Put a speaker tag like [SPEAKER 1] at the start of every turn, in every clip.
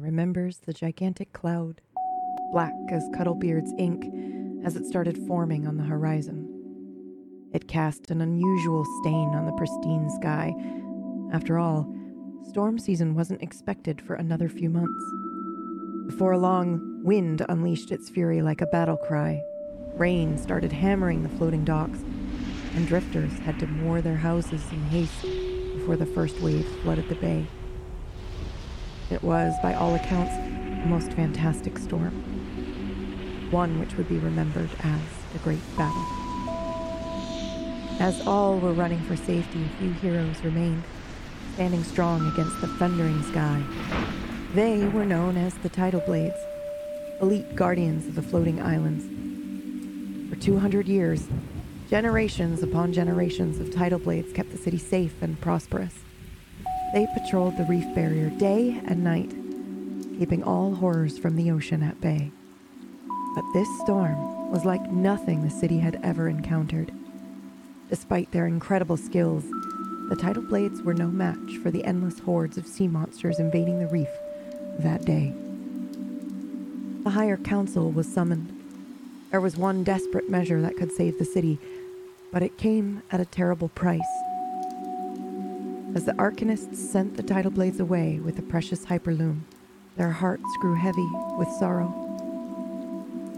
[SPEAKER 1] remembers the gigantic cloud, black as Cuddlebeard's ink, as it started forming on the horizon. It cast an unusual stain on the pristine sky. After all, storm season wasn't expected for another few months. Before long, wind unleashed its fury like a battle cry. Rain started hammering the floating docks, and drifters had to moor their houses in haste before the first waves flooded the bay. It was, by all accounts, a most fantastic storm, one which would be remembered as the Great Battle. As all were running for safety, few heroes remained, standing strong against the thundering sky. They were known as the Tidal Blades, elite guardians of the floating islands. For 200 years, generations upon generations of Tidal Blades kept the city safe and prosperous. They patrolled the reef barrier day and night, keeping all horrors from the ocean at bay. But this storm was like nothing the city had ever encountered. Despite their incredible skills, the tidal blades were no match for the endless hordes of sea monsters invading the reef that day. The Higher Council was summoned. There was one desperate measure that could save the city, but it came at a terrible price. As the Arcanists sent the tidal blades away with the precious hyperloom, their hearts grew heavy with sorrow.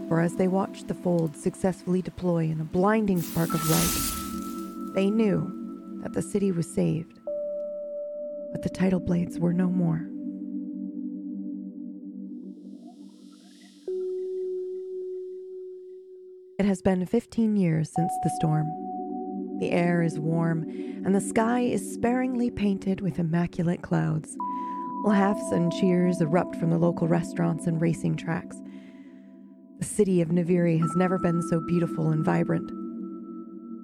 [SPEAKER 1] For as they watched the fold successfully deploy in a blinding spark of light, they knew that the city was saved. But the tidal blades were no more. It has been 15 years since the storm, the air is warm, and the sky is sparingly painted with immaculate clouds. Laughs and cheers erupt from the local restaurants and racing tracks. The city of Naviri has never been so beautiful and vibrant.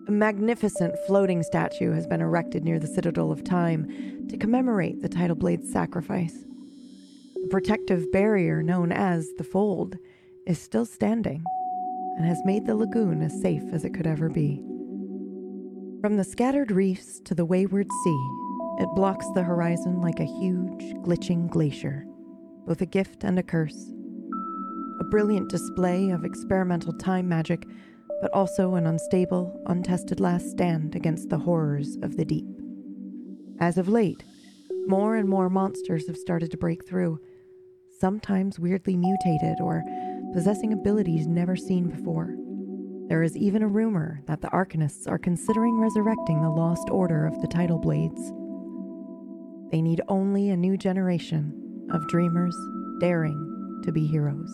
[SPEAKER 1] A magnificent floating statue has been erected near the Citadel of Time to commemorate the Tidal Blade's sacrifice. The protective barrier known as the Fold is still standing and has made the lagoon as safe as it could ever be. From the scattered reefs to the wayward sea, it blocks the horizon like a huge, glitching glacier, both a gift and a curse. A brilliant display of experimental time magic, but also an unstable, untested last stand against the horrors of the deep. As of late, more and more monsters have started to break through, sometimes weirdly mutated or possessing abilities never seen before. There is even a rumor that the Arcanists are considering resurrecting the lost order of the Tidal Blades. They need only a new generation of dreamers daring to be heroes.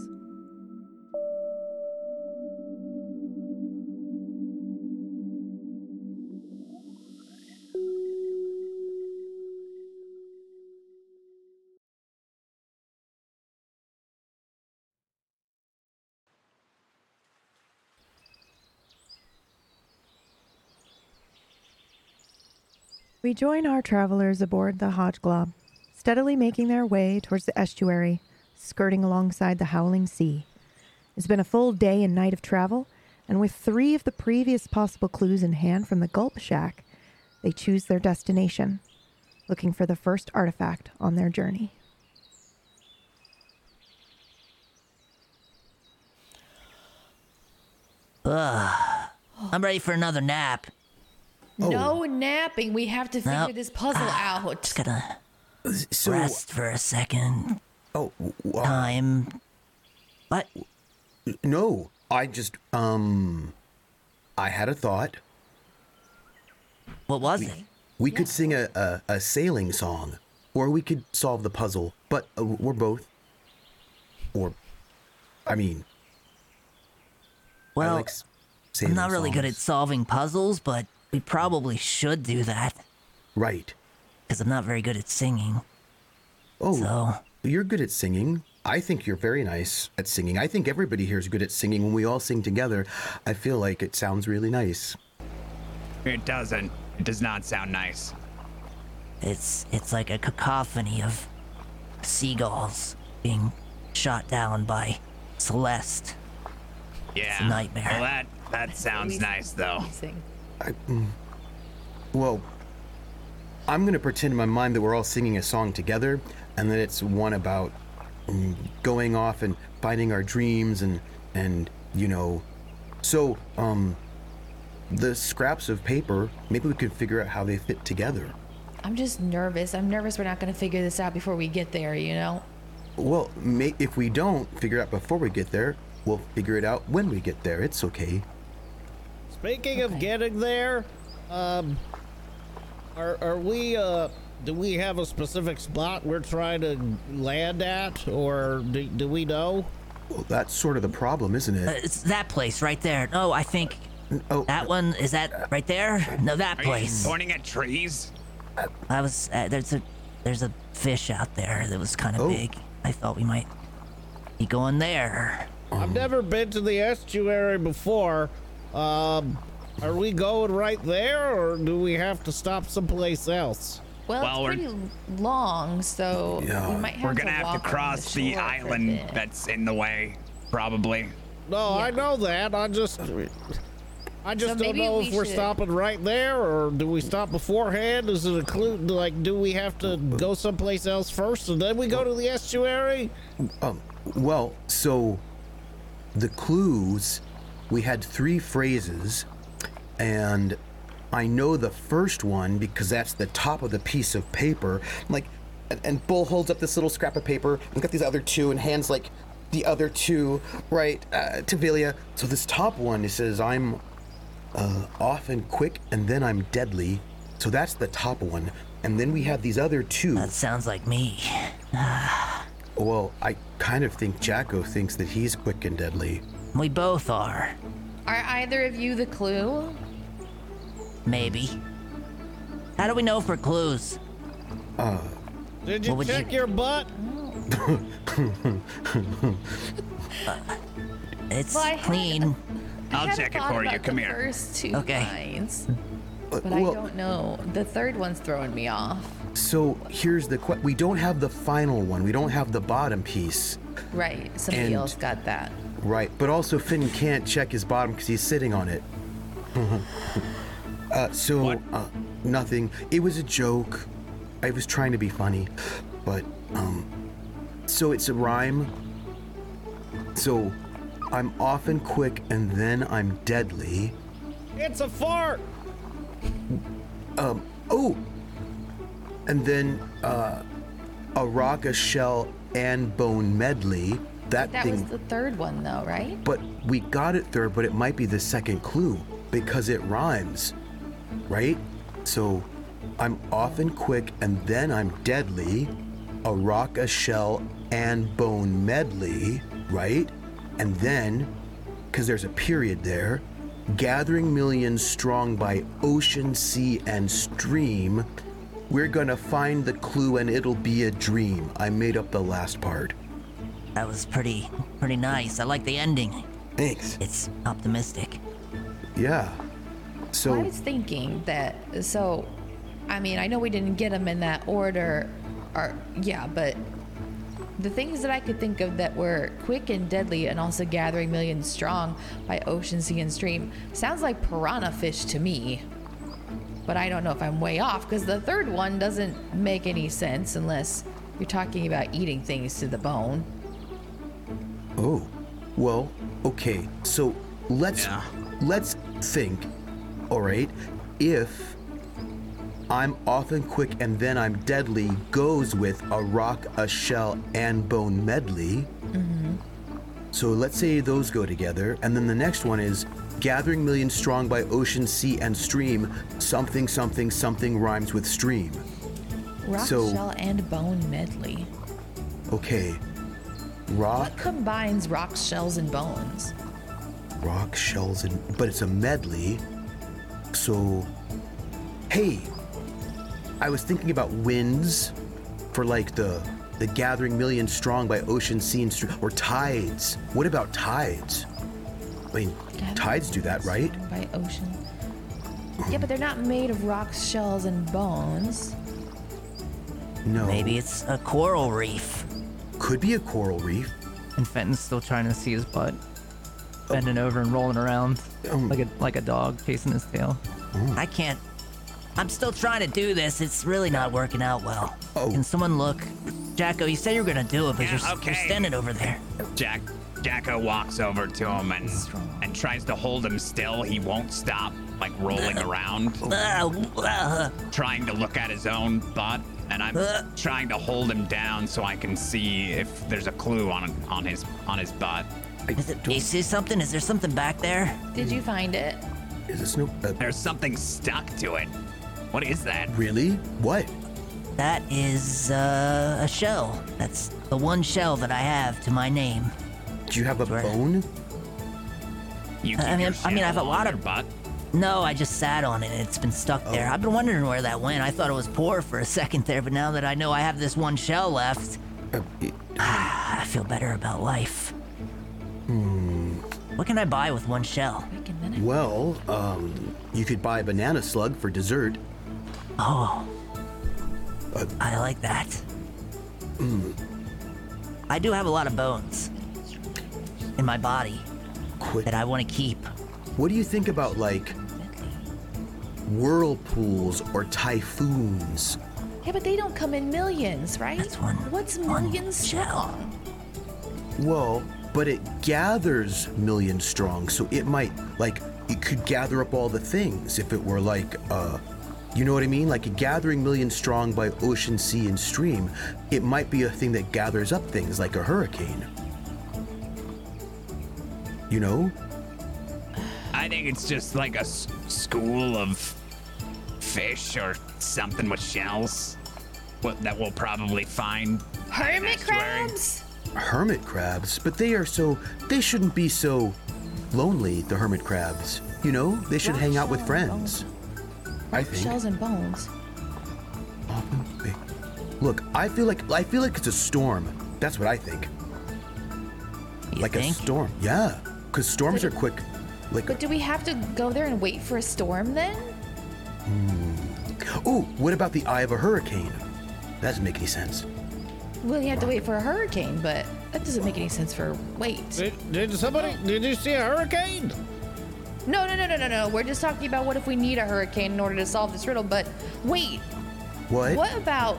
[SPEAKER 1] We join our travelers aboard the Hodglob, steadily making their way towards the estuary, skirting alongside the howling sea. It's been a full day and night of travel, and with three of the previous possible clues in hand from the Gulp Shack, they choose their destination, looking for the first artifact on their journey.
[SPEAKER 2] I'm ready for another nap.
[SPEAKER 3] Oh.
[SPEAKER 4] No napping. We have to figure
[SPEAKER 2] No.
[SPEAKER 4] this puzzle
[SPEAKER 3] Ah.
[SPEAKER 4] out.
[SPEAKER 2] Just gotta
[SPEAKER 3] So,
[SPEAKER 2] rest for a second.
[SPEAKER 3] oh, w- uh,
[SPEAKER 2] Time. What?
[SPEAKER 3] no, I just, um, I had a thought.
[SPEAKER 2] What was it?
[SPEAKER 3] We could sing a, a, a sailing song, or we could solve the puzzle, but uh, we're both. Or, I mean, I
[SPEAKER 2] Well,
[SPEAKER 3] like s- sailing
[SPEAKER 2] I'm not really good at
[SPEAKER 3] songs.
[SPEAKER 2] solving puzzles, but we probably should do that
[SPEAKER 3] Right.
[SPEAKER 2] because I'm not very good at singing.
[SPEAKER 3] Oh,
[SPEAKER 2] So,
[SPEAKER 3] you're good at singing. I think you're very nice at singing. I think everybody here is good at singing. When we all sing together, I feel like it sounds really nice.
[SPEAKER 5] It doesn't. It does not sound nice.
[SPEAKER 2] it's it's like a cacophony of seagulls being shot down by Celeste.
[SPEAKER 5] Yeah.
[SPEAKER 2] a nightmare.
[SPEAKER 5] Well, that that sounds nice though.
[SPEAKER 4] Amazing.
[SPEAKER 3] mm. Well, I'm going to pretend in my mind that we're all singing a song together, and then it's one about and going off and finding our dreams and and you know so um the scraps of paper maybe we could figure out how they fit together
[SPEAKER 4] I'm just nervous. I'm nervous we're not going to figure this out before we get there, you know?
[SPEAKER 3] well may, if we don't figure it out before we get there we'll figure it out when we get there it's okay
[SPEAKER 6] Speaking of getting there, um, are are we uh? Do we have a specific spot we're trying to land at, or do, do we know?
[SPEAKER 3] well, that's sort of the problem isn't it
[SPEAKER 2] Uh, It's that place right there. No, I think
[SPEAKER 3] Uh, oh
[SPEAKER 2] that one is that right there. No, that
[SPEAKER 5] Are you
[SPEAKER 2] place.
[SPEAKER 5] pointing at trees?
[SPEAKER 2] I was uh, there's a there's a fish out there that was kind of
[SPEAKER 3] Oh.
[SPEAKER 2] big. I thought we might be going there.
[SPEAKER 6] I've never been to the estuary before. Um, are we going right there, or do we have to stop someplace else?
[SPEAKER 4] Well,
[SPEAKER 5] Well,
[SPEAKER 4] it's
[SPEAKER 5] we're-
[SPEAKER 4] pretty long, so we
[SPEAKER 3] Yeah.
[SPEAKER 4] might have
[SPEAKER 5] We're gonna
[SPEAKER 4] to
[SPEAKER 5] have
[SPEAKER 4] walk
[SPEAKER 5] to
[SPEAKER 4] along
[SPEAKER 5] cross
[SPEAKER 4] the,
[SPEAKER 5] the
[SPEAKER 4] shore for a
[SPEAKER 5] island
[SPEAKER 4] bit.
[SPEAKER 5] that's in the way, probably.
[SPEAKER 6] No, I
[SPEAKER 4] Yeah.
[SPEAKER 6] know that. I just, I just don't
[SPEAKER 4] maybe
[SPEAKER 6] know
[SPEAKER 4] we
[SPEAKER 6] if we're
[SPEAKER 4] should-
[SPEAKER 6] stopping right there, or do we stop beforehand? Is it include like, do we have to go someplace else first, and then we go to the estuary?
[SPEAKER 3] Um, well, so the clues, we had three phrases, and I know the first one because that's the top of the piece of paper. Like, and, and Bull holds up this little scrap of paper and got these other two and hands like the other two right uh, to Velia. So this top one, it says, "I'm uh, often quick and then I'm deadly." So that's the top one, and then we have these other two.
[SPEAKER 2] That sounds like me.
[SPEAKER 3] Well, I kind of think Jacko thinks that he's quick and deadly.
[SPEAKER 2] We both are.
[SPEAKER 4] Are either of you the clue?
[SPEAKER 2] Maybe. How do we know for clues?
[SPEAKER 3] Uh.
[SPEAKER 6] Did you
[SPEAKER 2] What would
[SPEAKER 6] check
[SPEAKER 2] you-
[SPEAKER 6] your butt?
[SPEAKER 2] It's
[SPEAKER 4] Well, I had-
[SPEAKER 2] clean.
[SPEAKER 5] I'll
[SPEAKER 4] hadn't
[SPEAKER 5] check it
[SPEAKER 4] thought
[SPEAKER 5] for you.
[SPEAKER 4] about
[SPEAKER 5] Come
[SPEAKER 4] the
[SPEAKER 5] here.
[SPEAKER 4] First two
[SPEAKER 2] Okay.
[SPEAKER 4] lines,
[SPEAKER 3] Uh,
[SPEAKER 4] but I don't know. The third one's throwing me off.
[SPEAKER 3] so here's the question: we don't have the final one. We don't have the bottom piece,
[SPEAKER 4] Right. Somebody
[SPEAKER 3] And-
[SPEAKER 4] else got that.
[SPEAKER 3] right? But also, Finn can't check his bottom because he's sitting on it. uh, so
[SPEAKER 5] What?
[SPEAKER 3] Uh, nothing. It was a joke. I was trying to be funny, but um, so it's a rhyme. So I'm often quick and then I'm deadly.
[SPEAKER 6] It's a fart.
[SPEAKER 3] Oh! And then uh, a rock, a shell, and bone medley. That,
[SPEAKER 4] That
[SPEAKER 3] thing.
[SPEAKER 4] was the third one, though, right?
[SPEAKER 3] but we got it third, but it might be the second clue because it rhymes, right? So I'm often quick and then I'm deadly. A rock, a shell, and bone medley, right? And then, because there's a period there, gathering millions strong by ocean, sea, and stream. We're gonna find the clue and it'll be a dream. I made up the last part.
[SPEAKER 2] That was pretty pretty nice. I like the ending.
[SPEAKER 3] Thanks.
[SPEAKER 2] It's optimistic.
[SPEAKER 3] Yeah. So.
[SPEAKER 4] I was thinking that. So, I mean, I know we didn't get them in that order, or yeah, but the things that I could think of that were quick and deadly, and also gathering millions strong by ocean, sea, and stream sounds like piranha fish to me. But I don't know if I'm way off because the third one doesn't make any sense unless you're talking about eating things to the bone.
[SPEAKER 3] Oh, well, okay. So let's
[SPEAKER 5] Yeah.
[SPEAKER 3] let's think. All right, if I'm often quick and then I'm deadly goes with a rock, a shell, and bone medley.
[SPEAKER 4] Mm-hmm.
[SPEAKER 3] So let's say those go together, and then the next one is gathering millions strong by ocean, sea, and stream. Something, something, something rhymes with stream.
[SPEAKER 4] Rock,
[SPEAKER 3] So-
[SPEAKER 4] shell, and bone medley.
[SPEAKER 3] Okay, rock.
[SPEAKER 4] What combines rock, shells, and bones?
[SPEAKER 3] rock shells and but it's a medley so hey i was thinking about winds for like the the gathering million strong by ocean sea and str- or tides what about tides i mean tides do that right
[SPEAKER 4] By ocean. Yeah, but they're not made of rocks, shells, and bones.
[SPEAKER 3] no
[SPEAKER 2] Maybe it's a coral reef.
[SPEAKER 3] could be a coral reef
[SPEAKER 7] And Fenton's still trying to see his butt,
[SPEAKER 3] Oh.
[SPEAKER 7] bending over and rolling around like a like a dog chasing his tail.
[SPEAKER 2] I can't. I'm still trying to do this. It's really not working out well.
[SPEAKER 3] Oh.
[SPEAKER 2] Can someone look Jacko, you said you were gonna do it, but
[SPEAKER 5] Yeah,
[SPEAKER 2] you're, s- you're
[SPEAKER 5] okay.
[SPEAKER 2] standing over there.
[SPEAKER 5] Jack Jacko walks over to him and and tries to hold him still. He won't stop, like rolling around,
[SPEAKER 2] Ah, ah,
[SPEAKER 5] trying to look at his own butt. And I'm
[SPEAKER 2] Uh.
[SPEAKER 5] trying to hold him down so I can see if there's a clue on on his on his butt.
[SPEAKER 2] is it, you see something? Is there something back there?
[SPEAKER 4] Did you find it?
[SPEAKER 3] Is this no? Uh,
[SPEAKER 5] There's something stuck to it. What is that?
[SPEAKER 3] really? What?
[SPEAKER 2] That is uh, a shell. That's the one shell that I have to my name.
[SPEAKER 3] Do you have a
[SPEAKER 2] Right.
[SPEAKER 3] bone?
[SPEAKER 5] You
[SPEAKER 2] I
[SPEAKER 5] keep
[SPEAKER 2] mean-
[SPEAKER 5] your
[SPEAKER 2] I mean,
[SPEAKER 5] shit
[SPEAKER 2] I have a
[SPEAKER 5] on
[SPEAKER 2] lot
[SPEAKER 5] your
[SPEAKER 2] of-
[SPEAKER 5] butt.
[SPEAKER 2] No, I just sat on it and it's been stuck there.
[SPEAKER 3] Oh.
[SPEAKER 2] I've been wondering where that went. I thought it was poor for a second there, but now that I know I have this one shell left,
[SPEAKER 3] Uh,
[SPEAKER 2] I feel better about life.
[SPEAKER 3] Hmm.
[SPEAKER 2] What can I buy with one shell?
[SPEAKER 4] Wait a minute.
[SPEAKER 3] Well, um, you could buy a banana slug for dessert.
[SPEAKER 2] Oh, I like that.
[SPEAKER 3] Mm,
[SPEAKER 2] I do have a lot of bones in my body
[SPEAKER 3] Quit.
[SPEAKER 2] that I want to keep.
[SPEAKER 3] What do you think about like whirlpools or typhoons?
[SPEAKER 4] Yeah, but they don't come in millions, right?
[SPEAKER 2] That's one.
[SPEAKER 4] What's
[SPEAKER 2] one
[SPEAKER 4] millions
[SPEAKER 2] shell?
[SPEAKER 3] Well, but it gathers million strong, so it might like it could gather up all the things if it were like uh you know what I mean? Like a gathering million strong by ocean, sea, and stream, it might be a thing that gathers up things like a hurricane. You know?
[SPEAKER 5] I think it's just like a s- school of fish or something with shells what, that we'll probably find.
[SPEAKER 4] Hermit
[SPEAKER 5] Estuary.
[SPEAKER 4] crabs?
[SPEAKER 3] Hermit crabs, but they are so they shouldn't be so lonely, the hermit crabs. You know? They should hang out with friends. I think.
[SPEAKER 4] Shells and bones.
[SPEAKER 3] Hey, Look, I feel like I feel like it's a storm. That's what I think.
[SPEAKER 2] You
[SPEAKER 3] like
[SPEAKER 2] think?
[SPEAKER 3] a storm. Yeah, because storms are quick. Like,
[SPEAKER 4] But do we have to go there and wait for a storm then?
[SPEAKER 3] oh, what about the eye of a hurricane? That doesn't make any sense.
[SPEAKER 4] Well, you have to wait for a hurricane, but that doesn't make any sense for wait.
[SPEAKER 6] Did, did somebody? Did you see a hurricane?
[SPEAKER 4] No, no, no, no, no, no. We're just talking about what if we need a hurricane in order to solve this riddle. But wait,
[SPEAKER 3] What?
[SPEAKER 4] what about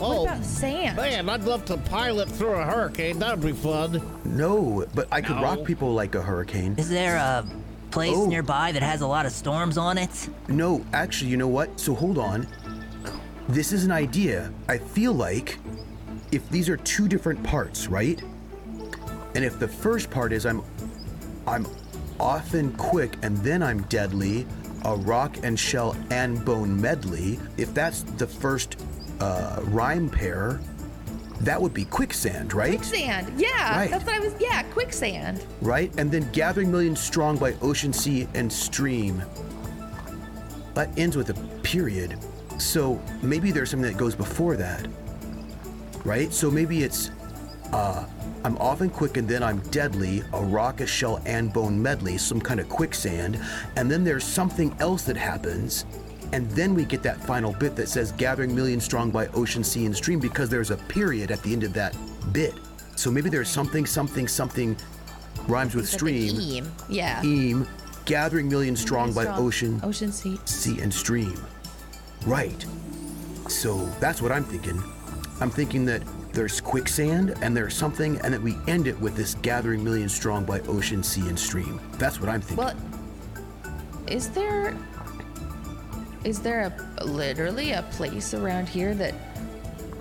[SPEAKER 6] Oh,
[SPEAKER 4] about sand?
[SPEAKER 6] man, I'd love to pilot through a hurricane. That'd be fun.
[SPEAKER 3] No, but I could rock
[SPEAKER 5] No.
[SPEAKER 3] people like a hurricane.
[SPEAKER 2] Is there a place
[SPEAKER 3] Oh.
[SPEAKER 2] nearby that has a lot of storms on it?
[SPEAKER 3] No, actually, you know what? So hold on. This is an idea. I feel like if these are two different parts, right? And if the first part is I'm I'm often quick and then I'm deadly, a rock and shell and bone medley, if that's the first uh, rhyme pair, that would be quicksand, right?
[SPEAKER 4] Quicksand. Yeah,
[SPEAKER 3] Right.
[SPEAKER 4] that's what I was. Yeah, quicksand.
[SPEAKER 3] Right? And then gathering million strong by ocean, sea, and stream. That ends with a period. So maybe there's something that goes before that. Right? So maybe it's uh I'm often quick and then I'm deadly, a rock, a shell, and bone medley, some kind of quicksand, and then there's something else that happens, and then we get that final bit that says gathering million strong by ocean, sea, and stream because there's a period at the end of that bit. So maybe there's something, something, something rhymes with
[SPEAKER 4] It's like an
[SPEAKER 3] stream. E.
[SPEAKER 4] eam.
[SPEAKER 1] E.
[SPEAKER 4] Yeah.
[SPEAKER 3] Eam, gathering million strong by
[SPEAKER 4] Strong.
[SPEAKER 3] ocean,
[SPEAKER 4] Ocean sea.
[SPEAKER 3] sea, and stream. Right. So that's what I'm thinking. I'm thinking that there's quicksand and there's something, and that we end it with this gathering million strong by ocean, sea, and stream. That's what I'm thinking.
[SPEAKER 4] Well, is there is there a literally a place around here that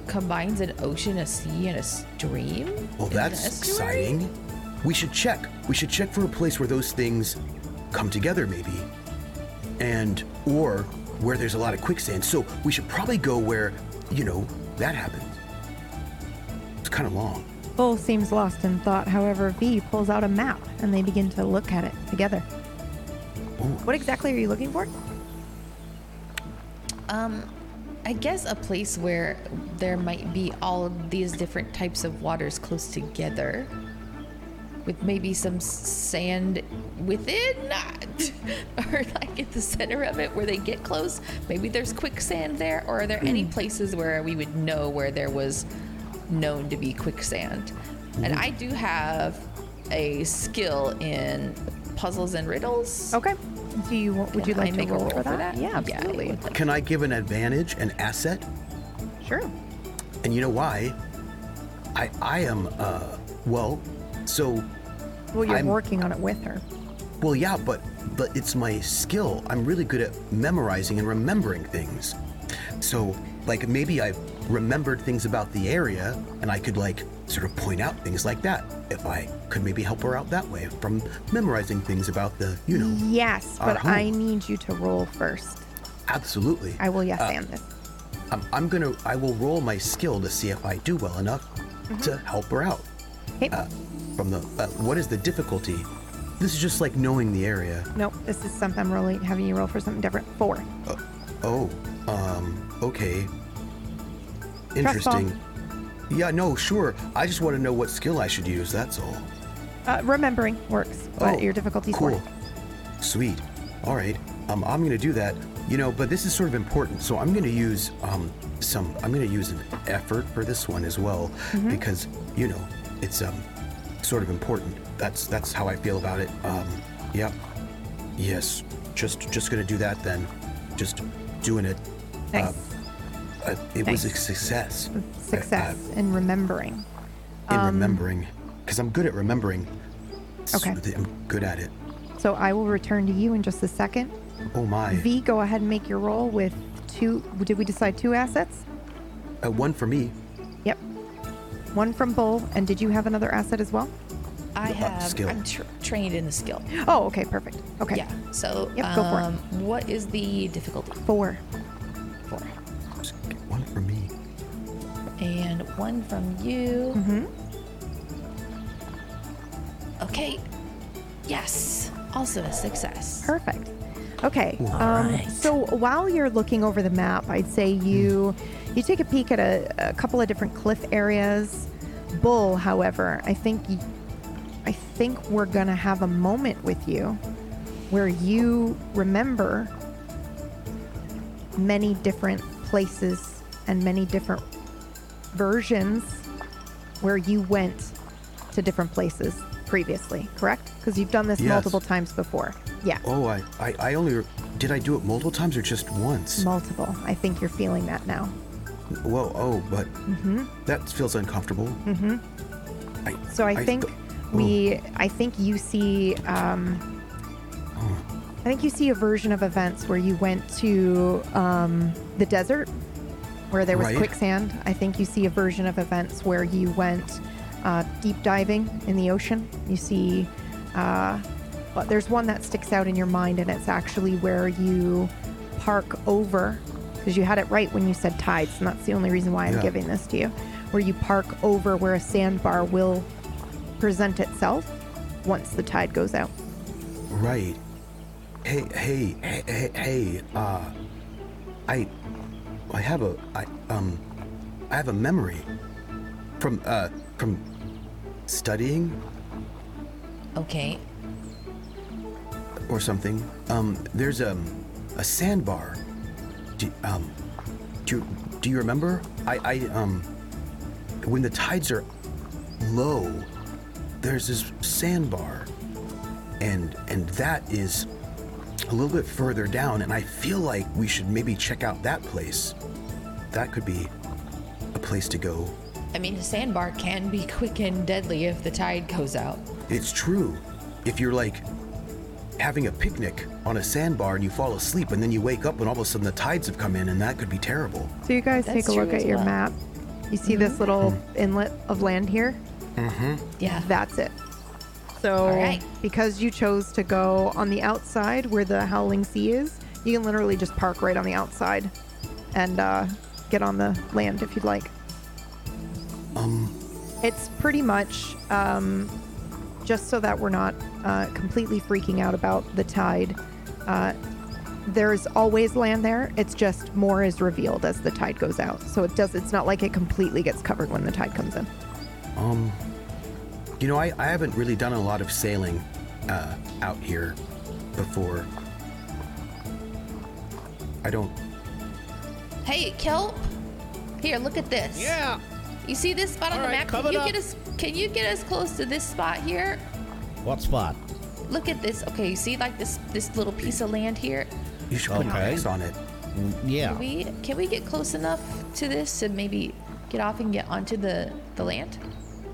[SPEAKER 4] combines an ocean, a sea, and a stream?
[SPEAKER 3] well,
[SPEAKER 4] An
[SPEAKER 3] that's
[SPEAKER 4] estuary?
[SPEAKER 3] exciting. We should check. We should check for a place where those things come together, maybe. And, or where there's a lot of quicksand. So we should probably go where, you know, that happens. It's kind of long.
[SPEAKER 1] Bull seems lost in thought. However, V pulls out a map and they begin to look at it together. What exactly are you looking for?
[SPEAKER 4] Um, I guess a place where there might be all of these different types of waters close together, with maybe some s- sand within, or like at the center of it where they get close. Maybe there's quicksand there, or are there any
[SPEAKER 1] Hmm.
[SPEAKER 4] places where we would know where there was known to be quicksand? And I do have a skill in puzzles and riddles.
[SPEAKER 1] Okay. Do you want, would you
[SPEAKER 4] Can I
[SPEAKER 1] like to
[SPEAKER 4] make a
[SPEAKER 1] roll, for that?
[SPEAKER 4] Yeah, I
[SPEAKER 1] Yeah, absolutely.
[SPEAKER 4] would like-
[SPEAKER 3] Can I give an advantage, an asset?
[SPEAKER 1] Sure.
[SPEAKER 3] And you know why? I I am uh well, so
[SPEAKER 1] Well, you're
[SPEAKER 3] I'm-
[SPEAKER 1] working on it with her.
[SPEAKER 3] well yeah, but but it's my skill. I'm really good at memorizing and remembering things. So like maybe I remembered things about the area and I could like sort of point out things like that if I could maybe help her out that way from memorizing things about the, you know.
[SPEAKER 1] Yes,
[SPEAKER 3] our
[SPEAKER 1] but I
[SPEAKER 3] home.
[SPEAKER 1] need you to roll first.
[SPEAKER 3] Absolutely.
[SPEAKER 1] I will yes
[SPEAKER 3] Uh,
[SPEAKER 1] and this.
[SPEAKER 3] I'm, I'm gonna. I will roll my skill to see if I do well enough
[SPEAKER 1] Mm-hmm.
[SPEAKER 3] to help her out.
[SPEAKER 1] Okay.
[SPEAKER 3] Uh, from the uh, what is the difficulty? This is just like knowing the area.
[SPEAKER 1] Nope, this is something I'm rolling, having you roll for something different. Four.
[SPEAKER 3] Oh, um, okay.
[SPEAKER 1] Trust fall.
[SPEAKER 3] Interesting. Yeah, no, sure. I just want to know what skill I should use. That's all.
[SPEAKER 1] Uh, remembering works, but
[SPEAKER 3] Oh,
[SPEAKER 1] your difficulty's
[SPEAKER 3] cool.
[SPEAKER 1] four.
[SPEAKER 3] Sweet. All right. Um, I'm gonna do that. You know, but this is sort of important, so I'm gonna use um some. I'm gonna use an effort for this one as well,
[SPEAKER 1] Mm-hmm.
[SPEAKER 3] because you know it's um sort of important. That's that's how I feel about it. Um, yep. Yes. Just just gonna do that then. Just doing it.
[SPEAKER 1] Nice.
[SPEAKER 3] Uh, it was a
[SPEAKER 1] Nice.
[SPEAKER 3] success.
[SPEAKER 1] Success
[SPEAKER 3] Uh,
[SPEAKER 1] in remembering. Um,
[SPEAKER 3] in remembering, because I'm good at remembering.
[SPEAKER 1] Okay.
[SPEAKER 3] So I'm good at it.
[SPEAKER 1] So I will return to you in just a second.
[SPEAKER 3] Oh my.
[SPEAKER 1] V, go ahead and make your roll with two. Did we decide two assets?
[SPEAKER 3] uh, one for me.
[SPEAKER 1] Yep. One from Bull, and did you have another asset as well?
[SPEAKER 4] I have.
[SPEAKER 3] skill.
[SPEAKER 4] I'm tr trained in the skill.
[SPEAKER 1] Oh, okay, perfect. Okay.
[SPEAKER 4] Yeah. So,
[SPEAKER 1] Yep, go for it.
[SPEAKER 4] um, what is the difficulty
[SPEAKER 1] Four.
[SPEAKER 4] for?
[SPEAKER 3] Just get One for me.
[SPEAKER 4] And one from you. Mm-hmm. Okay. Yes. Also a success.
[SPEAKER 1] Perfect. Okay. Um,
[SPEAKER 2] right.
[SPEAKER 1] So while you're looking over the map, I'd say you you take a peek at a, a couple of different cliff areas. Bull, however, I think y- I think we're gonna have a moment with you where you remember many different places and many different versions where you went to different places previously. Correct? Because you've done this
[SPEAKER 3] Yes.
[SPEAKER 1] multiple times before. Yeah.
[SPEAKER 3] Oh, I, I, I only. re- Did I do it multiple times or just once?
[SPEAKER 1] Multiple. I think you're feeling that now.
[SPEAKER 3] Whoa, oh, but that feels uncomfortable. Mm-hmm. I,
[SPEAKER 1] So I,
[SPEAKER 3] I
[SPEAKER 1] think
[SPEAKER 3] th- oh.
[SPEAKER 1] we, I think you see, um,
[SPEAKER 3] Oh.
[SPEAKER 1] I think you see a version of events where you went to um, the desert where there was
[SPEAKER 3] Right.
[SPEAKER 1] quicksand. I think you see a version of events where you went uh, deep diving in the ocean. You see, uh, but there's one that sticks out in your mind, and it's actually where you park over because you had it right when you said tides, and that's the only reason why I'm
[SPEAKER 3] Yeah.
[SPEAKER 1] giving this to you. Where you park over where a sandbar will present itself once the tide goes out.
[SPEAKER 3] Right. Hey, hey, hey, hey, hey, uh, I, I have a, I, um, I have a memory from, uh, from studying
[SPEAKER 4] Okay.
[SPEAKER 3] or something. Um, there's um, a sandbar. Do, um, do, do you remember? I, I um, when the tides are low, there's this sandbar, and and that is a little bit further down. And I feel like we should maybe check out that place. That could be a place to go.
[SPEAKER 4] I mean, a sandbar can be quick and deadly if the tide goes out.
[SPEAKER 3] It's true. If you're like having a picnic on a sandbar and you fall asleep and then you wake up and all of a sudden the tides have come in and that could be terrible.
[SPEAKER 1] So you guys
[SPEAKER 4] That's
[SPEAKER 1] take a Mm-hmm. look
[SPEAKER 4] true
[SPEAKER 1] at
[SPEAKER 4] as
[SPEAKER 1] your
[SPEAKER 4] well.
[SPEAKER 1] map. You see this little inlet of land here? Mm-hmm.
[SPEAKER 4] Yeah.
[SPEAKER 1] That's it. So
[SPEAKER 4] All right.
[SPEAKER 1] because you chose to go on the outside where the howling sea is, you can literally just park right on the outside and uh, get on the land if you'd like.
[SPEAKER 3] Um,
[SPEAKER 1] It's pretty much um, just so that we're not uh, completely freaking out about the tide. Uh, there's always land there. It's just more is revealed as the tide goes out. So it does. It's not like it completely gets covered when the tide comes in.
[SPEAKER 3] um, You know, I, I haven't really done a lot of sailing uh, out here before. I don't.
[SPEAKER 4] Hey, kelp. Here, look at this.
[SPEAKER 6] Yeah.
[SPEAKER 4] You see this spot on
[SPEAKER 6] All
[SPEAKER 4] the
[SPEAKER 6] right,
[SPEAKER 4] map? Can
[SPEAKER 6] coming
[SPEAKER 4] you
[SPEAKER 6] up.
[SPEAKER 4] get us? Can you get us close to this spot here?
[SPEAKER 6] What spot?
[SPEAKER 4] Look at this. Okay, you see like this this little piece of land here.
[SPEAKER 3] You should put an
[SPEAKER 6] Okay.
[SPEAKER 3] X on it.
[SPEAKER 6] Yeah.
[SPEAKER 4] We can we get close enough to this to maybe get off and get onto the, the land?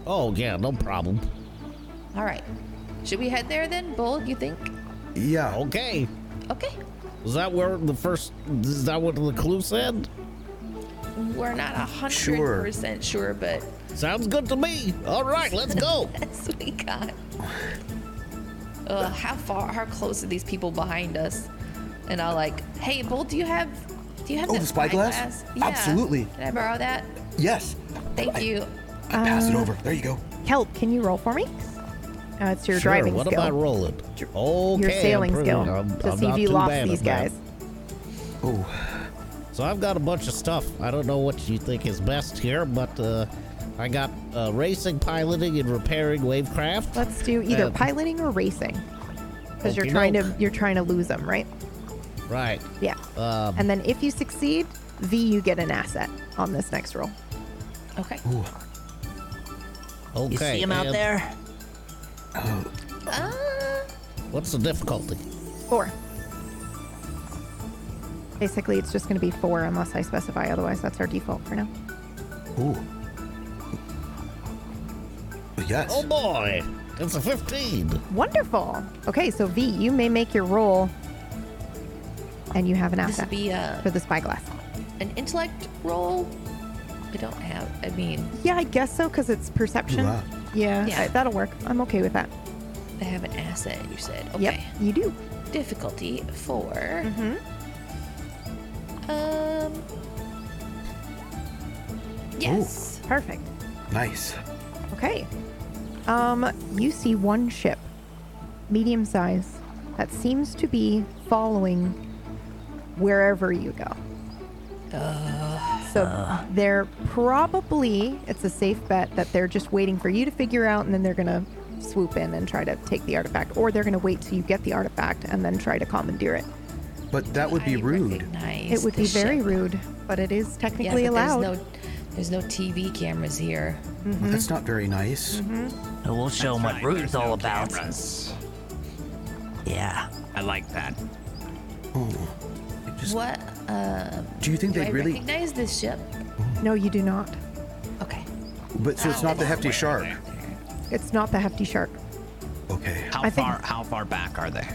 [SPEAKER 6] Oh, yeah, no problem.
[SPEAKER 4] All right. Should we head there then, Bull, you think?
[SPEAKER 3] Yeah.
[SPEAKER 6] Okay.
[SPEAKER 4] Okay.
[SPEAKER 6] Is that where the first. Is that what the clue said?
[SPEAKER 4] We're not 100%
[SPEAKER 3] Sure.
[SPEAKER 4] sure, but
[SPEAKER 6] Sounds good to me. All right, let's go.
[SPEAKER 4] that's what we got. Uh, how far, how close are these people behind us? And I'll like, hey, Bull, do you have, do you have
[SPEAKER 3] Oh,
[SPEAKER 4] that
[SPEAKER 3] the spyglass?
[SPEAKER 4] Yeah.
[SPEAKER 3] Absolutely.
[SPEAKER 4] Can I borrow Mm-hmm. that?
[SPEAKER 3] Yes.
[SPEAKER 4] Thank
[SPEAKER 3] I-
[SPEAKER 4] you.
[SPEAKER 3] I pass it over. There you go.
[SPEAKER 1] Help, can you roll for me? Uh, it's your
[SPEAKER 6] sure,
[SPEAKER 1] driving
[SPEAKER 6] what
[SPEAKER 1] skill.
[SPEAKER 6] am I rolling? Okay,
[SPEAKER 1] your
[SPEAKER 6] I'm
[SPEAKER 1] sailing
[SPEAKER 6] pretty-
[SPEAKER 1] skill
[SPEAKER 6] I'm-
[SPEAKER 1] to
[SPEAKER 6] I'm
[SPEAKER 1] see if
[SPEAKER 6] not
[SPEAKER 1] you
[SPEAKER 6] too
[SPEAKER 1] lost
[SPEAKER 6] bad
[SPEAKER 1] these
[SPEAKER 6] at that.
[SPEAKER 1] guys.
[SPEAKER 3] Oh,
[SPEAKER 6] So I've got a bunch of stuff. I don't know what you think is best here, but uh, I got uh, racing, piloting, and repairing wavecraft.
[SPEAKER 1] Let's do either
[SPEAKER 6] Uh,
[SPEAKER 1] piloting or racing, because you're
[SPEAKER 6] Okey
[SPEAKER 1] trying to
[SPEAKER 6] doke.
[SPEAKER 1] you're trying to lose them, right?
[SPEAKER 6] Right.
[SPEAKER 1] Yeah.
[SPEAKER 6] Um,
[SPEAKER 1] and then if you succeed, V, you get an asset on this next roll.
[SPEAKER 4] Okay.
[SPEAKER 6] Okay.
[SPEAKER 2] You see him out
[SPEAKER 6] and
[SPEAKER 2] there?
[SPEAKER 4] Uh,
[SPEAKER 6] What's the difficulty?
[SPEAKER 1] Four. Basically, it's just going to be four unless I specify otherwise. That's our default for now.
[SPEAKER 3] ooh. Yes.
[SPEAKER 6] Oh boy, it's a 15.
[SPEAKER 1] Wonderful. Okay, so V, you may make your roll, and you have an
[SPEAKER 4] this
[SPEAKER 1] asset
[SPEAKER 4] would be uh,
[SPEAKER 1] for
[SPEAKER 4] a,
[SPEAKER 1] the spyglass.
[SPEAKER 4] an intellect roll. I don't have. I mean,
[SPEAKER 1] Yeah, I guess so because it's perception.
[SPEAKER 3] Wow.
[SPEAKER 1] Yeah,
[SPEAKER 4] Yeah.
[SPEAKER 1] I- that'll work. I'm okay with that.
[SPEAKER 4] I have an asset. You said. Okay.
[SPEAKER 1] Yep, you do. Mm-hmm.
[SPEAKER 4] Difficulty 4 Um. Yes.
[SPEAKER 1] Perfect.
[SPEAKER 3] Nice.
[SPEAKER 1] Okay. Um, you see one ship, medium size, that seems to be following wherever you go. so they're probably, it's a safe bet that they're just waiting for you to figure out and then they're going to swoop in and try to take the artifact, or they're going to wait till you get the artifact and then try to commandeer it.
[SPEAKER 3] But that would be
[SPEAKER 4] I
[SPEAKER 3] rude.
[SPEAKER 4] recognize
[SPEAKER 1] It would
[SPEAKER 4] the
[SPEAKER 1] be very
[SPEAKER 4] ship.
[SPEAKER 1] rude, but it is
[SPEAKER 4] Yeah,
[SPEAKER 1] technically
[SPEAKER 4] but
[SPEAKER 1] allowed.
[SPEAKER 4] There's no, there's no TV cameras here.
[SPEAKER 3] That's not very nice.
[SPEAKER 4] Mm-hmm.
[SPEAKER 2] And We'll show him what
[SPEAKER 5] Right,
[SPEAKER 2] Rude's
[SPEAKER 5] there's
[SPEAKER 2] all
[SPEAKER 5] no
[SPEAKER 2] about.
[SPEAKER 5] cameras.
[SPEAKER 2] Yeah.
[SPEAKER 5] I like that.
[SPEAKER 3] Just-
[SPEAKER 4] What? Um,
[SPEAKER 3] Do you think
[SPEAKER 4] do
[SPEAKER 3] they
[SPEAKER 4] I
[SPEAKER 3] really?
[SPEAKER 4] recognize this ship?
[SPEAKER 1] no, you do not.
[SPEAKER 4] Okay.
[SPEAKER 3] But so it's not the hefty shark.
[SPEAKER 1] It's not the hefty shark.
[SPEAKER 3] Okay.
[SPEAKER 5] How
[SPEAKER 1] I think-
[SPEAKER 5] far? How far back are they?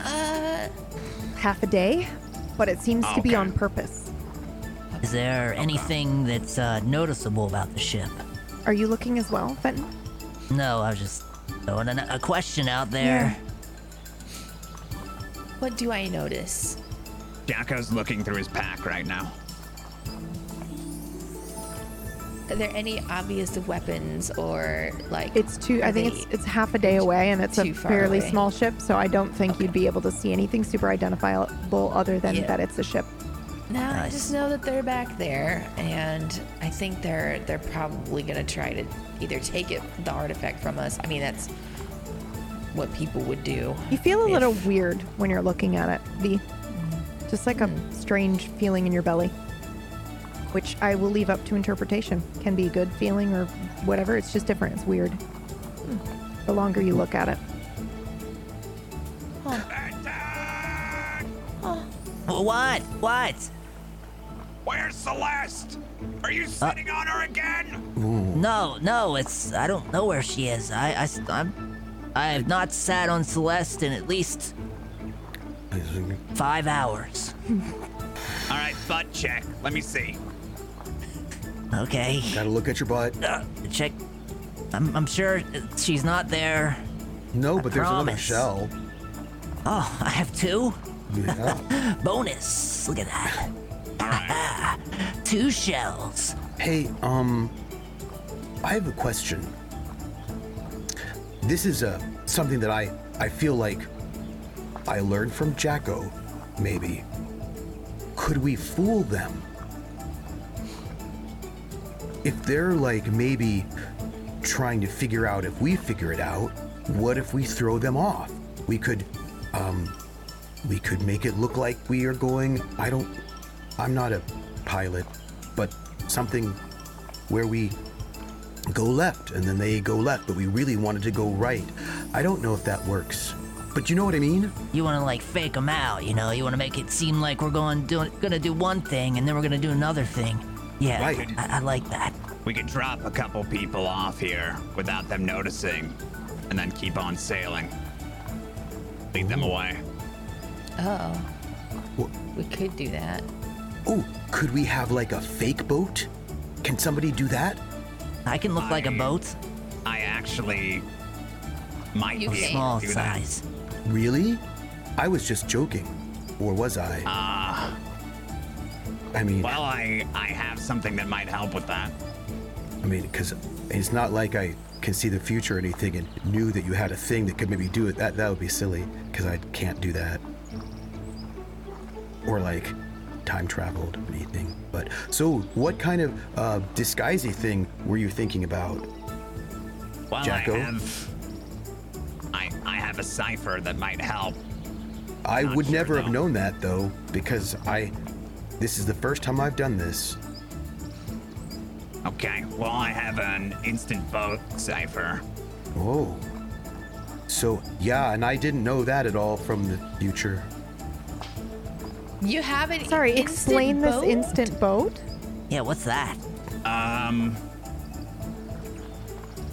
[SPEAKER 4] Uh,
[SPEAKER 1] half a day, but it seems to be
[SPEAKER 5] Okay.
[SPEAKER 1] on purpose.
[SPEAKER 2] Is there anything that's uh, noticeable about the ship?
[SPEAKER 1] Are you looking as well, Fenton?
[SPEAKER 2] No, I was just throwing an, a question out there.
[SPEAKER 4] what do I notice?
[SPEAKER 5] Jacko's looking through his pack right now.
[SPEAKER 4] Are there any obvious weapons or like?
[SPEAKER 1] It's two. I
[SPEAKER 4] are
[SPEAKER 1] think
[SPEAKER 4] they-
[SPEAKER 1] it's it's half a day away, and it's a
[SPEAKER 4] too far
[SPEAKER 1] fairly
[SPEAKER 4] away.
[SPEAKER 1] small ship, so I don't think you'd be able to see anything super identifiable other than
[SPEAKER 4] Yeah.
[SPEAKER 1] that it's a ship.
[SPEAKER 4] No, I just know that they're back there, and I think they're they're probably gonna try to either take it the artifact from us. I mean, that's what people would do.
[SPEAKER 1] You feel a little
[SPEAKER 4] If-
[SPEAKER 1] weird when you're looking at it, V. Just like a
[SPEAKER 4] Mm-hmm.
[SPEAKER 1] strange feeling in your belly, which I will leave up to interpretation. Can be a good feeling or whatever. It's just different. It's weird.
[SPEAKER 4] Hmm.
[SPEAKER 1] The longer you look at it.
[SPEAKER 2] Wh- What? What?
[SPEAKER 5] Where's Celeste? Are you sitting on her again?
[SPEAKER 2] No, no, it's. I don't know where she is. I, I, s- I'm, I have not sat on Celeste in at least five hours.
[SPEAKER 5] All right, butt check. Let me see.
[SPEAKER 2] Okay.
[SPEAKER 3] Gotta look at your butt.
[SPEAKER 2] Uh, check. I'm, I'm sure she's not there.
[SPEAKER 3] No, but there's another
[SPEAKER 2] promise.
[SPEAKER 3] shell.
[SPEAKER 2] Oh, I have two?
[SPEAKER 3] Yeah.
[SPEAKER 2] Bonus. Look at that.
[SPEAKER 5] All right.
[SPEAKER 2] Two shells.
[SPEAKER 3] Hey, um, I have a question. This is a something that I I feel like I learned from Jacko, maybe. Could we fool them? If they're like maybe trying to figure out if we figure it out, what if we throw them off? We could um we could make it look like we are going I don't I'm not a pilot, but something where we go left and then they go left, but we really wanted to go right. I don't know if that works, but you know what I mean?
[SPEAKER 2] You want to like fake them out, you know? You want to make it seem like we're going do, gonna do one thing and then we're gonna do another thing. Yeah,
[SPEAKER 3] Right.
[SPEAKER 2] I, I like that.
[SPEAKER 5] We could drop a couple people off here without them noticing and then keep on sailing. Lead them away.
[SPEAKER 4] Oh,
[SPEAKER 3] Wha-
[SPEAKER 4] we could do that.
[SPEAKER 3] Ooh, could we have like a fake boat? Can somebody do that?
[SPEAKER 2] I can look like a
[SPEAKER 5] I-
[SPEAKER 2] boat,
[SPEAKER 5] I actually might
[SPEAKER 4] You
[SPEAKER 5] be
[SPEAKER 4] can't.
[SPEAKER 5] able
[SPEAKER 2] small
[SPEAKER 5] to do that.
[SPEAKER 2] size.
[SPEAKER 3] Really? I was just joking. Or was I? Ah. I mean,
[SPEAKER 5] uh, Well, I I have something that might help with that.
[SPEAKER 3] I mean, because it's not like I can see the future or anything and knew that you had a thing that could maybe do it. That that would be silly because I can't do that. Or like time traveled or anything. But so, what kind of uh, disguisey thing were you thinking about?
[SPEAKER 5] Well,
[SPEAKER 3] Jacko?
[SPEAKER 5] I have I I have a cipher that might help.
[SPEAKER 3] I
[SPEAKER 5] Not
[SPEAKER 3] would
[SPEAKER 5] sure,
[SPEAKER 3] never have
[SPEAKER 5] no.
[SPEAKER 3] known that though because I. This is the first time I've done this.
[SPEAKER 5] Okay. Well, I have an instant vote cipher.
[SPEAKER 3] Oh. So yeah, and I didn't know that at all from the future.
[SPEAKER 4] You have an
[SPEAKER 1] Sorry,
[SPEAKER 4] instant
[SPEAKER 1] explain this
[SPEAKER 4] boat?
[SPEAKER 1] instant boat.
[SPEAKER 2] Yeah, what's that?
[SPEAKER 5] Um.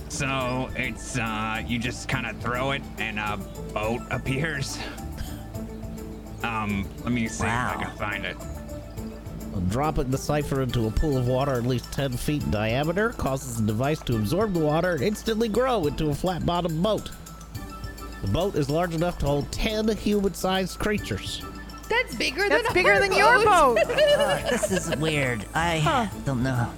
[SPEAKER 5] So it's uh, you just kind of throw it and a boat appears. Um, let me see if I
[SPEAKER 2] Wow.
[SPEAKER 5] can find it.
[SPEAKER 6] Dropping the cipher into a pool of water at least 10 feet in diameter causes the device to absorb the water and instantly grow into a flat bottomed boat. The boat is large enough to hold 10 human sized creatures.
[SPEAKER 4] That's bigger than
[SPEAKER 1] That's bigger
[SPEAKER 4] our
[SPEAKER 1] than your boat.
[SPEAKER 2] This is weird. I don't know.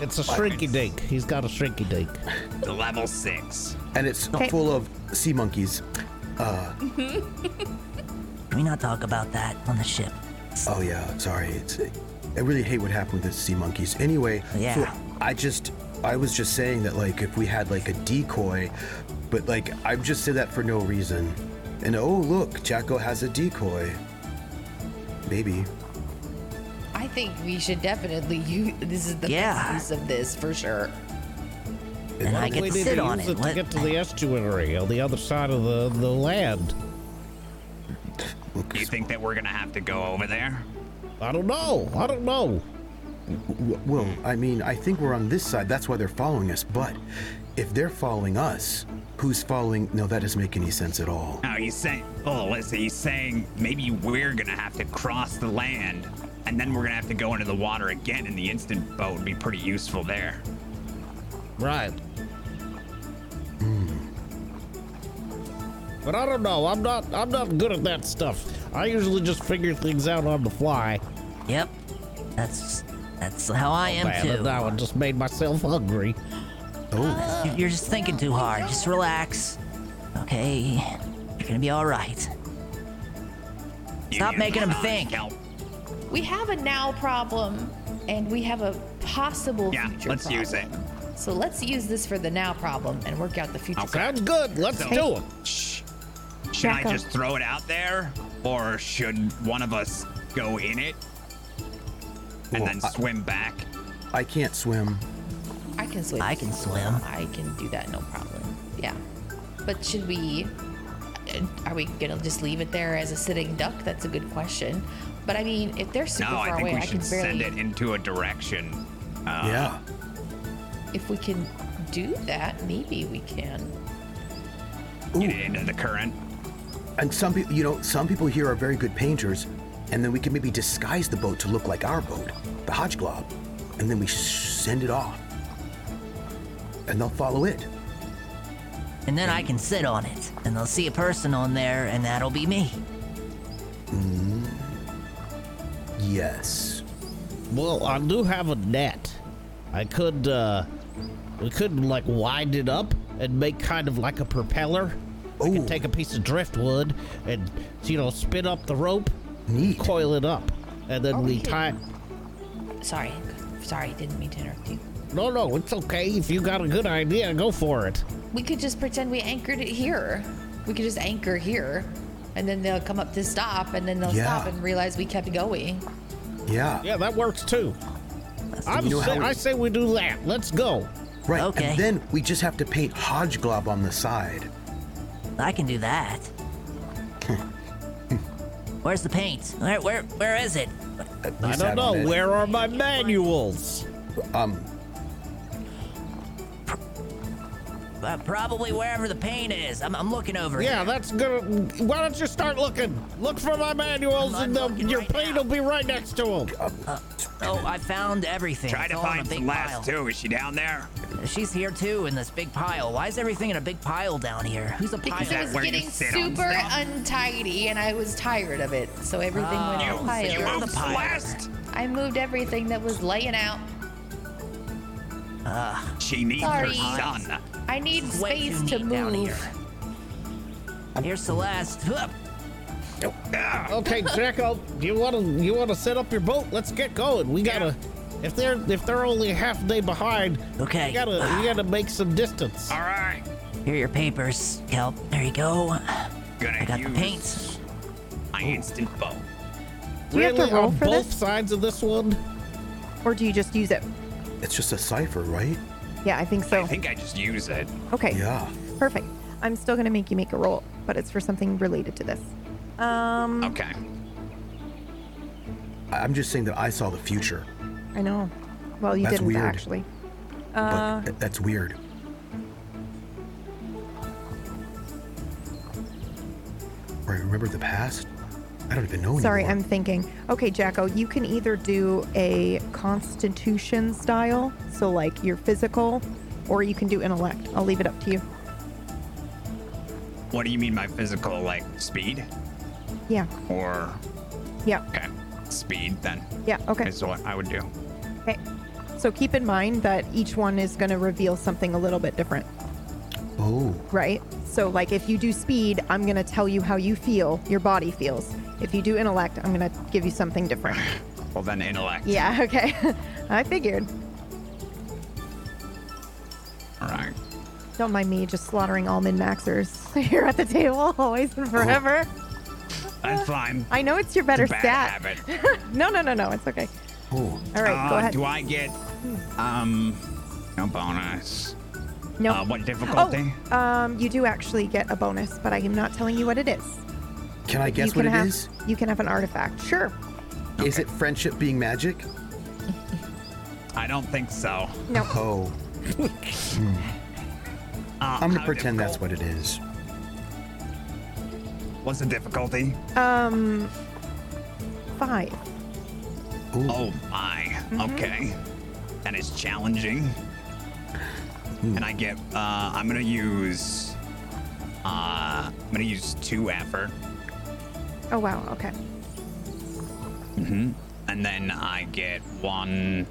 [SPEAKER 6] It's a shrinky dink. He's got a shrinky dink.
[SPEAKER 5] The level six.
[SPEAKER 3] And it's
[SPEAKER 1] Okay.
[SPEAKER 3] full of sea monkeys. Uh,
[SPEAKER 2] Can we not talk about that on the ship?
[SPEAKER 3] Oh yeah, sorry. It's, I really hate what happened with the sea monkeys. Anyway,
[SPEAKER 2] Yeah.
[SPEAKER 3] so I just, I was just saying that like if we had like a decoy, but like I just said that for no reason. And oh look, Jacko has a decoy. Maybe.
[SPEAKER 4] I think we should definitely use this is the
[SPEAKER 2] Yeah.
[SPEAKER 4] best use of this for sure.
[SPEAKER 2] And I get
[SPEAKER 6] we
[SPEAKER 2] to
[SPEAKER 6] need
[SPEAKER 2] sit
[SPEAKER 6] to
[SPEAKER 2] on
[SPEAKER 6] use
[SPEAKER 2] it.
[SPEAKER 6] it, to
[SPEAKER 2] Let-
[SPEAKER 6] get to the estuary on the other side of the, the land.
[SPEAKER 3] Look,
[SPEAKER 5] Do you think that we're gonna have to go over there?
[SPEAKER 6] I don't know. I don't know.
[SPEAKER 3] w- well, I mean, I think we're on this side. That's why they're following us. But if they're following us, who's following? No, that doesn't make any sense at all.
[SPEAKER 5] No, he's saying. Oh, listen, he's saying maybe we're gonna have to cross the land, and then we're gonna have to go into the water again. And the instant boat would be pretty useful there.
[SPEAKER 6] Right. But I don't know. I'm not. I'm not good at that stuff. I usually just figure things out on the fly. Oh,
[SPEAKER 2] Yep. That's that's how I am
[SPEAKER 6] Man,
[SPEAKER 2] too.
[SPEAKER 6] and now I just made myself hungry.
[SPEAKER 2] You- You're just thinking too hard. Just relax. Okay. You're gonna be all right.
[SPEAKER 5] You
[SPEAKER 2] Stop
[SPEAKER 5] need
[SPEAKER 2] making him
[SPEAKER 5] some
[SPEAKER 2] think.
[SPEAKER 5] help.
[SPEAKER 4] We have a now problem and we have a possible
[SPEAKER 5] Yeah,
[SPEAKER 4] future
[SPEAKER 5] let's use it.
[SPEAKER 4] problem. So let's use this for the now problem and work out the future.
[SPEAKER 5] Okay.
[SPEAKER 6] Sounds good. Let's
[SPEAKER 5] So-
[SPEAKER 6] do it.
[SPEAKER 5] Shh. Should I
[SPEAKER 1] Jacko.
[SPEAKER 5] just throw it out there, or should one of us go in it and
[SPEAKER 3] Well,
[SPEAKER 5] then
[SPEAKER 3] I-
[SPEAKER 5] swim back?
[SPEAKER 3] I can't swim.
[SPEAKER 4] I can swim.
[SPEAKER 2] I can swim.
[SPEAKER 4] I can do that, no problem. Yeah. But should we. uh, Are we gonna just leave it there as a sitting duck? That's a good question. But I mean, if they're super
[SPEAKER 5] No,
[SPEAKER 4] far
[SPEAKER 5] I think
[SPEAKER 4] away,
[SPEAKER 5] we
[SPEAKER 4] I
[SPEAKER 5] should
[SPEAKER 4] can
[SPEAKER 5] send
[SPEAKER 4] barely.
[SPEAKER 5] it into a direction. Uh,
[SPEAKER 3] yeah.
[SPEAKER 4] If we can do that, maybe we can.
[SPEAKER 5] Get it into the current.
[SPEAKER 3] And some people, you know, some people here are very good painters, and then we can maybe disguise the boat to look like our boat, the Hodge Glob, and then we sh- send it off, and they'll follow it.
[SPEAKER 2] And then I can sit on it, and they'll see a person on there, and that'll be me.
[SPEAKER 3] Yes.
[SPEAKER 6] Well, I do have a net. I could, uh, we could like wind it up and make kind of like a propeller. We
[SPEAKER 3] Ooh.
[SPEAKER 6] could take a piece of driftwood and, you know, spin up the rope,
[SPEAKER 3] Neat.
[SPEAKER 6] coil it up, and then
[SPEAKER 4] Are
[SPEAKER 6] we
[SPEAKER 4] we-
[SPEAKER 6] tie.
[SPEAKER 4] Oh, Sorry, sorry, didn't mean to interrupt you.
[SPEAKER 6] No, no, it's okay. If you got a good idea, go for it.
[SPEAKER 4] We could just pretend we anchored it here. We could just anchor here, and then they'll come up to stop, and then they'll
[SPEAKER 3] Yeah.
[SPEAKER 4] stop and realize we kept going.
[SPEAKER 3] Yeah.
[SPEAKER 6] Yeah, that works too. I'm
[SPEAKER 3] know
[SPEAKER 6] say,
[SPEAKER 3] how-
[SPEAKER 6] I say we do that. Let's go.
[SPEAKER 3] Right.
[SPEAKER 2] Okay.
[SPEAKER 3] And then we just have to paint Hodge Glob on the side.
[SPEAKER 2] I can do that. Where's the paint? Where where where is it?
[SPEAKER 6] I don't know. Where are my manuals?
[SPEAKER 3] Um,
[SPEAKER 2] Uh, probably wherever the paint is. I'm, I'm looking over
[SPEAKER 6] Yeah,
[SPEAKER 2] here.
[SPEAKER 6] that's gonna. Why don't you start looking? Look for my manuals,
[SPEAKER 2] I'm
[SPEAKER 6] and the,
[SPEAKER 2] looking
[SPEAKER 6] your
[SPEAKER 2] right
[SPEAKER 6] plane
[SPEAKER 2] now.
[SPEAKER 6] will be right next to them.
[SPEAKER 3] Uh,
[SPEAKER 2] Oh, I found everything.
[SPEAKER 5] Try
[SPEAKER 2] It's
[SPEAKER 5] to
[SPEAKER 2] all in a
[SPEAKER 5] find
[SPEAKER 2] big
[SPEAKER 5] some
[SPEAKER 2] pile.
[SPEAKER 5] last too. Is she down there?
[SPEAKER 2] She's here too in this big pile. Why is everything in a big pile down here? Who's a pile?
[SPEAKER 4] Because it was
[SPEAKER 5] where you
[SPEAKER 4] getting
[SPEAKER 5] sit on
[SPEAKER 4] super
[SPEAKER 5] stuff?
[SPEAKER 4] untidy and I was tired of it. So everything went in
[SPEAKER 2] Oh,
[SPEAKER 4] a
[SPEAKER 2] so
[SPEAKER 4] pile.
[SPEAKER 2] you're on the
[SPEAKER 5] Oops,
[SPEAKER 2] pile.
[SPEAKER 5] last.
[SPEAKER 4] I moved everything that was laying out.
[SPEAKER 5] Ah, She needs
[SPEAKER 4] Sorry.
[SPEAKER 5] her son.
[SPEAKER 4] I need
[SPEAKER 2] Way too
[SPEAKER 4] space to
[SPEAKER 2] neat down
[SPEAKER 4] move.
[SPEAKER 2] here. Here's Celeste. Hup.
[SPEAKER 5] Ah,
[SPEAKER 6] Okay, Jacko, you wanna you wanna set up your boat? Let's get going. We gotta. If they're if they're only half a day behind,
[SPEAKER 2] Okay. Ah.
[SPEAKER 6] we gotta we gotta make some distance.
[SPEAKER 5] All right.
[SPEAKER 2] Here are your papers, Kelp. There you go.
[SPEAKER 5] Gonna
[SPEAKER 2] I got
[SPEAKER 5] use
[SPEAKER 2] the paint.
[SPEAKER 5] my instant bow.
[SPEAKER 1] Do you have to
[SPEAKER 6] Really,
[SPEAKER 1] roll
[SPEAKER 6] on
[SPEAKER 1] for
[SPEAKER 6] both
[SPEAKER 1] this?
[SPEAKER 6] sides of this one?
[SPEAKER 1] Or do you just use it?
[SPEAKER 3] it's just a cipher, right?
[SPEAKER 1] Yeah, I think so.
[SPEAKER 5] I think I just use it.
[SPEAKER 1] okay.
[SPEAKER 3] Yeah.
[SPEAKER 1] Perfect. I'm still going to make you make a roll, but it's for something related to this. Um,
[SPEAKER 5] Okay.
[SPEAKER 3] I- I'm just saying that I saw the future,
[SPEAKER 1] I know. Well, you
[SPEAKER 3] That's
[SPEAKER 1] didn't
[SPEAKER 3] weird.
[SPEAKER 1] actually. Uh,
[SPEAKER 3] but th- that's weird. Or I remember the past. I don't even know
[SPEAKER 1] Sorry, I'm
[SPEAKER 3] anymore.
[SPEAKER 1] thinking. Okay, Jacko, you can either do a constitution style, so like your physical, or you can do intellect. I'll leave it up to you.
[SPEAKER 5] What do you mean by physical? Like speed
[SPEAKER 1] Yeah.
[SPEAKER 5] or
[SPEAKER 1] Yeah.
[SPEAKER 5] okay, speed then
[SPEAKER 1] Yeah. Okay.
[SPEAKER 5] is what I would do.
[SPEAKER 1] Okay. So keep in mind that each one is going to reveal something a little bit different,
[SPEAKER 3] Oh,
[SPEAKER 1] right? So, like if you do speed, I'm going to tell you how you feel, your body feels. If you do intellect, I'm going to give you something different.
[SPEAKER 5] Well then intellect.
[SPEAKER 1] Yeah, okay. I figured.
[SPEAKER 5] All right.
[SPEAKER 1] Don't mind me just slaughtering all min maxers here at the table, always and forever.
[SPEAKER 5] That's fine.
[SPEAKER 1] I know it's your better
[SPEAKER 5] It's a bad
[SPEAKER 1] stat.
[SPEAKER 5] habit.
[SPEAKER 1] No, no, no, no. It's okay.
[SPEAKER 3] oh.
[SPEAKER 1] All right, go
[SPEAKER 5] Uh,
[SPEAKER 1] ahead.
[SPEAKER 5] Do I get um no bonus?
[SPEAKER 1] no.
[SPEAKER 5] Uh, what difficulty?
[SPEAKER 1] oh, um, you do actually get a bonus, but I am not telling you what it is.
[SPEAKER 3] Can I
[SPEAKER 1] you
[SPEAKER 3] guess
[SPEAKER 1] can
[SPEAKER 3] what it is?
[SPEAKER 1] have, You can have an artifact. Sure.
[SPEAKER 3] Is it friendship being magic?
[SPEAKER 5] I don't think so.
[SPEAKER 1] No.
[SPEAKER 3] Oh,
[SPEAKER 5] Uh,
[SPEAKER 3] I'm gonna
[SPEAKER 5] how
[SPEAKER 3] pretend that's
[SPEAKER 5] difficult-
[SPEAKER 3] what it is.
[SPEAKER 5] What's the difficulty?
[SPEAKER 1] Um, five.
[SPEAKER 3] Ooh.
[SPEAKER 5] Oh my.
[SPEAKER 1] Mm-hmm.
[SPEAKER 5] Okay. That is challenging.
[SPEAKER 3] Hmm.
[SPEAKER 5] And I get uh I'm gonna use uh I'm gonna use two effort.
[SPEAKER 1] Oh wow. Okay.
[SPEAKER 5] Mm-hmm. And then I get one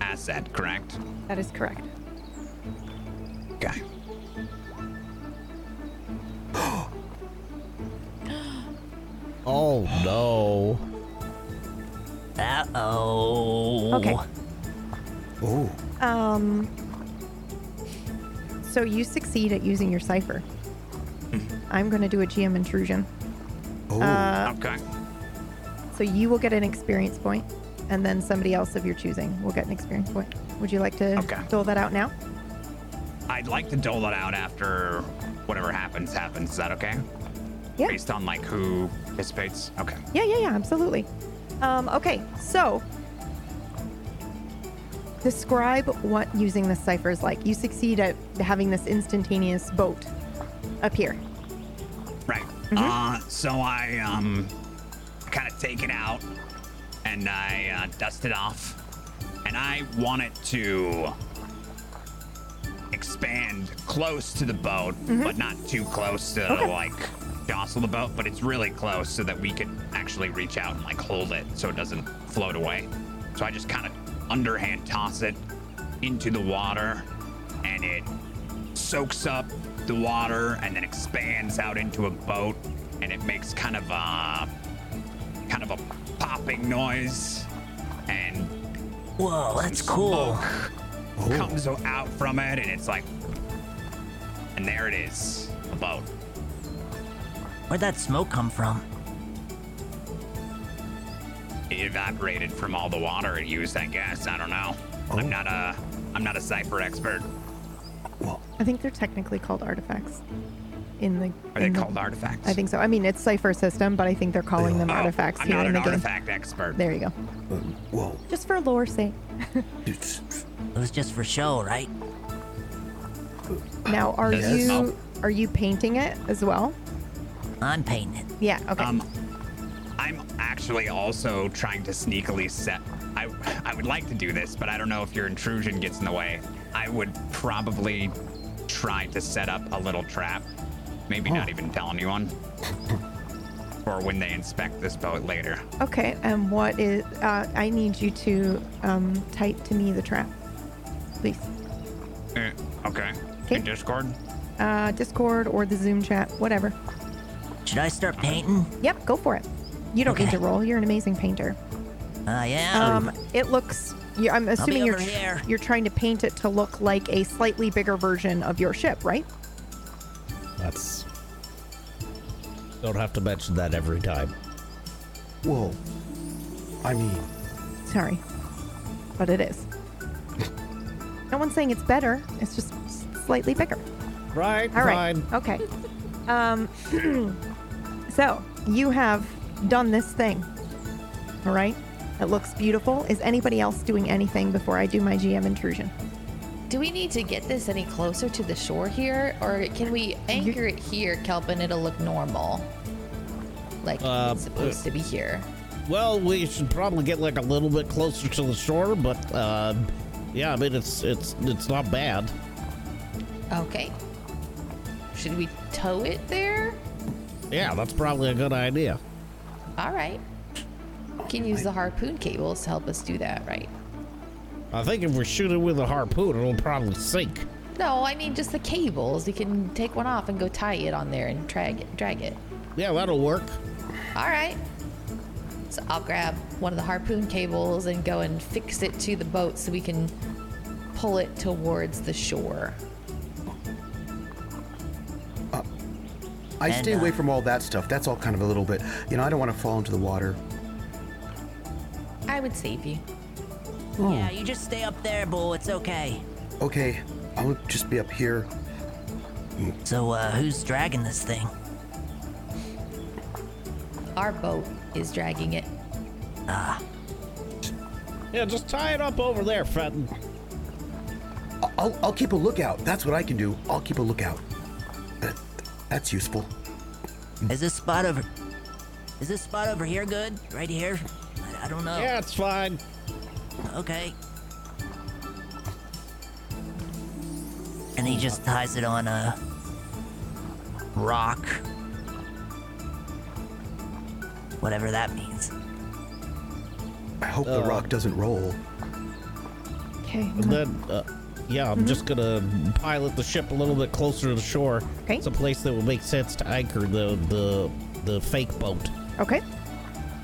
[SPEAKER 5] asset, correct?
[SPEAKER 1] That is correct.
[SPEAKER 5] Okay.
[SPEAKER 6] Oh no!
[SPEAKER 2] Uh oh.
[SPEAKER 1] Okay.
[SPEAKER 3] Oh,
[SPEAKER 1] Um. So you succeed at using your cipher.
[SPEAKER 5] Hmm.
[SPEAKER 1] I'm going to do a GM intrusion.
[SPEAKER 3] oh.
[SPEAKER 1] Uh,
[SPEAKER 5] okay.
[SPEAKER 1] So you will get an experience point, and then somebody else of your choosing will get an experience point. Would you like to
[SPEAKER 5] Okay.
[SPEAKER 1] dole that out now?
[SPEAKER 5] I'd like to dole that out after whatever happens happens. Is that okay?
[SPEAKER 1] Yeah.
[SPEAKER 5] Based on like who participates. Okay.
[SPEAKER 1] Yeah, yeah, yeah, absolutely. Um, okay, so describe what using this cipher is like. You succeed at having this instantaneous boat appear.
[SPEAKER 5] Right. Uh, so I um, kind of take it out and I uh, dust it off, and I want it to expand close to the boat, but not too close to like jostle the boat. But it's really close so that we could actually reach out and like hold it so it doesn't float away. So I just kind of underhand toss it into the water, and it soaks up the water and then expands out into a boat and it makes kind of a kind of a popping noise and
[SPEAKER 2] Whoa, that's cool.
[SPEAKER 5] smoke comes out from it and it's like and there it is a boat
[SPEAKER 2] Where'd that smoke come from?
[SPEAKER 5] it evaporated from all the water it used i guess i don't know
[SPEAKER 2] Oh.
[SPEAKER 5] i'm not a i'm not a cipher expert
[SPEAKER 3] Well,
[SPEAKER 1] I think they're technically called artifacts. in the.
[SPEAKER 5] Are they
[SPEAKER 1] in the-
[SPEAKER 5] called artifacts?
[SPEAKER 1] I think so. I mean, it's cipher system, but I think they're calling them
[SPEAKER 5] Oh,
[SPEAKER 1] artifacts
[SPEAKER 5] I'm
[SPEAKER 1] here
[SPEAKER 5] not an
[SPEAKER 1] in the game.
[SPEAKER 5] artifact expert.
[SPEAKER 1] There you go.
[SPEAKER 3] Um, Well,
[SPEAKER 1] Just for lore's sake.
[SPEAKER 3] it's,
[SPEAKER 2] It was just for show, right?
[SPEAKER 1] Now, are
[SPEAKER 5] Does it
[SPEAKER 1] you
[SPEAKER 5] smell?
[SPEAKER 1] are you painting it as well?
[SPEAKER 2] I'm painting it.
[SPEAKER 1] Yeah. Okay.
[SPEAKER 5] Um, I'm actually also trying to sneakily set. I I would like to do this, but I don't know if your intrusion gets in the way. I would probably try to set up a little trap. Maybe not even tell anyone. or when they inspect this boat later.
[SPEAKER 1] okay. And what is? Uh, I need you to um, type to me the trap, please.
[SPEAKER 5] Eh, okay.
[SPEAKER 1] Okay.
[SPEAKER 5] In Discord.
[SPEAKER 1] Uh, Discord or the Zoom chat, whatever.
[SPEAKER 2] Should I start painting?
[SPEAKER 1] Yep. Go for it. You don't need
[SPEAKER 2] Okay.
[SPEAKER 1] to roll. You're an amazing painter.
[SPEAKER 2] I am.
[SPEAKER 1] Um, it looks. You, I'm assuming you're
[SPEAKER 2] over here.
[SPEAKER 1] tr- you're trying to paint it to look like a slightly bigger version of your ship, right?
[SPEAKER 6] That's. Don't have to mention that every time.
[SPEAKER 3] whoa. I mean,
[SPEAKER 1] Sorry, but it is. no one's saying it's better. It's just slightly bigger.
[SPEAKER 6] Right,
[SPEAKER 1] All right.
[SPEAKER 6] fine.
[SPEAKER 1] Okay. Um, so you have done this thing. All right. It looks beautiful. Is anybody else doing anything before I do my GM intrusion?
[SPEAKER 4] Do we need to get this any closer to the shore here, or can we anchor it here, Kelp, and it'll look normal? Like
[SPEAKER 6] Uh,
[SPEAKER 4] it's supposed to be here.
[SPEAKER 6] Well, we should probably get like a little bit closer to the shore, but uh, yeah, I mean it's it's it's not bad.
[SPEAKER 4] Okay. Should we tow it there?
[SPEAKER 6] Yeah, that's probably a good idea.
[SPEAKER 4] All right. Can use the harpoon cables to help us do that, right?
[SPEAKER 6] I think if we shoot it with a harpoon, it'll probably sink.
[SPEAKER 4] No, I mean just the cables. You can take one off and go tie it on there and drag it. Drag it.
[SPEAKER 6] Yeah, that'll work.
[SPEAKER 4] All right. So I'll grab one of the harpoon cables and go and fix it to the boat so we can pull it towards the shore.
[SPEAKER 3] I
[SPEAKER 2] And,
[SPEAKER 3] stay away
[SPEAKER 2] uh,
[SPEAKER 3] from all that stuff. That's all kind of a little bit. You know, I don't want to fall into the water.
[SPEAKER 4] I would save you.
[SPEAKER 2] Yeah, you just stay up there, bull. It's okay.
[SPEAKER 3] Okay, I'll just be up here.
[SPEAKER 6] Mm.
[SPEAKER 2] So, uh, who's dragging this thing?
[SPEAKER 4] Our boat is dragging it.
[SPEAKER 3] Ah.
[SPEAKER 6] Yeah, just tie it up over there, Fenton.
[SPEAKER 3] I- I'll, I'll keep a lookout. That's what I can do. I'll keep a lookout. That, that's useful.
[SPEAKER 2] Is this spot over? Is this spot over here good? Right here? I, I don't know.
[SPEAKER 6] Yeah, it's fine.
[SPEAKER 2] Okay. And he just ties it on a rock. Whatever that means.
[SPEAKER 3] I hope the rock doesn't roll.
[SPEAKER 1] Okay.
[SPEAKER 6] Uh, And then, uh, yeah, I'm just gonna pilot the ship a little bit closer to the shore.
[SPEAKER 1] Okay.
[SPEAKER 6] It's a place that would make sense to anchor the the the fake boat.
[SPEAKER 1] Okay.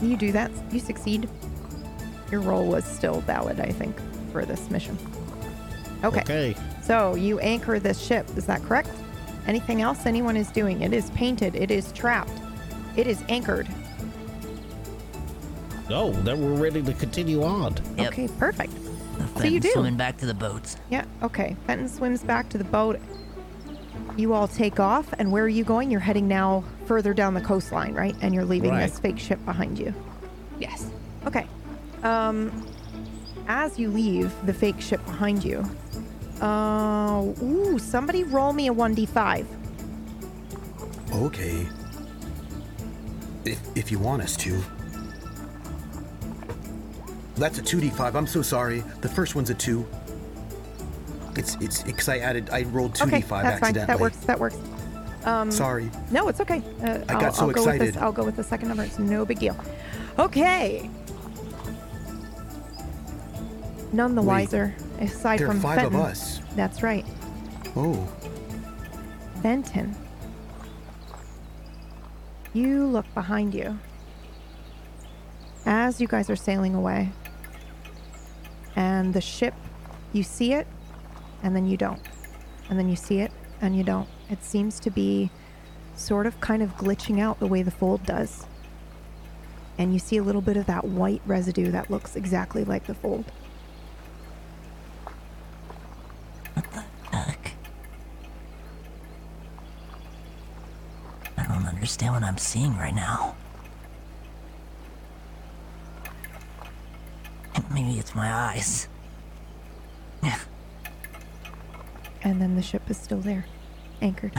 [SPEAKER 1] You do that. You succeed. Your role was still valid, I think, for this mission. Okay.
[SPEAKER 6] Okay.
[SPEAKER 1] So you anchor this ship. Is that correct? Anything else anyone is doing? It is painted. It is trapped. It is anchored.
[SPEAKER 6] No, Oh, then we're ready to continue on.
[SPEAKER 2] Yep.
[SPEAKER 1] Okay. Perfect.
[SPEAKER 2] So
[SPEAKER 1] you do.
[SPEAKER 2] Swimming back to the boats.
[SPEAKER 1] Yeah, okay. Fenton swims back to the boat. You all take off, and where are you going? You're heading now further down the coastline, right? And you're leaving
[SPEAKER 6] Right.
[SPEAKER 1] this fake ship behind you.
[SPEAKER 4] Yes.
[SPEAKER 1] Okay. Um, as you leave the fake ship behind you, uh, ooh, somebody roll me a 1d5.
[SPEAKER 3] Okay. If, if you want us to. That's a 2d5. I'm so sorry. The first one's a 2. It's it's because I added I rolled 2d5
[SPEAKER 1] okay, that's fine.
[SPEAKER 3] accidentally.
[SPEAKER 1] That works. That works. Um,
[SPEAKER 3] Sorry.
[SPEAKER 1] No, it's okay. Uh,
[SPEAKER 3] I
[SPEAKER 1] I'll,
[SPEAKER 3] got so
[SPEAKER 1] I'll go With
[SPEAKER 3] excited.
[SPEAKER 1] this, I'll go with the second number. It's no big deal. Okay. None the
[SPEAKER 3] Wait.
[SPEAKER 1] wiser, aside
[SPEAKER 3] There are
[SPEAKER 1] from
[SPEAKER 3] five of
[SPEAKER 1] Fenton.
[SPEAKER 3] us.
[SPEAKER 1] That's right,
[SPEAKER 3] Oh.
[SPEAKER 1] Fenton. You look behind you as you guys are sailing away, and the ship. You see it, and then you don't, and then you see it, and you don't. It seems to be sort of kind of glitching out the way the fold does. And you see a little bit of that white residue that looks exactly like the fold.
[SPEAKER 2] Heck. understand what I'm seeing right now. Maybe it's my eyes.
[SPEAKER 1] And then the ship is still there, anchored.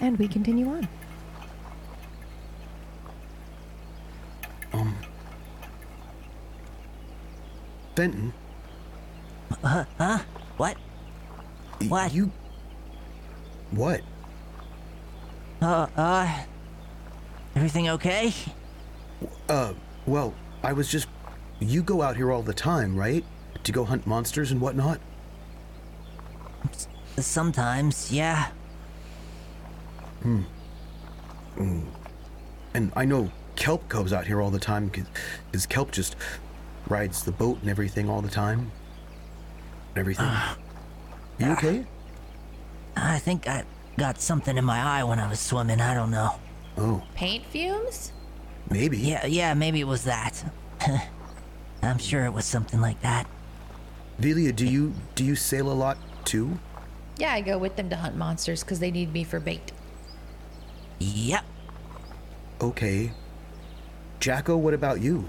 [SPEAKER 1] and we continue on.
[SPEAKER 3] Um. Benton,
[SPEAKER 2] Huh? Uh, huh? What? What?
[SPEAKER 3] you. What?
[SPEAKER 2] Uh, uh. Everything okay?
[SPEAKER 3] Uh, well, I was just. You go out here all the time, right? To go hunt monsters and whatnot?
[SPEAKER 2] Sometimes, yeah.
[SPEAKER 3] Hmm. And I know Kelp goes out here all the time because Kelp just rides the boat and everything all the time. And everything.
[SPEAKER 2] Uh,
[SPEAKER 3] you okay?
[SPEAKER 2] I think I got something in my eye when I was swimming. I don't know.
[SPEAKER 3] Oh,
[SPEAKER 4] Paint fumes?
[SPEAKER 3] maybe.
[SPEAKER 2] Yeah, yeah, maybe it was that. I'm sure it was something like that.
[SPEAKER 3] Velia, do you do you sail a lot too?
[SPEAKER 4] Yeah, I go with them to hunt monsters because they need me for bait.
[SPEAKER 2] Yep.
[SPEAKER 3] Okay. Jacko, what about you?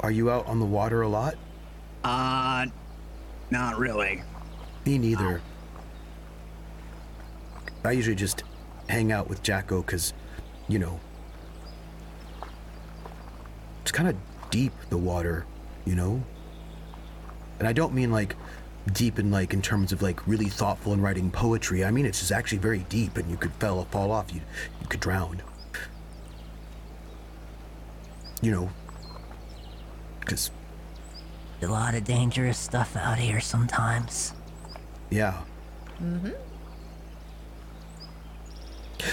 [SPEAKER 3] Are you out on the water a lot?
[SPEAKER 5] Uh, not really.
[SPEAKER 3] Me neither. I usually just hang out with Jacko because, you know, it's kind of deep, the water, you know? And I don't mean like deep in like in terms of like really thoughtful and writing poetry. I mean it's just actually very deep and you could fell fall off, you you could drown. You know, because
[SPEAKER 2] A lot of dangerous stuff out here sometimes.
[SPEAKER 3] yeah,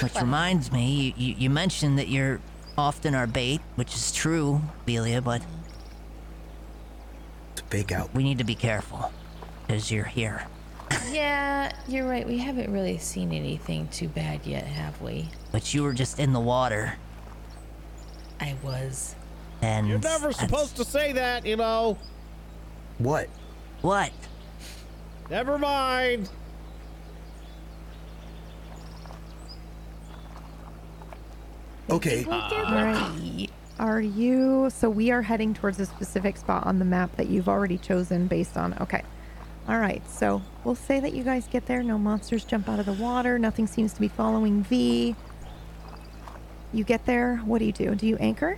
[SPEAKER 2] Which reminds me, you, you, you mentioned that you're often our bait, which is true, Belia, but
[SPEAKER 3] it's a fake out.
[SPEAKER 2] we need to be careful. Because you're here.
[SPEAKER 4] Yeah, you're right. We haven't really seen anything too bad yet, have we?
[SPEAKER 2] But you were just in the water,
[SPEAKER 4] I was.
[SPEAKER 2] and.
[SPEAKER 6] You're never
[SPEAKER 2] that's-
[SPEAKER 6] supposed to say that, you know.
[SPEAKER 3] What?
[SPEAKER 2] What?
[SPEAKER 6] Never mind.
[SPEAKER 3] Okay.
[SPEAKER 4] Right.
[SPEAKER 1] Are you? So we are heading towards a specific spot on the map that you've already chosen based on. Okay. All right. So we'll say that you guys get there. No monsters jump out of the water. Nothing seems to be following V. You get there. What do you do? Do you anchor?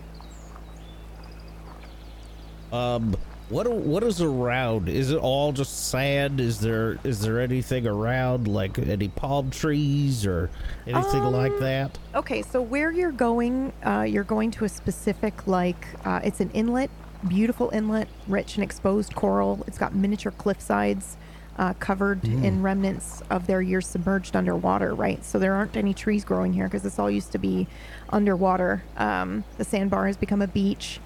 [SPEAKER 6] Um, what do- what is around? Is it all just sand? Is there is there anything around, like any palm trees or anything
[SPEAKER 2] Um,
[SPEAKER 6] like that?
[SPEAKER 1] Okay, so where you're going, uh, you're going to a specific, like, uh, it's an inlet, beautiful inlet, rich in exposed coral. It's got miniature cliff sides uh, covered in remnants of their years submerged underwater, right? So there aren't any trees growing here because this all used to be underwater. Um, the sandbar has become a beach.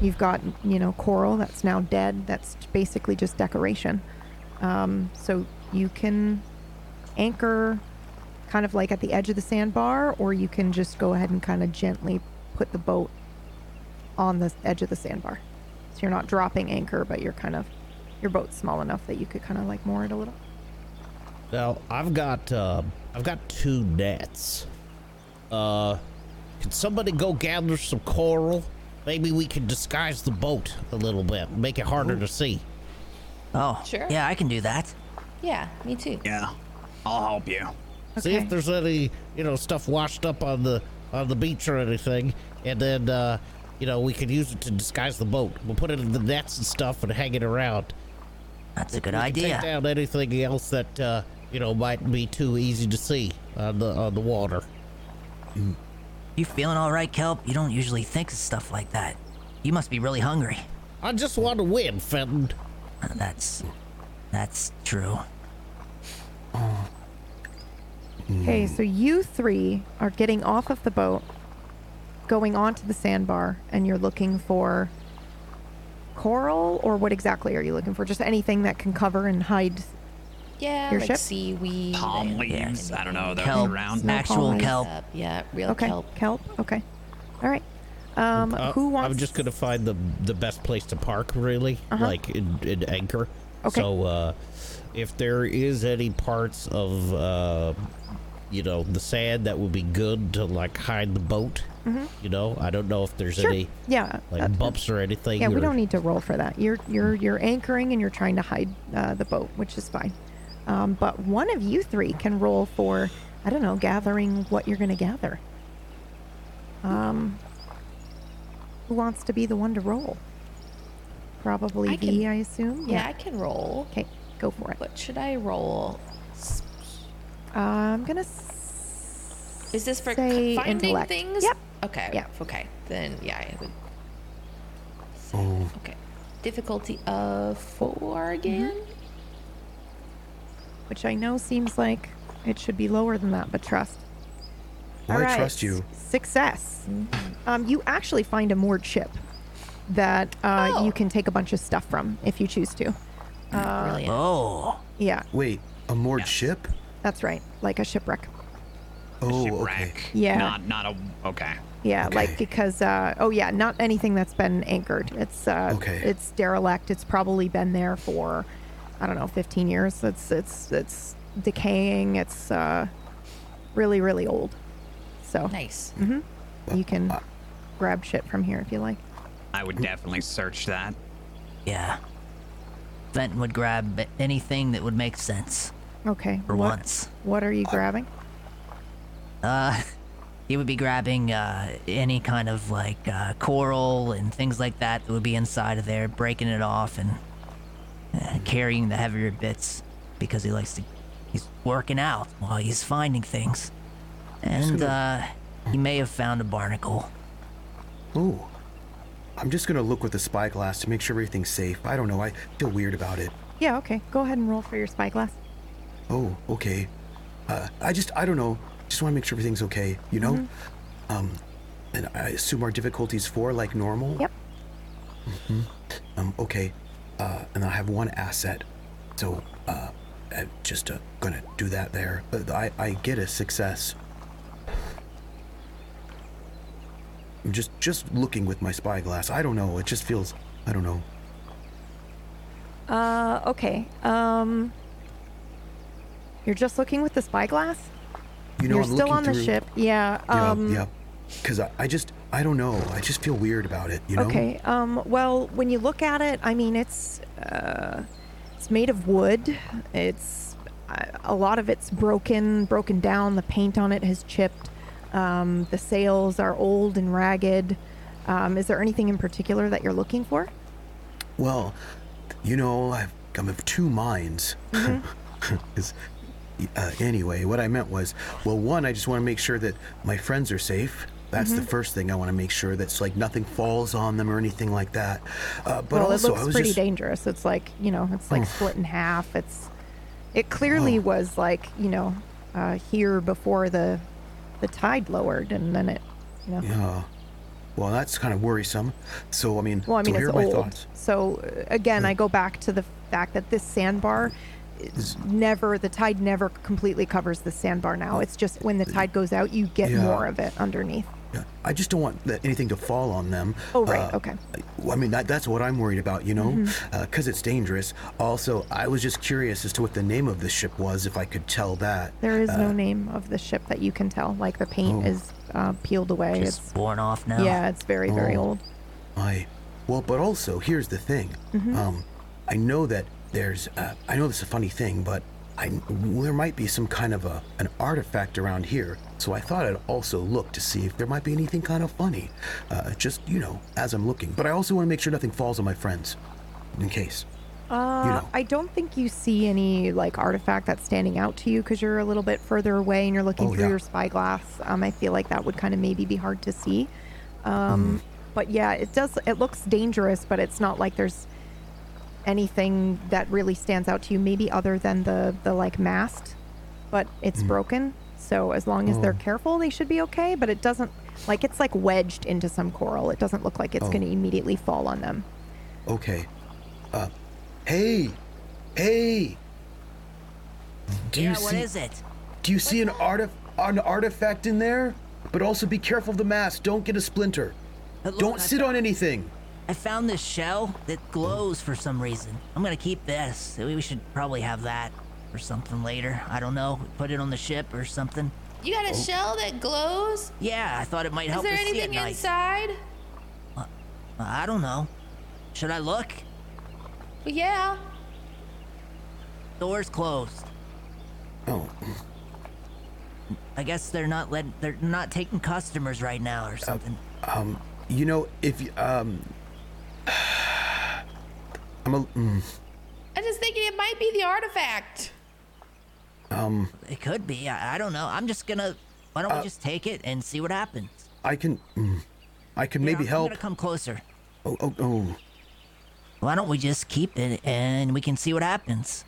[SPEAKER 1] You've got, you know, coral that's now dead. That's basically just decoration. Um, so you can anchor kind of like at the edge of the sandbar, or you can just go ahead and kind of gently put the boat on the edge of the sandbar. So you're not dropping anchor, but you're kind of your boat's small enough that you could kind of like moor it a little.
[SPEAKER 6] Now I've got um, I've got two nets. Uh, can somebody go gather some coral? Maybe we can disguise the boat a little bit, make it harder to see.
[SPEAKER 2] Oh.
[SPEAKER 4] Sure.
[SPEAKER 2] Yeah, I can do that.
[SPEAKER 4] Yeah, me too.
[SPEAKER 5] Yeah, I'll help you.
[SPEAKER 6] See
[SPEAKER 1] Okay.
[SPEAKER 6] if there's any you know stuff washed up on the on the beach or anything, and then uh, you know we could use it to disguise the boat. We'll put it in the nets and stuff and hang it around.
[SPEAKER 2] That's a good
[SPEAKER 6] We can Take
[SPEAKER 2] idea.
[SPEAKER 6] down anything else that uh, you know might be too easy to see on the on the water.
[SPEAKER 2] You feeling all right, Kelp? You don't usually think of stuff like that. You must be really hungry. Uh,
[SPEAKER 6] I just want to win, Fenton.
[SPEAKER 2] That's. That's true.
[SPEAKER 1] Okay, so you three are getting off of the boat, going onto the sandbar, and you're looking for coral, or what exactly are you looking for? Just anything that can cover and hide.
[SPEAKER 4] Yeah,
[SPEAKER 1] Your
[SPEAKER 4] like
[SPEAKER 1] ship?
[SPEAKER 4] seaweed.
[SPEAKER 5] Palm
[SPEAKER 4] and-
[SPEAKER 5] leaves. I don't know. Those
[SPEAKER 2] Kelp.
[SPEAKER 5] around.
[SPEAKER 1] No
[SPEAKER 2] Actual
[SPEAKER 1] colonies.
[SPEAKER 2] kelp.
[SPEAKER 4] Up, Yeah, real
[SPEAKER 1] Okay,
[SPEAKER 4] kelp.
[SPEAKER 1] kelp. Okay, all right.
[SPEAKER 8] Um,
[SPEAKER 6] Uh,
[SPEAKER 8] who wants?
[SPEAKER 6] I'm just gonna find the the best place to park, really,
[SPEAKER 1] Uh-huh.
[SPEAKER 6] like in, in Anchor.
[SPEAKER 8] Okay.
[SPEAKER 6] So, uh, if there is any parts of, uh, you know, the sand that would be good to like hide the boat,
[SPEAKER 1] mm-hmm.
[SPEAKER 6] you know, I don't know if there's
[SPEAKER 8] Sure.
[SPEAKER 6] any
[SPEAKER 1] Yeah.
[SPEAKER 6] like
[SPEAKER 1] uh,
[SPEAKER 6] bumps or anything.
[SPEAKER 1] yeah, we
[SPEAKER 6] or-
[SPEAKER 1] don't need to roll for that. You're you're you're anchoring and you're trying to hide uh, the boat, which is fine. Um, but one of you three can roll for I don't know, gathering what you're going to gather. Um, who wants to be the one to roll? Probably
[SPEAKER 4] I
[SPEAKER 1] V,
[SPEAKER 4] can-
[SPEAKER 1] I assume.
[SPEAKER 4] Yeah, I can roll.
[SPEAKER 1] Okay, go for it.
[SPEAKER 4] What should I roll?
[SPEAKER 1] Uh, I'm gonna. S-
[SPEAKER 4] Is this for
[SPEAKER 1] Say
[SPEAKER 4] c- finding
[SPEAKER 1] intellect.
[SPEAKER 4] things?
[SPEAKER 1] Yep.
[SPEAKER 4] Okay.
[SPEAKER 1] Yep.
[SPEAKER 4] Okay. Then yeah, I would.
[SPEAKER 3] Oh,
[SPEAKER 4] Okay. Difficulty of four again.
[SPEAKER 1] which I know seems like it should be lower than that, but trust.
[SPEAKER 3] well,
[SPEAKER 1] All
[SPEAKER 3] I
[SPEAKER 1] right,
[SPEAKER 3] trust you.
[SPEAKER 1] s- Success. Um, you actually find a moored ship that uh,
[SPEAKER 4] Oh.
[SPEAKER 1] you can take a bunch of stuff from if you choose to.
[SPEAKER 3] Mm.
[SPEAKER 4] Brilliant.
[SPEAKER 2] Oh,
[SPEAKER 1] Uh, Yeah,
[SPEAKER 3] Wait, a moored ship?
[SPEAKER 1] that's right. Like a shipwreck.
[SPEAKER 3] Oh, okay.
[SPEAKER 5] Shipwreck.
[SPEAKER 1] Yeah.
[SPEAKER 5] Not, not a. Okay.
[SPEAKER 1] Yeah, like
[SPEAKER 3] Okay.
[SPEAKER 1] because uh, oh yeah, not anything that's been anchored. It's uh,
[SPEAKER 3] Okay.
[SPEAKER 1] it's derelict. It's probably been there for I don't know, 15 years. It's it's it's decaying. It's uh, really really old. So mm-hmm.
[SPEAKER 4] Nice.
[SPEAKER 1] you can
[SPEAKER 3] uh,
[SPEAKER 1] grab shit from here if you like.
[SPEAKER 5] I would definitely search that.
[SPEAKER 2] yeah. Fenton would grab anything that would make sense
[SPEAKER 1] Okay.
[SPEAKER 2] for
[SPEAKER 1] what,
[SPEAKER 2] once.
[SPEAKER 1] What are you grabbing?
[SPEAKER 2] Uh, he would be grabbing uh, any kind of like uh, coral and things like that that would be inside of there, breaking it off and uh, carrying the heavier bits because he likes to. He's working out while he's finding things, and uh, he may have found a barnacle.
[SPEAKER 3] Oh. I'm just gonna look with the spyglass to make sure everything's safe. I don't know. I feel weird about it.
[SPEAKER 1] Yeah. Okay. Go ahead and roll for your spyglass.
[SPEAKER 3] Oh, okay. Uh, I just, I don't know. Just want to make sure everything's okay, you know? Um, and I assume our difficulty's four, like normal?
[SPEAKER 1] Yep.
[SPEAKER 3] Um, okay. Uh, and I have one asset. So, uh, I'm just uh, gonna do that there. Uh, I, I get a success. I'm just, just looking with my spyglass. I don't know. It just feels, I don't know.
[SPEAKER 8] Uh, okay. Um,
[SPEAKER 1] You're just looking with the spyglass.
[SPEAKER 3] You know,
[SPEAKER 1] You're
[SPEAKER 3] I'm
[SPEAKER 1] still
[SPEAKER 3] looking
[SPEAKER 1] on the
[SPEAKER 3] through-
[SPEAKER 1] ship. Yeah.
[SPEAKER 3] Yeah,
[SPEAKER 1] Um,
[SPEAKER 3] yeah. Cause I, I just, I don't know. I just feel weird about it, you know?
[SPEAKER 1] Okay. Um, well, when you look at it, I mean, it's uh, it's made of wood. It's uh, a lot of it's broken, broken down. The paint on it has chipped. Um, the sails are old and ragged. Um, is there anything in particular that you're looking for?
[SPEAKER 3] Well, you know, I've, I'm of two minds.
[SPEAKER 1] Mm-hmm.
[SPEAKER 3] 'Cause, uh, anyway, what I meant was, well, one, I just want to make sure that my friends are safe. That's
[SPEAKER 1] Mm-hmm.
[SPEAKER 3] the first thing I want to make sure that's like nothing falls on them or anything like that. Uh, but
[SPEAKER 1] well,
[SPEAKER 3] also,
[SPEAKER 1] it
[SPEAKER 3] I
[SPEAKER 1] looks
[SPEAKER 3] was
[SPEAKER 1] pretty
[SPEAKER 3] just
[SPEAKER 1] dangerous. It's like you know, it's like split in half. It's it clearly
[SPEAKER 3] Oh.
[SPEAKER 1] was like you know uh, here before the the tide lowered, and then it you know.
[SPEAKER 3] yeah. Well, that's kind of worrisome. So I mean,
[SPEAKER 1] Well, I mean,
[SPEAKER 3] so here
[SPEAKER 1] it's
[SPEAKER 3] are my
[SPEAKER 1] old.
[SPEAKER 3] thoughts. Hmm.
[SPEAKER 1] So uh, again, I go back to the fact that this sandbar is never the tide never completely covers the sandbar now. It's just when the tide goes out, you get
[SPEAKER 3] Yeah.
[SPEAKER 1] more of it underneath.
[SPEAKER 3] Yeah, I just don't want that anything to fall on them. Uh,
[SPEAKER 1] Oh, right, okay. Mm-hmm.
[SPEAKER 3] I mean, that, that's what I'm worried about, you know, because it's dangerous. Also, I was just curious as to what the name of the ship was, if I could tell that.
[SPEAKER 1] There is
[SPEAKER 3] Uh,
[SPEAKER 1] no name of the ship that you can tell. Like the paint
[SPEAKER 3] oh.
[SPEAKER 1] is uh, peeled away.
[SPEAKER 2] Just born off now.
[SPEAKER 1] it's yeah, it's very very
[SPEAKER 3] Oh.
[SPEAKER 1] old.
[SPEAKER 3] I, well, but also here's the thing. Um, I know that there's. Uh, I know this is a funny thing, but I there might be some kind of a an artifact around here. So I thought I'd also look to see if there might be anything kind of funny. Uh, just you know, as I'm looking. But I also want to make sure nothing falls on my friends, in case.
[SPEAKER 1] Uh,
[SPEAKER 3] know.
[SPEAKER 1] I don't think you see any like artifact that's standing out to you because you're a little bit further away and you're looking
[SPEAKER 3] Oh,
[SPEAKER 1] through
[SPEAKER 3] yeah.
[SPEAKER 1] your spyglass. Um, I feel like that would kind of maybe be hard to see.
[SPEAKER 3] Mm-hmm.
[SPEAKER 1] Um, But yeah, it does. It looks dangerous, but it's not like there's anything that really stands out to you. Maybe other than the the like mast, but
[SPEAKER 3] Mm-hmm.
[SPEAKER 1] it's broken. So as long as they're
[SPEAKER 3] Oh.
[SPEAKER 1] careful, they should be okay. But it doesn't like it's like wedged into some coral. It doesn't look like
[SPEAKER 3] Oh.
[SPEAKER 1] it's going to immediately fall on them.
[SPEAKER 3] Okay. Uh, hey, hey. Do
[SPEAKER 2] Yeah,
[SPEAKER 3] you
[SPEAKER 2] what
[SPEAKER 3] see?
[SPEAKER 2] is it?
[SPEAKER 3] Do you see an artif- an artifact in there? But also be careful of the mask. Don't get a splinter.
[SPEAKER 2] But look,
[SPEAKER 3] Don't
[SPEAKER 2] I
[SPEAKER 3] sit
[SPEAKER 2] fo-
[SPEAKER 3] on anything.
[SPEAKER 2] I found this shell that glows for some reason. I'm gonna keep this. We we should probably have that or something later. I don't know. Put it on the ship or something.
[SPEAKER 4] You got a shell that glows?
[SPEAKER 2] Oh. Yeah, I thought it might
[SPEAKER 4] Is
[SPEAKER 2] help
[SPEAKER 4] there
[SPEAKER 2] us see
[SPEAKER 4] anything
[SPEAKER 2] at night.
[SPEAKER 4] inside?
[SPEAKER 2] I don't know. Should I look?
[SPEAKER 4] Well, yeah.
[SPEAKER 2] Door's closed.
[SPEAKER 3] Oh,
[SPEAKER 2] I guess they're not let they're not taking customers right
[SPEAKER 3] Uh,
[SPEAKER 2] now or something.
[SPEAKER 3] Um, you know if you- um, I'm a. mm,
[SPEAKER 4] I'm just thinking it might be the artifact.
[SPEAKER 3] um.
[SPEAKER 2] it could be. I, I don't know. I'm just gonna why don't we just take it and see what happens?
[SPEAKER 3] Uh, I can. mm, I can
[SPEAKER 2] Here,
[SPEAKER 3] maybe
[SPEAKER 2] I'm, I'm
[SPEAKER 3] help.
[SPEAKER 2] gonna come closer.
[SPEAKER 3] Oh, oh, oh.
[SPEAKER 2] Why don't we just keep it and we can see what happens?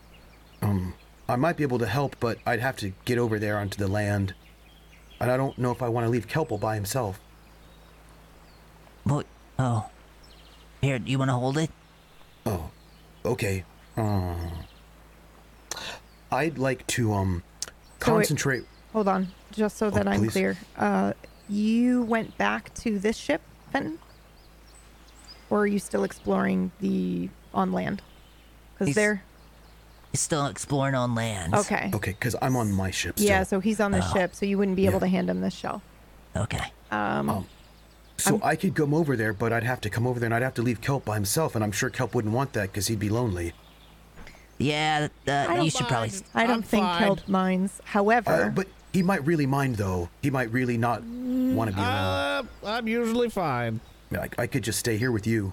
[SPEAKER 3] I might be able to help, but I'd have to get over there onto the land, and I don't know if I want to leave Kelpel by himself.
[SPEAKER 2] What? Oh. Here, do you want to hold it?
[SPEAKER 3] Oh, okay. Uh, I'd like to um concentrate.
[SPEAKER 1] Hold on, just so that I'm
[SPEAKER 3] Oh, please.
[SPEAKER 1] clear. Uh, you went back to this ship, Fenton? Or are you still exploring the on land? Because
[SPEAKER 2] He's-
[SPEAKER 1] they're.
[SPEAKER 2] It's still exploring on land.
[SPEAKER 1] Okay.
[SPEAKER 3] okay, because I'm on my ship. Still.
[SPEAKER 1] Yeah, so he's on
[SPEAKER 2] Ah,
[SPEAKER 1] the ship, so you wouldn't be able to hand him this shell.
[SPEAKER 2] Okay.
[SPEAKER 3] Um, So i could come over there, but I'd have to come over there, and I'd have to leave Kelp by himself, and I'm sure Kelp wouldn't want that because he'd be lonely.
[SPEAKER 2] Yeah,
[SPEAKER 6] I
[SPEAKER 2] uh,
[SPEAKER 6] don't
[SPEAKER 2] you should probably.
[SPEAKER 6] mind.
[SPEAKER 2] s-
[SPEAKER 1] I don't
[SPEAKER 6] I'm
[SPEAKER 1] think
[SPEAKER 6] fine.
[SPEAKER 1] Keld minds. However,
[SPEAKER 3] Uh, but he might really mind, though. He might really not want to be around.
[SPEAKER 6] Uh, I'm usually fine.
[SPEAKER 3] I, mean, I, I could just stay here with you.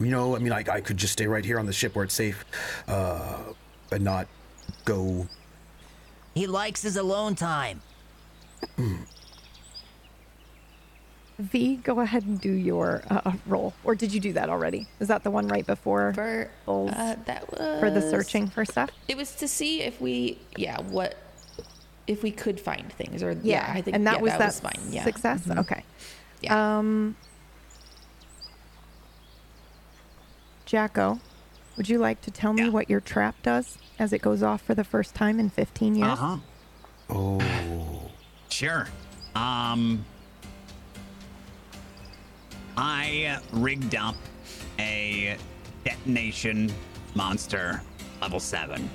[SPEAKER 3] You know, I mean, I, I could just stay right here on the ship where it's safe, uh, and not go.
[SPEAKER 2] He likes his alone time.
[SPEAKER 1] V, go ahead and do your uh, roll. Or did you do that already? Is that the one right before
[SPEAKER 4] For
[SPEAKER 1] Bulls.
[SPEAKER 4] uh, that was
[SPEAKER 1] for the searching for stuff?
[SPEAKER 4] It was to see if we, yeah, what if we could find things or yeah, I think
[SPEAKER 1] and that
[SPEAKER 4] yeah,
[SPEAKER 1] was
[SPEAKER 4] that
[SPEAKER 1] that
[SPEAKER 4] was mine. Yeah, Mm-hmm.
[SPEAKER 1] success. Okay.
[SPEAKER 4] Yeah.
[SPEAKER 1] Um, Jacko, would you like to tell me
[SPEAKER 5] Yeah.
[SPEAKER 1] what your trap does as it goes off for the first time in 15 years?
[SPEAKER 5] Uh-huh.
[SPEAKER 3] Oh,
[SPEAKER 5] Sure. Um, I rigged up a detonation monster level seven,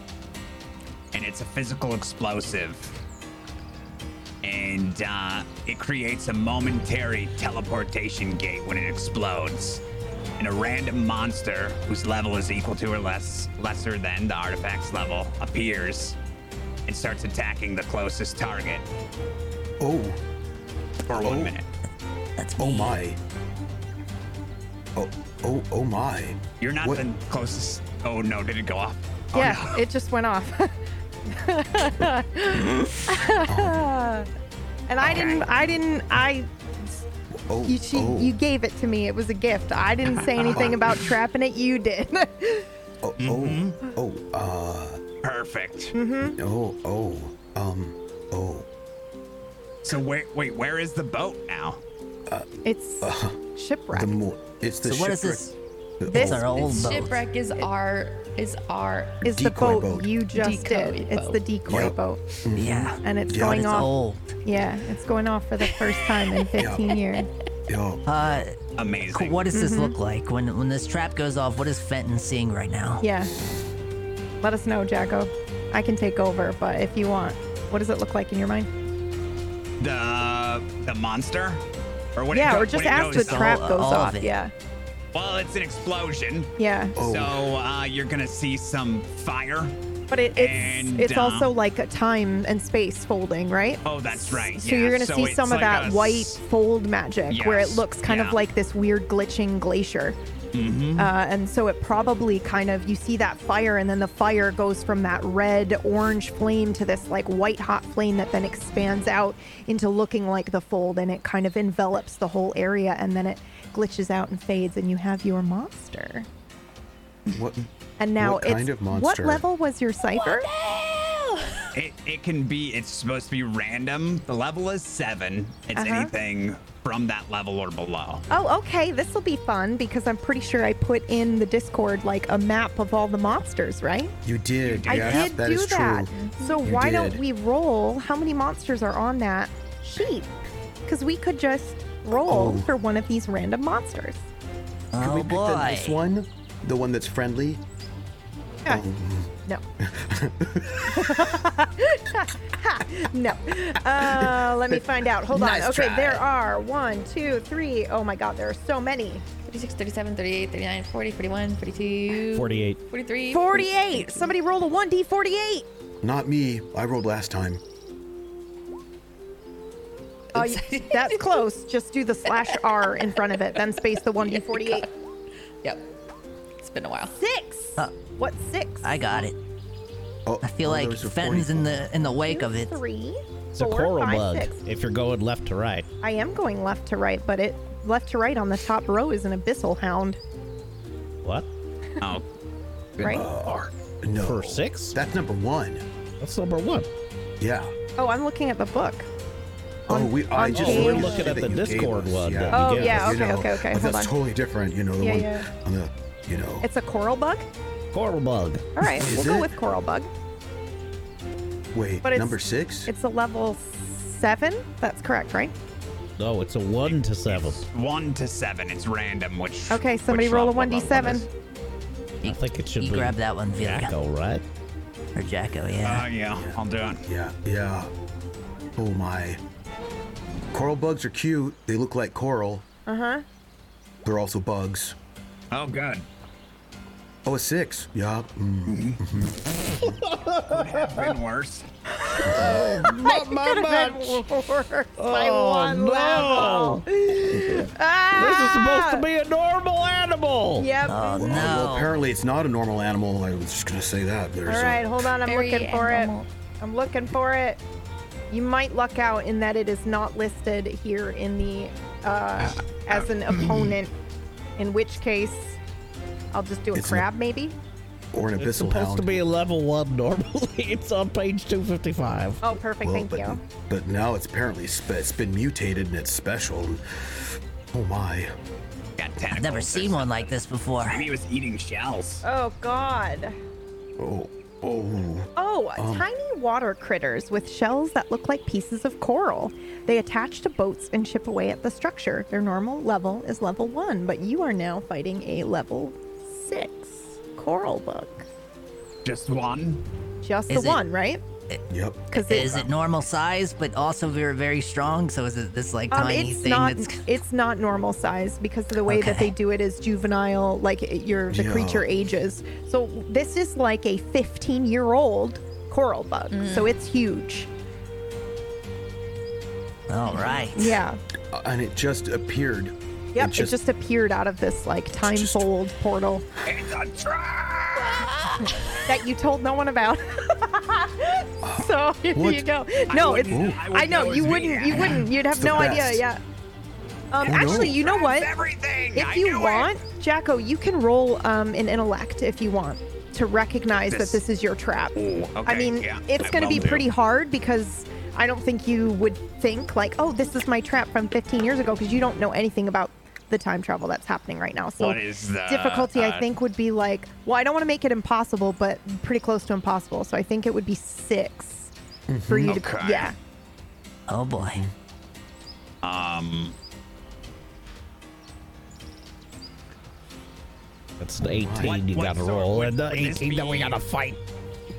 [SPEAKER 5] and it's a physical explosive, and uh, it creates a momentary teleportation gate when it explodes. And a random monster whose level is equal to or less lesser than the artifact's level appears and starts attacking the closest target
[SPEAKER 3] oh,
[SPEAKER 5] for
[SPEAKER 3] Oh.
[SPEAKER 5] one minute.
[SPEAKER 2] That's
[SPEAKER 3] oh
[SPEAKER 2] me.
[SPEAKER 3] my. Oh, oh, oh my.
[SPEAKER 5] You're not
[SPEAKER 3] What-
[SPEAKER 5] the closest. Oh no, did it go off? Oh,
[SPEAKER 1] yeah,
[SPEAKER 5] no.
[SPEAKER 1] it just went off. and I didn't. I didn't. I.
[SPEAKER 3] Oh,
[SPEAKER 1] You, she,
[SPEAKER 3] oh,
[SPEAKER 1] you gave it to me. It was a gift. I didn't say anything about trapping it. You did.
[SPEAKER 3] oh,
[SPEAKER 2] Mm-hmm.
[SPEAKER 3] oh, oh, uh,
[SPEAKER 5] Perfect.
[SPEAKER 1] Mm-hmm.
[SPEAKER 3] oh, oh, um, oh.
[SPEAKER 5] So where, wait, where is the boat now?
[SPEAKER 1] Uh, it's shipwreck.
[SPEAKER 3] Uh-huh. The more it's the
[SPEAKER 2] So what is
[SPEAKER 3] shipwreck-
[SPEAKER 2] this?
[SPEAKER 3] the- oh.
[SPEAKER 2] It's
[SPEAKER 1] This
[SPEAKER 2] our old boat.
[SPEAKER 4] Shipwreck is our is our
[SPEAKER 1] is the boat,
[SPEAKER 3] decoy boat.
[SPEAKER 1] you just
[SPEAKER 4] Decoy
[SPEAKER 1] did. It's
[SPEAKER 4] boat.
[SPEAKER 1] the decoy
[SPEAKER 3] Yep.
[SPEAKER 1] boat,
[SPEAKER 2] Yeah.
[SPEAKER 1] and it's
[SPEAKER 3] Yeah.
[SPEAKER 1] going
[SPEAKER 2] It's
[SPEAKER 1] off.
[SPEAKER 2] old.
[SPEAKER 1] Yeah, it's going off for the first time in 15 years.
[SPEAKER 3] oh,
[SPEAKER 2] Uh, c-
[SPEAKER 5] Amazing.
[SPEAKER 2] what does
[SPEAKER 1] Mm-hmm.
[SPEAKER 2] this look like when when this trap goes off? What is Fenton seeing right now?
[SPEAKER 1] Yeah. Let us know, Jacko. I can take over, but if you want, what does it look like in your mind?
[SPEAKER 5] The the monster? Or what? it
[SPEAKER 1] yeah,
[SPEAKER 5] go-
[SPEAKER 1] or just
[SPEAKER 5] when it
[SPEAKER 1] ask
[SPEAKER 5] goes
[SPEAKER 1] the
[SPEAKER 5] off?
[SPEAKER 1] trap goes
[SPEAKER 2] all of
[SPEAKER 1] off.
[SPEAKER 2] it.
[SPEAKER 1] Yeah.
[SPEAKER 5] Well, it's an explosion.
[SPEAKER 1] Yeah.
[SPEAKER 3] Oh.
[SPEAKER 5] So uh, you're gonna see some fire.
[SPEAKER 1] But it, it's
[SPEAKER 5] And,
[SPEAKER 1] it's
[SPEAKER 5] uh,
[SPEAKER 1] also like a time and space folding, right?
[SPEAKER 5] Oh, that's right.
[SPEAKER 1] So
[SPEAKER 5] yeah.
[SPEAKER 1] you're gonna see
[SPEAKER 5] it's
[SPEAKER 1] some
[SPEAKER 5] like
[SPEAKER 1] of
[SPEAKER 5] a
[SPEAKER 1] that
[SPEAKER 5] s-
[SPEAKER 1] white fold magic, where it
[SPEAKER 5] Yes,
[SPEAKER 1] looks kind of
[SPEAKER 5] yeah.
[SPEAKER 1] like this weird glitching glacier.
[SPEAKER 5] Mm-hmm.
[SPEAKER 3] Mm-hmm.
[SPEAKER 1] Uh, and so it probably kind of you see that fire, and then the fire goes from that red orange flame to this like white hot flame that then expands out into looking like the fold, and it kind of envelops the whole area, and then it glitches out and fades, and you have your monster.
[SPEAKER 3] what?
[SPEAKER 1] And now
[SPEAKER 3] What
[SPEAKER 1] it's
[SPEAKER 3] kind of
[SPEAKER 1] what
[SPEAKER 3] monster?
[SPEAKER 1] level was your cipher?
[SPEAKER 5] It, it can be. It's supposed to be random. The level is seven. It's
[SPEAKER 1] Uh-huh.
[SPEAKER 5] anything from that level or below.
[SPEAKER 1] Oh, okay. This will be fun because I'm pretty sure I put in the Discord like a map of all the monsters, right?
[SPEAKER 3] You did.
[SPEAKER 5] I
[SPEAKER 3] yes,
[SPEAKER 1] I did
[SPEAKER 3] that
[SPEAKER 1] do
[SPEAKER 3] is
[SPEAKER 1] that.
[SPEAKER 3] true. Mm-hmm.
[SPEAKER 1] So
[SPEAKER 3] You
[SPEAKER 1] why don't
[SPEAKER 3] did.
[SPEAKER 1] we roll how many monsters are on that sheet? Because we could just roll
[SPEAKER 3] Oh.
[SPEAKER 1] for one of these random monsters.
[SPEAKER 2] Oh
[SPEAKER 3] Can we pick
[SPEAKER 2] boy.
[SPEAKER 3] the nice one? The one that's friendly? Um,
[SPEAKER 1] Ah, No. no. Uh, let me find out. Hold
[SPEAKER 3] Nice
[SPEAKER 1] on. Okay,
[SPEAKER 3] try.
[SPEAKER 1] there are one, two, three. Oh my God, there are so many.
[SPEAKER 4] 36, 37, 38, 39, 40, 41, 42,
[SPEAKER 6] 48.
[SPEAKER 4] 43,
[SPEAKER 1] 48. Somebody roll a 1d48.
[SPEAKER 3] Not me. I rolled last time.
[SPEAKER 1] Oh, you- that's close. Just do the slash R in front of it, then space the 1d48.
[SPEAKER 4] Yep. It's been a while.
[SPEAKER 1] Six.
[SPEAKER 2] Uh,
[SPEAKER 1] What six?
[SPEAKER 2] I got it.
[SPEAKER 3] Oh,
[SPEAKER 2] I feel
[SPEAKER 3] oh,
[SPEAKER 2] like
[SPEAKER 3] those are
[SPEAKER 2] Fenton's in the in the wake
[SPEAKER 1] Two,
[SPEAKER 2] of it.
[SPEAKER 1] Three.
[SPEAKER 6] It's a
[SPEAKER 1] four,
[SPEAKER 6] coral
[SPEAKER 1] five,
[SPEAKER 6] bug
[SPEAKER 1] six.
[SPEAKER 6] if you're going left to right.
[SPEAKER 1] I am going left to right, but it left to right on the top row is an abyssal hound,
[SPEAKER 6] What?
[SPEAKER 5] Oh,
[SPEAKER 1] right?
[SPEAKER 3] 44. No.
[SPEAKER 6] For six?
[SPEAKER 3] That's number one.
[SPEAKER 6] That's number one.
[SPEAKER 3] Yeah.
[SPEAKER 1] Oh, I'm looking at the book.
[SPEAKER 3] oh, we. I
[SPEAKER 1] on
[SPEAKER 3] just
[SPEAKER 1] page-
[SPEAKER 3] realized
[SPEAKER 1] We're
[SPEAKER 6] looking at
[SPEAKER 3] that
[SPEAKER 6] the
[SPEAKER 3] you gave
[SPEAKER 6] Discord
[SPEAKER 3] us,
[SPEAKER 6] one
[SPEAKER 3] Yeah.
[SPEAKER 6] that
[SPEAKER 1] Oh,
[SPEAKER 6] you gave
[SPEAKER 1] yeah,
[SPEAKER 6] us.
[SPEAKER 1] okay,
[SPEAKER 3] You know,
[SPEAKER 1] okay, okay.
[SPEAKER 3] but
[SPEAKER 1] Hold
[SPEAKER 3] that's
[SPEAKER 1] on.
[SPEAKER 3] totally different. You know the
[SPEAKER 1] Yeah,
[SPEAKER 3] one
[SPEAKER 1] yeah.
[SPEAKER 3] on the. You know.
[SPEAKER 1] It's a coral bug?
[SPEAKER 6] Coral bug.
[SPEAKER 1] All right,
[SPEAKER 3] Is
[SPEAKER 1] we'll go
[SPEAKER 3] it?
[SPEAKER 1] with coral bug.
[SPEAKER 3] wait.
[SPEAKER 1] but it's-
[SPEAKER 3] number six.
[SPEAKER 1] It's a level seven. That's correct, right?
[SPEAKER 6] No, it's a one to seven.
[SPEAKER 5] it's one to seven. It's random, which.
[SPEAKER 1] Okay,
[SPEAKER 5] which
[SPEAKER 1] somebody roll a
[SPEAKER 5] level- what level
[SPEAKER 1] 1d7.
[SPEAKER 5] is-
[SPEAKER 6] I think it should
[SPEAKER 2] You
[SPEAKER 6] be
[SPEAKER 2] grab that one, Vilga.
[SPEAKER 6] Jacko, right?
[SPEAKER 2] Or Jacko, yeah.
[SPEAKER 5] Uh, yeah, I'll do it.
[SPEAKER 3] Yeah. Yeah. Oh my. Coral bugs are cute. They look like coral.
[SPEAKER 1] Uh huh.
[SPEAKER 3] They're also bugs.
[SPEAKER 5] Oh, good.
[SPEAKER 3] Oh, a six. Yeah. Mm.
[SPEAKER 5] Been worse.
[SPEAKER 1] Could have been worse by
[SPEAKER 6] Oh,
[SPEAKER 1] one
[SPEAKER 6] no.
[SPEAKER 1] level.
[SPEAKER 6] This is supposed to
[SPEAKER 1] Ah!
[SPEAKER 6] be a normal animal.
[SPEAKER 1] Yep.
[SPEAKER 5] Ah,
[SPEAKER 2] Oh
[SPEAKER 3] Uh, Well,
[SPEAKER 2] no.
[SPEAKER 3] apparently it's not a normal animal. I was just gonna say that. There's
[SPEAKER 1] All
[SPEAKER 3] a-
[SPEAKER 1] right, hold on. I'm
[SPEAKER 4] Very
[SPEAKER 1] looking for
[SPEAKER 4] abnormal.
[SPEAKER 1] it. I'm looking for it. You might luck out in that it is not listed here in the uh, as an opponent. In which case, I'll just do a
[SPEAKER 3] It's an-
[SPEAKER 1] crab, maybe.
[SPEAKER 3] or an
[SPEAKER 6] It's
[SPEAKER 3] abyssal
[SPEAKER 6] supposed
[SPEAKER 3] hound.
[SPEAKER 6] to be a level one normally. It's on page 255.
[SPEAKER 1] Oh, perfect.
[SPEAKER 3] Well,
[SPEAKER 1] Thank
[SPEAKER 3] but,
[SPEAKER 1] you.
[SPEAKER 3] But now it's apparently sp- it's been mutated and it's special. Oh my!
[SPEAKER 5] Got
[SPEAKER 2] I've never seen one like this before.
[SPEAKER 5] Maybe he was eating shells.
[SPEAKER 1] Oh God.
[SPEAKER 3] Oh oh!
[SPEAKER 1] Oh, tiny water critters with shells that look like pieces of coral. They attach to boats and chip away at the structure. Their normal level is level one, but you are now fighting a level six coral bug.
[SPEAKER 5] Just one?
[SPEAKER 1] Just
[SPEAKER 2] Is
[SPEAKER 1] the
[SPEAKER 2] it-
[SPEAKER 1] one, right?
[SPEAKER 3] Yep.
[SPEAKER 1] Because
[SPEAKER 2] Is it normal size, but also very, very strong? So is it this like
[SPEAKER 1] Um,
[SPEAKER 2] tiny
[SPEAKER 1] it's
[SPEAKER 2] thing
[SPEAKER 1] not.
[SPEAKER 2] that's
[SPEAKER 1] It's not normal size because of the way that
[SPEAKER 2] Okay.
[SPEAKER 1] they do it is juvenile. Like it- your the
[SPEAKER 3] Yeah.
[SPEAKER 1] creature ages. So this is like a 15 year old coral bug.
[SPEAKER 2] Mm.
[SPEAKER 1] So it's huge.
[SPEAKER 2] all right?
[SPEAKER 1] Yeah.
[SPEAKER 3] Uh, and it just appeared.
[SPEAKER 1] Yep. It just,
[SPEAKER 3] just-
[SPEAKER 1] appeared out of this like time fold portal
[SPEAKER 5] It's a trap!
[SPEAKER 1] that you told no one about. so here
[SPEAKER 3] What?
[SPEAKER 1] you go. No, it's.
[SPEAKER 5] wouldn't- I
[SPEAKER 1] I
[SPEAKER 5] wouldn't
[SPEAKER 1] know
[SPEAKER 5] know
[SPEAKER 1] you
[SPEAKER 5] it's me.
[SPEAKER 1] wouldn't. You wouldn't. You'd have
[SPEAKER 3] the
[SPEAKER 1] no idea.
[SPEAKER 3] best.
[SPEAKER 1] Yeah. Um, actually, you know what?
[SPEAKER 5] Everything! I
[SPEAKER 1] If you
[SPEAKER 5] knew it!
[SPEAKER 1] want, Jacko, you can roll um, an intellect if you want to recognize
[SPEAKER 5] This-
[SPEAKER 1] that this is your trap.
[SPEAKER 5] Ooh,
[SPEAKER 1] I
[SPEAKER 5] okay,
[SPEAKER 1] mean,
[SPEAKER 5] yeah,
[SPEAKER 1] it's
[SPEAKER 5] I
[SPEAKER 1] going to
[SPEAKER 5] will
[SPEAKER 1] be
[SPEAKER 5] do.
[SPEAKER 1] pretty hard because I don't think you would think like, "Oh, this is my trap from 15 years ago," because you don't know anything about the time travel that's happening right now. So
[SPEAKER 5] What is the
[SPEAKER 1] difficulty, I
[SPEAKER 5] uh,
[SPEAKER 1] think, would be like, well, I don't want to make it impossible, but pretty close to impossible. So I think it would be 6 for you to,
[SPEAKER 5] Mm-hmm. Okay.
[SPEAKER 1] yeah.
[SPEAKER 2] Oh boy.
[SPEAKER 5] Um,
[SPEAKER 6] It's an 18
[SPEAKER 5] What-
[SPEAKER 6] you
[SPEAKER 5] what-
[SPEAKER 6] gotta
[SPEAKER 5] so
[SPEAKER 6] roll,
[SPEAKER 5] would-
[SPEAKER 6] and the
[SPEAKER 5] would this
[SPEAKER 6] 18 that we
[SPEAKER 5] be-
[SPEAKER 6] gotta fight.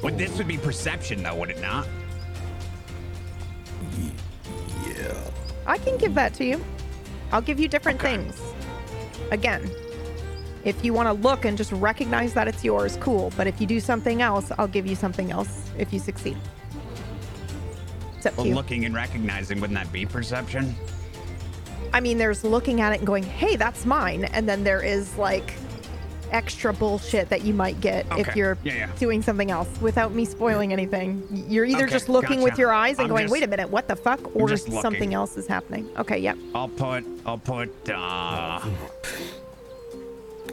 [SPEAKER 5] would this would be perception though, would it not?
[SPEAKER 1] I can give that to you. I'll give you different things. Again, if you want to look and just recognize that it's yours, cool. But if you do something else, I'll give you something else if you succeed. It's up to
[SPEAKER 5] Well,
[SPEAKER 1] you.
[SPEAKER 5] looking and recognizing, wouldn't that be perception?
[SPEAKER 1] I mean, there's looking at it and going, hey, that's mine. And then there is like extra bullshit that you might get if
[SPEAKER 5] Okay.
[SPEAKER 1] you're
[SPEAKER 5] Yeah, yeah.
[SPEAKER 1] doing something else without me spoiling anything. You're either
[SPEAKER 5] Okay,
[SPEAKER 1] just looking with
[SPEAKER 5] gotcha.
[SPEAKER 1] your eyes and
[SPEAKER 5] I'm
[SPEAKER 1] going,
[SPEAKER 5] just-
[SPEAKER 1] wait a minute, what the fuck? Or
[SPEAKER 5] just looking.
[SPEAKER 1] something else is happening. Okay, yep.
[SPEAKER 5] I'll put, I'll put, uh,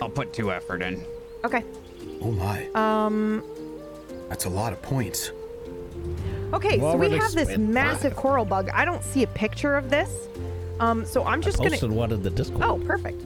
[SPEAKER 5] I'll put two effort in.
[SPEAKER 1] Okay.
[SPEAKER 3] Oh my! Um. That's a lot of points.
[SPEAKER 1] Okay, so we
[SPEAKER 6] already
[SPEAKER 1] have this
[SPEAKER 6] spent
[SPEAKER 1] massive
[SPEAKER 6] five.
[SPEAKER 1] coral bug. I don't see a picture of this. Um, so I'm just
[SPEAKER 6] Posted
[SPEAKER 1] gonna.
[SPEAKER 6] one in the Discord.
[SPEAKER 1] Oh, perfect.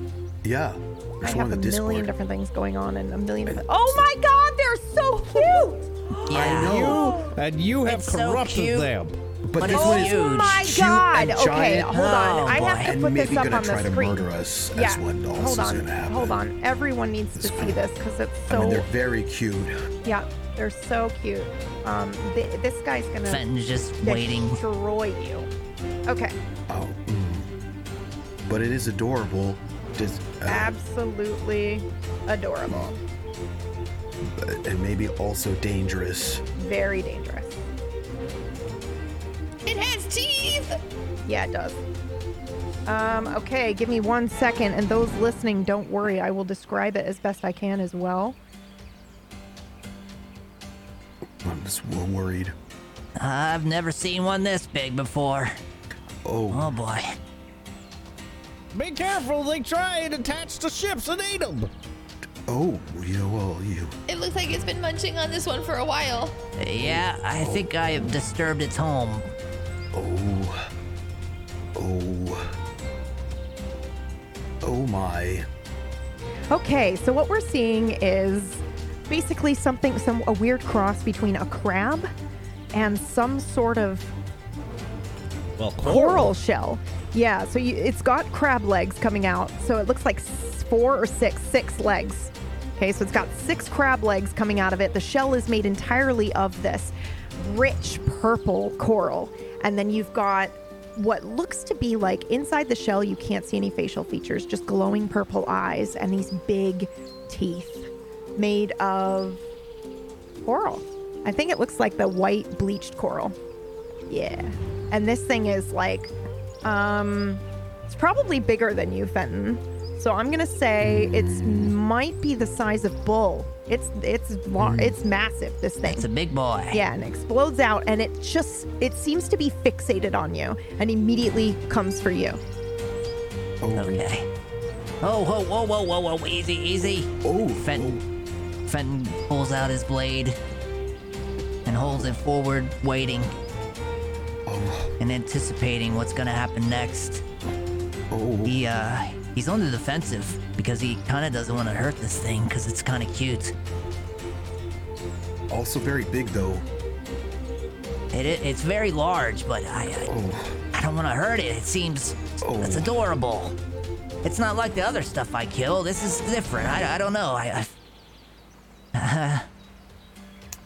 [SPEAKER 3] Yeah. There's
[SPEAKER 1] I have
[SPEAKER 3] one
[SPEAKER 1] a
[SPEAKER 3] in the
[SPEAKER 1] million
[SPEAKER 3] Discord.
[SPEAKER 1] different things going on and a million different. Oh my god, they're so cute!
[SPEAKER 2] Yeah.
[SPEAKER 3] know.
[SPEAKER 6] And you have
[SPEAKER 2] It's so
[SPEAKER 6] corrupted
[SPEAKER 2] cute.
[SPEAKER 6] them.
[SPEAKER 3] But this
[SPEAKER 2] it's
[SPEAKER 3] one
[SPEAKER 2] huge.
[SPEAKER 3] is
[SPEAKER 1] Oh my
[SPEAKER 3] Cute
[SPEAKER 1] god!
[SPEAKER 3] and
[SPEAKER 1] Okay,
[SPEAKER 3] giant.
[SPEAKER 1] hold on.
[SPEAKER 2] Oh,
[SPEAKER 1] I have to
[SPEAKER 3] and
[SPEAKER 1] put
[SPEAKER 3] maybe
[SPEAKER 1] this up
[SPEAKER 3] gonna
[SPEAKER 1] on
[SPEAKER 3] try
[SPEAKER 1] the
[SPEAKER 3] to
[SPEAKER 1] screen.
[SPEAKER 3] murder us.
[SPEAKER 1] yeah.
[SPEAKER 3] That's what else
[SPEAKER 1] hold
[SPEAKER 3] is
[SPEAKER 1] on.
[SPEAKER 3] gonna happen.
[SPEAKER 1] Hold on. Everyone needs to see this because it's
[SPEAKER 3] I
[SPEAKER 1] so.
[SPEAKER 3] mean, they're very cute.
[SPEAKER 1] yeah, they're so cute. Um, th- this guy's gonna
[SPEAKER 2] Fenton's just waiting.
[SPEAKER 1] destroy you. Okay,
[SPEAKER 3] Oh, mm. but it is adorable. Does,
[SPEAKER 1] Ah,
[SPEAKER 3] uh,
[SPEAKER 1] absolutely adorable.
[SPEAKER 3] and maybe also dangerous.
[SPEAKER 1] Very dangerous.
[SPEAKER 4] It has teeth.
[SPEAKER 1] Yeah, it does. Um, okay, give me one second, and those listening, don't worry. I will describe it as best I can as well.
[SPEAKER 3] I'm just we're worried.
[SPEAKER 2] I've never seen one this big before.
[SPEAKER 3] Oh,
[SPEAKER 2] Oh boy.
[SPEAKER 6] Be careful, they try and attach to ships and eat them.
[SPEAKER 3] oh, yeah, well, you.
[SPEAKER 4] It looks like it's been munching on this one for a while.
[SPEAKER 2] Yeah, I think I have disturbed its home.
[SPEAKER 3] Oh. Oh. Oh my.
[SPEAKER 1] Okay, so what we're seeing is basically something, some a weird cross between a crab and some sort of
[SPEAKER 6] Well,
[SPEAKER 1] coral shell. Yeah, so you, it's got crab legs coming out. So it looks like s- four or six, six legs. Okay, so it's got six crab legs coming out of it. The shell is made entirely of this rich purple coral. And then you've got what looks to be like inside the shell, you can't see any facial features, just glowing purple eyes and these big teeth made of coral. I think it looks like the white bleached coral. Yeah. And this thing is like, um, it's probably bigger than you, Fenton. So I'm gonna say it's might be the size of bull. It's it's lar- it's massive. This thing.
[SPEAKER 2] Hmm. It's a big boy.
[SPEAKER 1] Yeah, and explodes out, and it just it seems to be fixated on you, and immediately comes for you.
[SPEAKER 3] Oh.
[SPEAKER 2] Okay. Oh, whoa, whoa, whoa, whoa, whoa, easy, easy.
[SPEAKER 3] Oh.
[SPEAKER 2] Fenton, Fenton pulls out his blade and holds it forward, waiting
[SPEAKER 3] Oh.
[SPEAKER 2] and anticipating what's gonna happen next.
[SPEAKER 3] Oh.
[SPEAKER 2] He, uh, he's on the defensive because he kinda doesn't wanna hurt this thing because it's kinda cute.
[SPEAKER 3] Also very big though.
[SPEAKER 2] It, i it's very large, but I, I,
[SPEAKER 3] Oh.
[SPEAKER 2] I don't wanna hurt it. It seems.
[SPEAKER 3] Oh.
[SPEAKER 2] It's adorable. It's not like the other stuff I kill. This is different. I, I don't know. I, I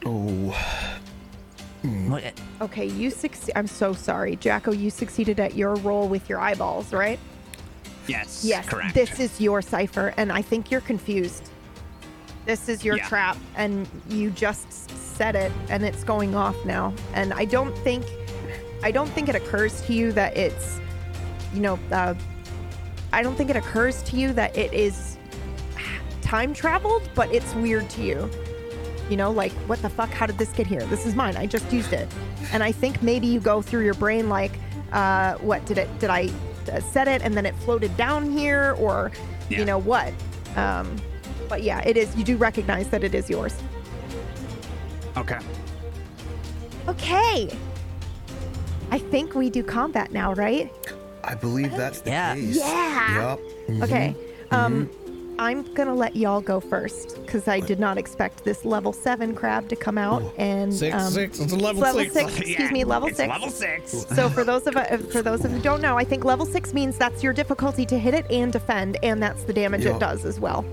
[SPEAKER 3] Oh.
[SPEAKER 2] What- uh,
[SPEAKER 1] Okay, you succeed. I'm so sorry, Jacko. You succeeded at your roll with your eyeballs, right?
[SPEAKER 5] Yes.
[SPEAKER 1] Yes.
[SPEAKER 5] Correct.
[SPEAKER 1] This is your cipher, and I think you're confused. This is your
[SPEAKER 5] Yeah.
[SPEAKER 1] trap, and you just said it, and it's going off now. And I don't think, I don't think it occurs to you that it's, you know, uh, I don't think it occurs to you that it is time traveled, but it's weird to you. You know, like, what the fuck? How did this get here? This is mine. I just used it. And I think maybe you go through your brain like, uh, what did it? Did I uh, set it and then it floated down here, or
[SPEAKER 5] Yeah.
[SPEAKER 1] you know what? Um, but yeah, it is. You do recognize that it is yours.
[SPEAKER 5] okay.
[SPEAKER 1] Okay. I think we do combat now, right?
[SPEAKER 3] I believe that's the
[SPEAKER 2] Yeah.
[SPEAKER 3] case.
[SPEAKER 1] Yeah.
[SPEAKER 3] Yep. Mhm.
[SPEAKER 1] Okay. Um, I'm gonna let y'all go first because I did not expect this level seven crab to come out. And
[SPEAKER 6] Six,
[SPEAKER 1] um,
[SPEAKER 6] six. It's a level six.
[SPEAKER 1] Excuse me, level
[SPEAKER 5] it's
[SPEAKER 1] six.
[SPEAKER 5] Level six.
[SPEAKER 1] So for those of uh, for those of who don't know, I think level six means that's your difficulty to hit it and defend, and that's the damage
[SPEAKER 3] Yeah.
[SPEAKER 1] it does as well.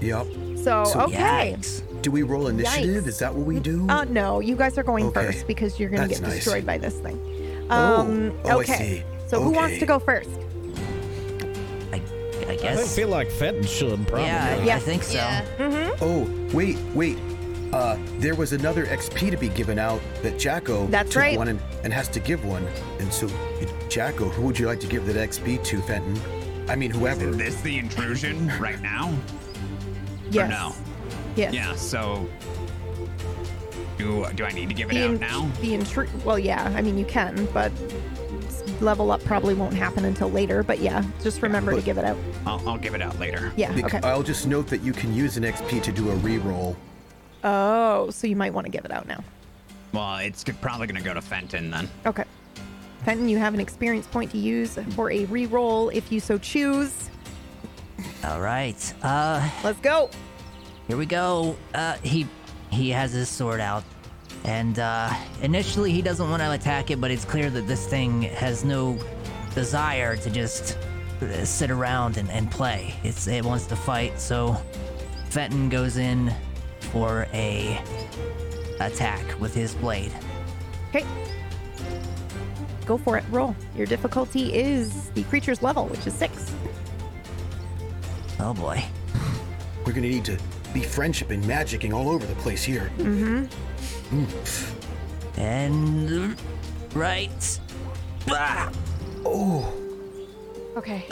[SPEAKER 3] Yep.
[SPEAKER 1] So,
[SPEAKER 3] So-
[SPEAKER 1] okay.
[SPEAKER 2] Yikes.
[SPEAKER 3] Do we roll initiative?
[SPEAKER 1] Yikes.
[SPEAKER 3] Is that what we do?
[SPEAKER 1] Uh, no, you guys are going
[SPEAKER 3] Okay.
[SPEAKER 1] first because you're gonna
[SPEAKER 3] That's
[SPEAKER 1] get
[SPEAKER 3] nice.
[SPEAKER 1] destroyed by this thing.
[SPEAKER 3] Oh.
[SPEAKER 1] Um,
[SPEAKER 3] Oh, I
[SPEAKER 1] okay.
[SPEAKER 3] see.
[SPEAKER 1] So who wants
[SPEAKER 3] Okay.
[SPEAKER 1] to go first?
[SPEAKER 2] I, I
[SPEAKER 6] I
[SPEAKER 2] guess.
[SPEAKER 6] feel like Fenton should probably.
[SPEAKER 2] yeah, I,
[SPEAKER 1] Yeah. Mm-hmm.
[SPEAKER 2] I think so.
[SPEAKER 4] Yeah.
[SPEAKER 1] Hmm?
[SPEAKER 3] Oh, wait, wait. Uh, there was another XP to be given out that Jacko
[SPEAKER 1] That's
[SPEAKER 3] took
[SPEAKER 1] right.
[SPEAKER 3] one and, and has to give one. And so, Jacko, who would you like to give that XP to, Fenton? I mean, whoever.
[SPEAKER 5] Is this the intrusion right now?
[SPEAKER 1] Yes.
[SPEAKER 5] no.
[SPEAKER 1] Yes.
[SPEAKER 5] Yeah. So. Do, do I need to give it
[SPEAKER 1] The,
[SPEAKER 5] out
[SPEAKER 1] in-
[SPEAKER 5] now?
[SPEAKER 1] the intru- well, yeah. I mean, you can, but s- level up probably won't happen until later. But yeah, just remember to
[SPEAKER 3] but-
[SPEAKER 1] give it out.
[SPEAKER 5] I'll, I'll give it out later.
[SPEAKER 1] Yeah.
[SPEAKER 3] Bec-
[SPEAKER 1] okay.
[SPEAKER 3] I'll just note that you can use an XP to do a reroll.
[SPEAKER 1] oh, so you might want to give it out now.
[SPEAKER 5] Well, it's g- probably going to go to Fenton then.
[SPEAKER 1] Okay. Fenton, you have an experience point to use for a reroll if you so choose.
[SPEAKER 2] All right. Uh,
[SPEAKER 1] Let's go.
[SPEAKER 2] here we go. Uh, he he has his sword out, And uh, initially, he doesn't want to attack it, but it's clear that this thing has no desire to just uh, sit around and, and play. It's, it wants to fight, so Fenton goes in for a attack with his blade.
[SPEAKER 1] Okay. Go for it. Roll. Your difficulty is the creature's level, which is six.
[SPEAKER 2] Oh boy.
[SPEAKER 3] We're gonna need to be friendship and magicking all over the place here.
[SPEAKER 1] Mm-hmm.
[SPEAKER 2] Hmm. And right. Ah!
[SPEAKER 1] Okay.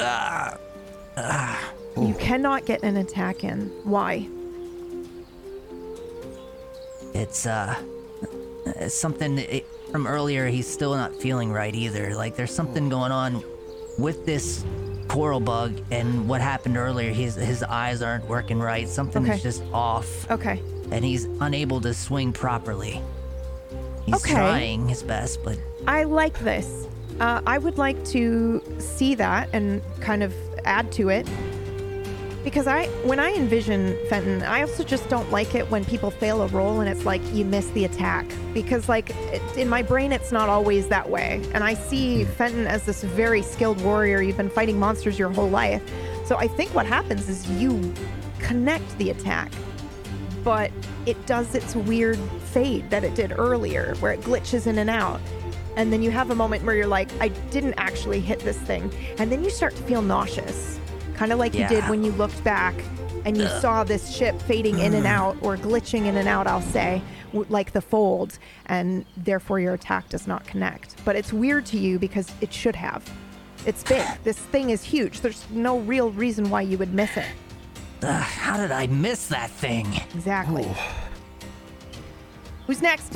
[SPEAKER 1] You cannot get an attack in. Why?
[SPEAKER 2] It's uh it's something it, from earlier he's still not feeling right either. Like there's
[SPEAKER 1] Hmm.
[SPEAKER 2] something going on with this coral bug and what happened earlier his his eyes aren't working right. Something
[SPEAKER 1] Okay.
[SPEAKER 2] is just off
[SPEAKER 1] Okay.
[SPEAKER 2] and he's unable to swing properly. He's
[SPEAKER 1] Okay.
[SPEAKER 2] trying his best, but
[SPEAKER 1] I like this. Uh, I would like to see that and kind of add to it. Because I, when I envision Fenton, I also just don't like it when people fail a roll and it's like you miss the attack. Because like it, in my brain, it's not always that way. And I see Fenton as this very skilled warrior. You've been fighting monsters your whole life, so I think what happens is you connect the attack but it does its weird fade that it did earlier, where it glitches in and out. And then you have a moment where you're like, I didn't actually hit this thing. And then you start to feel nauseous, kind of like you did
[SPEAKER 2] Yeah.
[SPEAKER 1] when you looked back and you saw this ship fading in
[SPEAKER 3] Mm.
[SPEAKER 1] and out, or glitching in and out, I'll say, w- like the fold. And therefore, your attack does not connect. But it's weird to you because it should have. It's big. This thing is huge. There's no real reason why you would miss it.
[SPEAKER 2] uh, how did I miss that thing?
[SPEAKER 1] Exactly.
[SPEAKER 3] Oh.
[SPEAKER 1] Who's next?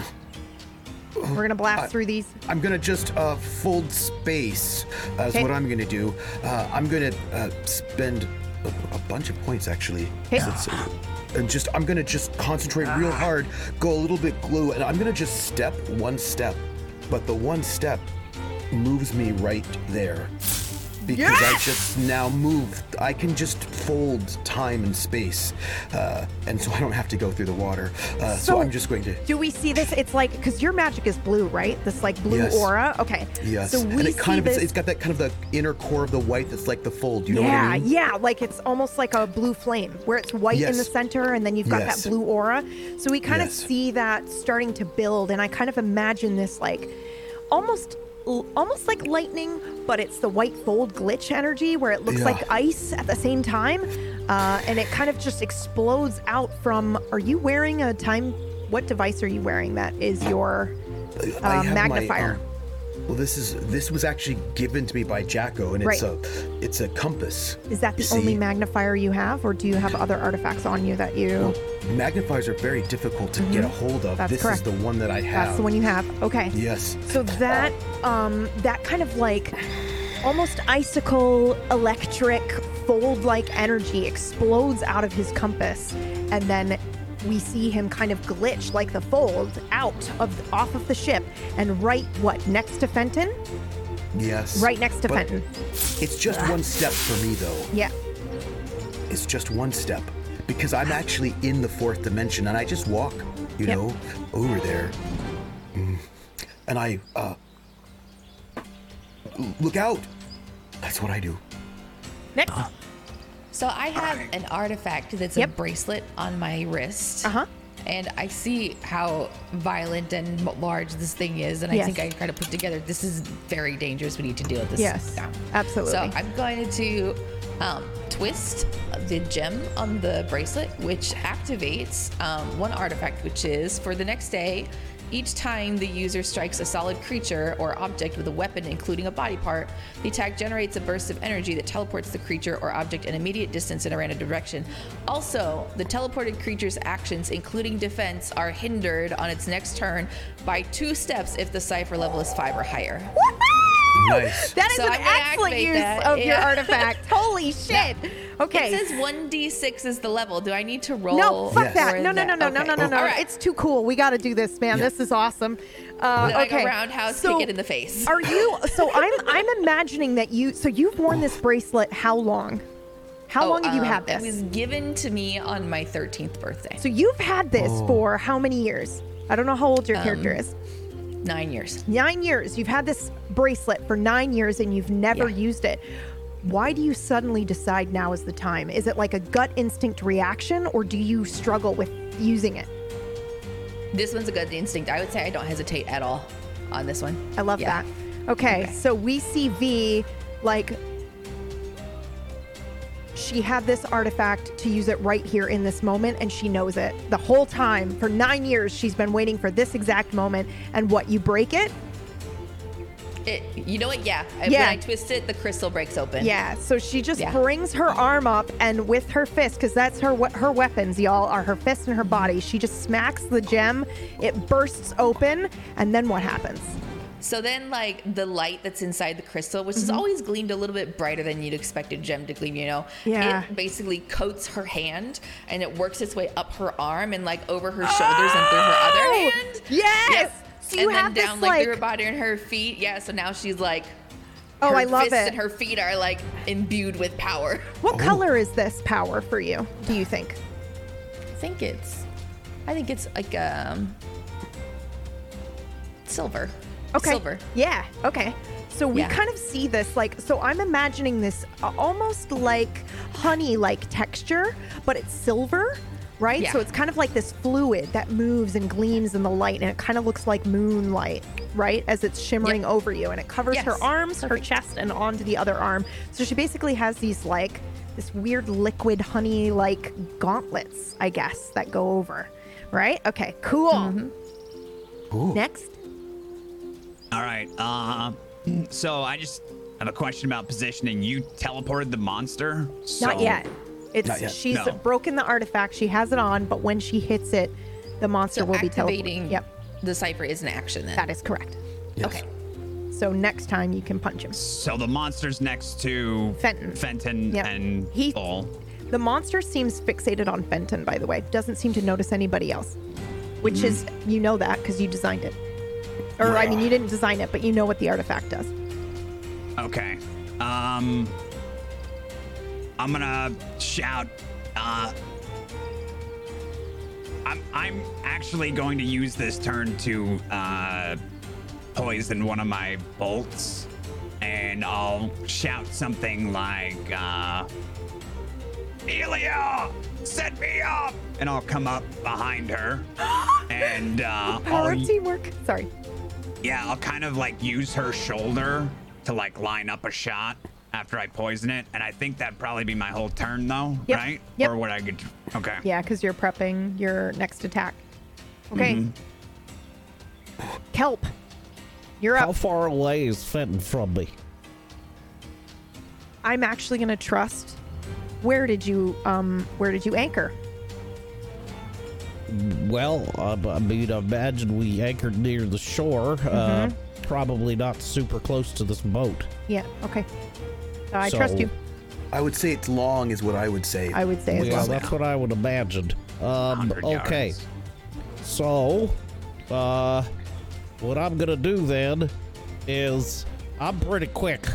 [SPEAKER 1] We're gonna blast through these.
[SPEAKER 3] I'm gonna just uh, fold space. That's
[SPEAKER 1] Okay.
[SPEAKER 3] what I'm gonna do. Uh, I'm gonna uh, spend a, a bunch of points actually.
[SPEAKER 1] Okay.
[SPEAKER 3] 'Cause it's- and just I'm gonna just concentrate real hard, go a little bit glue, and I'm gonna just step one step. But the one step moves me right there. Because I just now move, I can just fold time and space, uh, and so I don't have to go through the water. Uh, so
[SPEAKER 1] So-
[SPEAKER 3] I'm just going to
[SPEAKER 1] Do we see this? It's like because your magic is blue, right? This like blue
[SPEAKER 3] Yes.
[SPEAKER 1] aura. Okay.
[SPEAKER 3] Yes.
[SPEAKER 1] So we
[SPEAKER 3] and it kind
[SPEAKER 1] see
[SPEAKER 3] of
[SPEAKER 1] this.
[SPEAKER 3] it's got that kind of the inner core of the white that's like the fold. You know
[SPEAKER 1] yeah,
[SPEAKER 3] what I mean?
[SPEAKER 1] yeah. Like it's almost like a blue flame where it's white in the
[SPEAKER 3] Yes.
[SPEAKER 1] center and then you've got
[SPEAKER 3] Yes.
[SPEAKER 1] that blue aura. So we kind
[SPEAKER 3] Yes.
[SPEAKER 1] of see that starting to build, and I kind of imagine this like almost l- almost like lightning, but it's the white fold glitch energy where it looks
[SPEAKER 3] Yeah.
[SPEAKER 1] like ice at the same time. Uh, and it kind of just explodes out from. Are you wearing a time? What device are you wearing that is your
[SPEAKER 3] I
[SPEAKER 1] uh,
[SPEAKER 3] have my,
[SPEAKER 1] magnifier?
[SPEAKER 3] um, well, this is this was actually given to me by Jacko, and
[SPEAKER 1] Right.
[SPEAKER 3] it's a it's a compass.
[SPEAKER 1] is that the
[SPEAKER 3] see-
[SPEAKER 1] only magnifier you have, or do you have other artifacts on you that you?
[SPEAKER 3] Magnifiers are very difficult to get a hold of.
[SPEAKER 1] Mm-hmm. That's
[SPEAKER 3] this
[SPEAKER 1] correct.
[SPEAKER 3] is the one that I have.
[SPEAKER 1] That's the one you have. Okay.
[SPEAKER 3] Yes.
[SPEAKER 1] So that um that kind of like almost icicle electric fold like energy explodes out of his compass and then we see him kind of glitch like the fold out of off of the ship and right what next to Fenton?
[SPEAKER 3] Yes.
[SPEAKER 1] Right next to
[SPEAKER 3] But
[SPEAKER 1] Fenton.
[SPEAKER 3] It's just one step for me though.
[SPEAKER 1] Yeah.
[SPEAKER 3] It's just one step because I'm actually in the fourth dimension and I just walk, you
[SPEAKER 1] Yep.
[SPEAKER 3] know, over there. Mm. And I uh l- look out. That's what I do.
[SPEAKER 1] Next.
[SPEAKER 4] So I have an artifact that's a
[SPEAKER 1] Yep.
[SPEAKER 4] bracelet on my wrist.
[SPEAKER 1] Uh-huh.
[SPEAKER 4] And I see how violent and m- large this thing is, and
[SPEAKER 1] Yes.
[SPEAKER 4] I think I kind of put together this is very dangerous. We need to deal with this.
[SPEAKER 1] Yes,
[SPEAKER 4] now.
[SPEAKER 1] absolutely.
[SPEAKER 4] So I'm going to um, twist the gem on the bracelet, which activates um, one artifact, which is for the next day. Each time the user strikes a solid creature or object with a weapon, including a body part, the attack generates a burst of energy that teleports the creature or object an immediate distance in a random direction. Also, the teleported creature's actions, including defense, are hindered on its next turn by two steps if the cipher level is five or higher.
[SPEAKER 3] Nice.
[SPEAKER 1] That is
[SPEAKER 4] So
[SPEAKER 1] an
[SPEAKER 4] I'm gonna
[SPEAKER 1] excellent
[SPEAKER 4] activate
[SPEAKER 1] use
[SPEAKER 4] that,
[SPEAKER 1] of your
[SPEAKER 4] yeah.
[SPEAKER 1] artifact. Holy shit. Okay.
[SPEAKER 4] It says one d six is the level. Do I need to roll?
[SPEAKER 1] No, fuck
[SPEAKER 3] Yes.
[SPEAKER 1] that.
[SPEAKER 4] for
[SPEAKER 1] No, no, no, no, no,
[SPEAKER 4] Okay.
[SPEAKER 1] no, no, no.
[SPEAKER 4] All right.
[SPEAKER 1] It's too cool. We got to do this, man. This is awesome. Uh,
[SPEAKER 4] Like a
[SPEAKER 1] okay.
[SPEAKER 4] roundhouse
[SPEAKER 1] so
[SPEAKER 4] kick it in the face.
[SPEAKER 1] Are you? So I'm. I'm imagining that you. So you've worn this bracelet. How long? How
[SPEAKER 4] Oh,
[SPEAKER 1] long have you
[SPEAKER 4] um,
[SPEAKER 1] had this?
[SPEAKER 4] It was given to me on my thirteenth birthday. Oh.
[SPEAKER 1] so you've had this for how many years? I don't know how old your character is.
[SPEAKER 4] Um, Nine years.
[SPEAKER 1] Nine years. You've had this bracelet for nine years and you've never
[SPEAKER 4] Yeah.
[SPEAKER 1] used it. Why do you suddenly decide now is the time? Is it like a gut instinct reaction or do you struggle with using it?
[SPEAKER 4] This one's a good instinct. I would say I don't hesitate at all on this one.
[SPEAKER 1] I love
[SPEAKER 4] Yeah.
[SPEAKER 1] that. Okay, so we see V like she had this artifact to use it right here in this moment and she knows it. The whole time for 9 years she's been waiting for this exact moment and what you break it?
[SPEAKER 4] It, you know what? Yeah. I-
[SPEAKER 1] Yeah.
[SPEAKER 4] When I twist it, the crystal breaks open.
[SPEAKER 1] Yeah, so she just
[SPEAKER 4] Yeah.
[SPEAKER 1] brings her arm up and with her fist cuz that's her what her weapons y'all are her fist and her body. She just smacks the gem, it bursts open and then what happens?
[SPEAKER 4] So then, like the light that's inside the crystal, which
[SPEAKER 1] Mm-hmm.
[SPEAKER 4] is always gleamed a little bit brighter than you'd expect a gem to gleam, you know,
[SPEAKER 1] Yeah.
[SPEAKER 4] it basically coats her hand and it works its way up her arm and like over her shoulders and through her other
[SPEAKER 1] Oh,
[SPEAKER 4] hand.
[SPEAKER 1] yes! So you
[SPEAKER 4] and
[SPEAKER 1] have this,
[SPEAKER 4] then down like, through
[SPEAKER 1] like-
[SPEAKER 4] her body and her feet. Yeah. So now she's like,
[SPEAKER 1] Oh,
[SPEAKER 4] her
[SPEAKER 1] I love
[SPEAKER 4] fists
[SPEAKER 1] it.
[SPEAKER 4] And her feet are like imbued with power.
[SPEAKER 1] What color is this power for you? Do you think?
[SPEAKER 4] I think it's, I think it's like um, silver.
[SPEAKER 1] Okay.
[SPEAKER 4] Silver.
[SPEAKER 1] Yeah. Okay. So we
[SPEAKER 4] Yeah.
[SPEAKER 1] kind of see this like so I'm imagining this uh, almost like honey like texture, but it's silver, right?
[SPEAKER 4] Yeah.
[SPEAKER 1] So it's kind of like this fluid that moves and gleams in the light and it kind of looks like moonlight, right? As it's shimmering
[SPEAKER 4] Yep.
[SPEAKER 1] over you and it covers
[SPEAKER 4] Yes.
[SPEAKER 1] her arms, her chest and onto the other arm. So she basically has these like this weird liquid honey like gauntlets, I guess, that go over. Right? Okay. Cool.
[SPEAKER 4] Mm-hmm.
[SPEAKER 1] Next.
[SPEAKER 5] All right. Uh, so I just have a question about positioning. You teleported the monster. So
[SPEAKER 1] Not yet. It's
[SPEAKER 3] Not yet.
[SPEAKER 1] she's
[SPEAKER 5] No.
[SPEAKER 1] broken the artifact. She has it on, but when she hits it, the monster
[SPEAKER 4] So
[SPEAKER 1] will be
[SPEAKER 4] activating
[SPEAKER 1] teleporting. Yep,
[SPEAKER 4] the cipher is an action then.
[SPEAKER 1] that is correct.
[SPEAKER 3] Yes.
[SPEAKER 4] Okay.
[SPEAKER 1] So next time you can punch him.
[SPEAKER 5] So the monster's next to
[SPEAKER 1] Fenton.
[SPEAKER 5] Fenton
[SPEAKER 1] Yep.
[SPEAKER 5] and
[SPEAKER 1] He-
[SPEAKER 5] Bull.
[SPEAKER 1] The monster seems fixated on Fenton, by the way. Doesn't seem to notice anybody else, which is you know that because you designed it, or I mean you didn't design it, but you know what the artifact does.
[SPEAKER 5] Okay. Um, I'm gonna shout. Uh, I'm I'm actually going to use this turn to uh, poison one of my bolts, and I'll shout something like, uh, "Elia, set me up!" And I'll come up behind her, and uh,
[SPEAKER 1] Power
[SPEAKER 5] I'll
[SPEAKER 1] of teamwork. Sorry.
[SPEAKER 5] yeah, I'll kind of like use her shoulder to like line up a shot after I poison it, and I think that'd probably be my whole turn though,
[SPEAKER 1] Yep,
[SPEAKER 5] right?
[SPEAKER 1] yep.
[SPEAKER 5] Or would I get? Okay.
[SPEAKER 1] Yeah, because you're prepping your next attack. Okay.
[SPEAKER 5] Mm-hmm.
[SPEAKER 1] Kelp, you're up.
[SPEAKER 6] How far away is Fenton from me?
[SPEAKER 1] I'm actually gonna trust. Where did you um where did you anchor?
[SPEAKER 6] Well, uh, I mean, I imagine we anchored near the shore. Uh,
[SPEAKER 1] Mm-hmm.
[SPEAKER 6] probably not super close to this boat.
[SPEAKER 1] Yeah, okay. So I trust
[SPEAKER 6] So-
[SPEAKER 1] you.
[SPEAKER 3] I would say it's long, is what I would say.
[SPEAKER 1] I would say as
[SPEAKER 6] Yeah,
[SPEAKER 1] well.
[SPEAKER 6] that's what I would imagine. Um,
[SPEAKER 5] 100
[SPEAKER 6] okay.
[SPEAKER 5] yards.
[SPEAKER 6] So, uh, what I'm gonna do then is I'm pretty quick.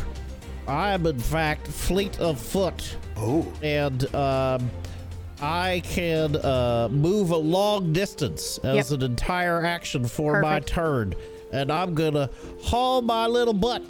[SPEAKER 6] I'm in fact fleet of foot,
[SPEAKER 3] oh,
[SPEAKER 6] and um, I can uh, move a long distance as
[SPEAKER 1] Yep.
[SPEAKER 6] an entire action for my
[SPEAKER 1] Perfect.
[SPEAKER 6] turn, and I'm gonna haul my little butt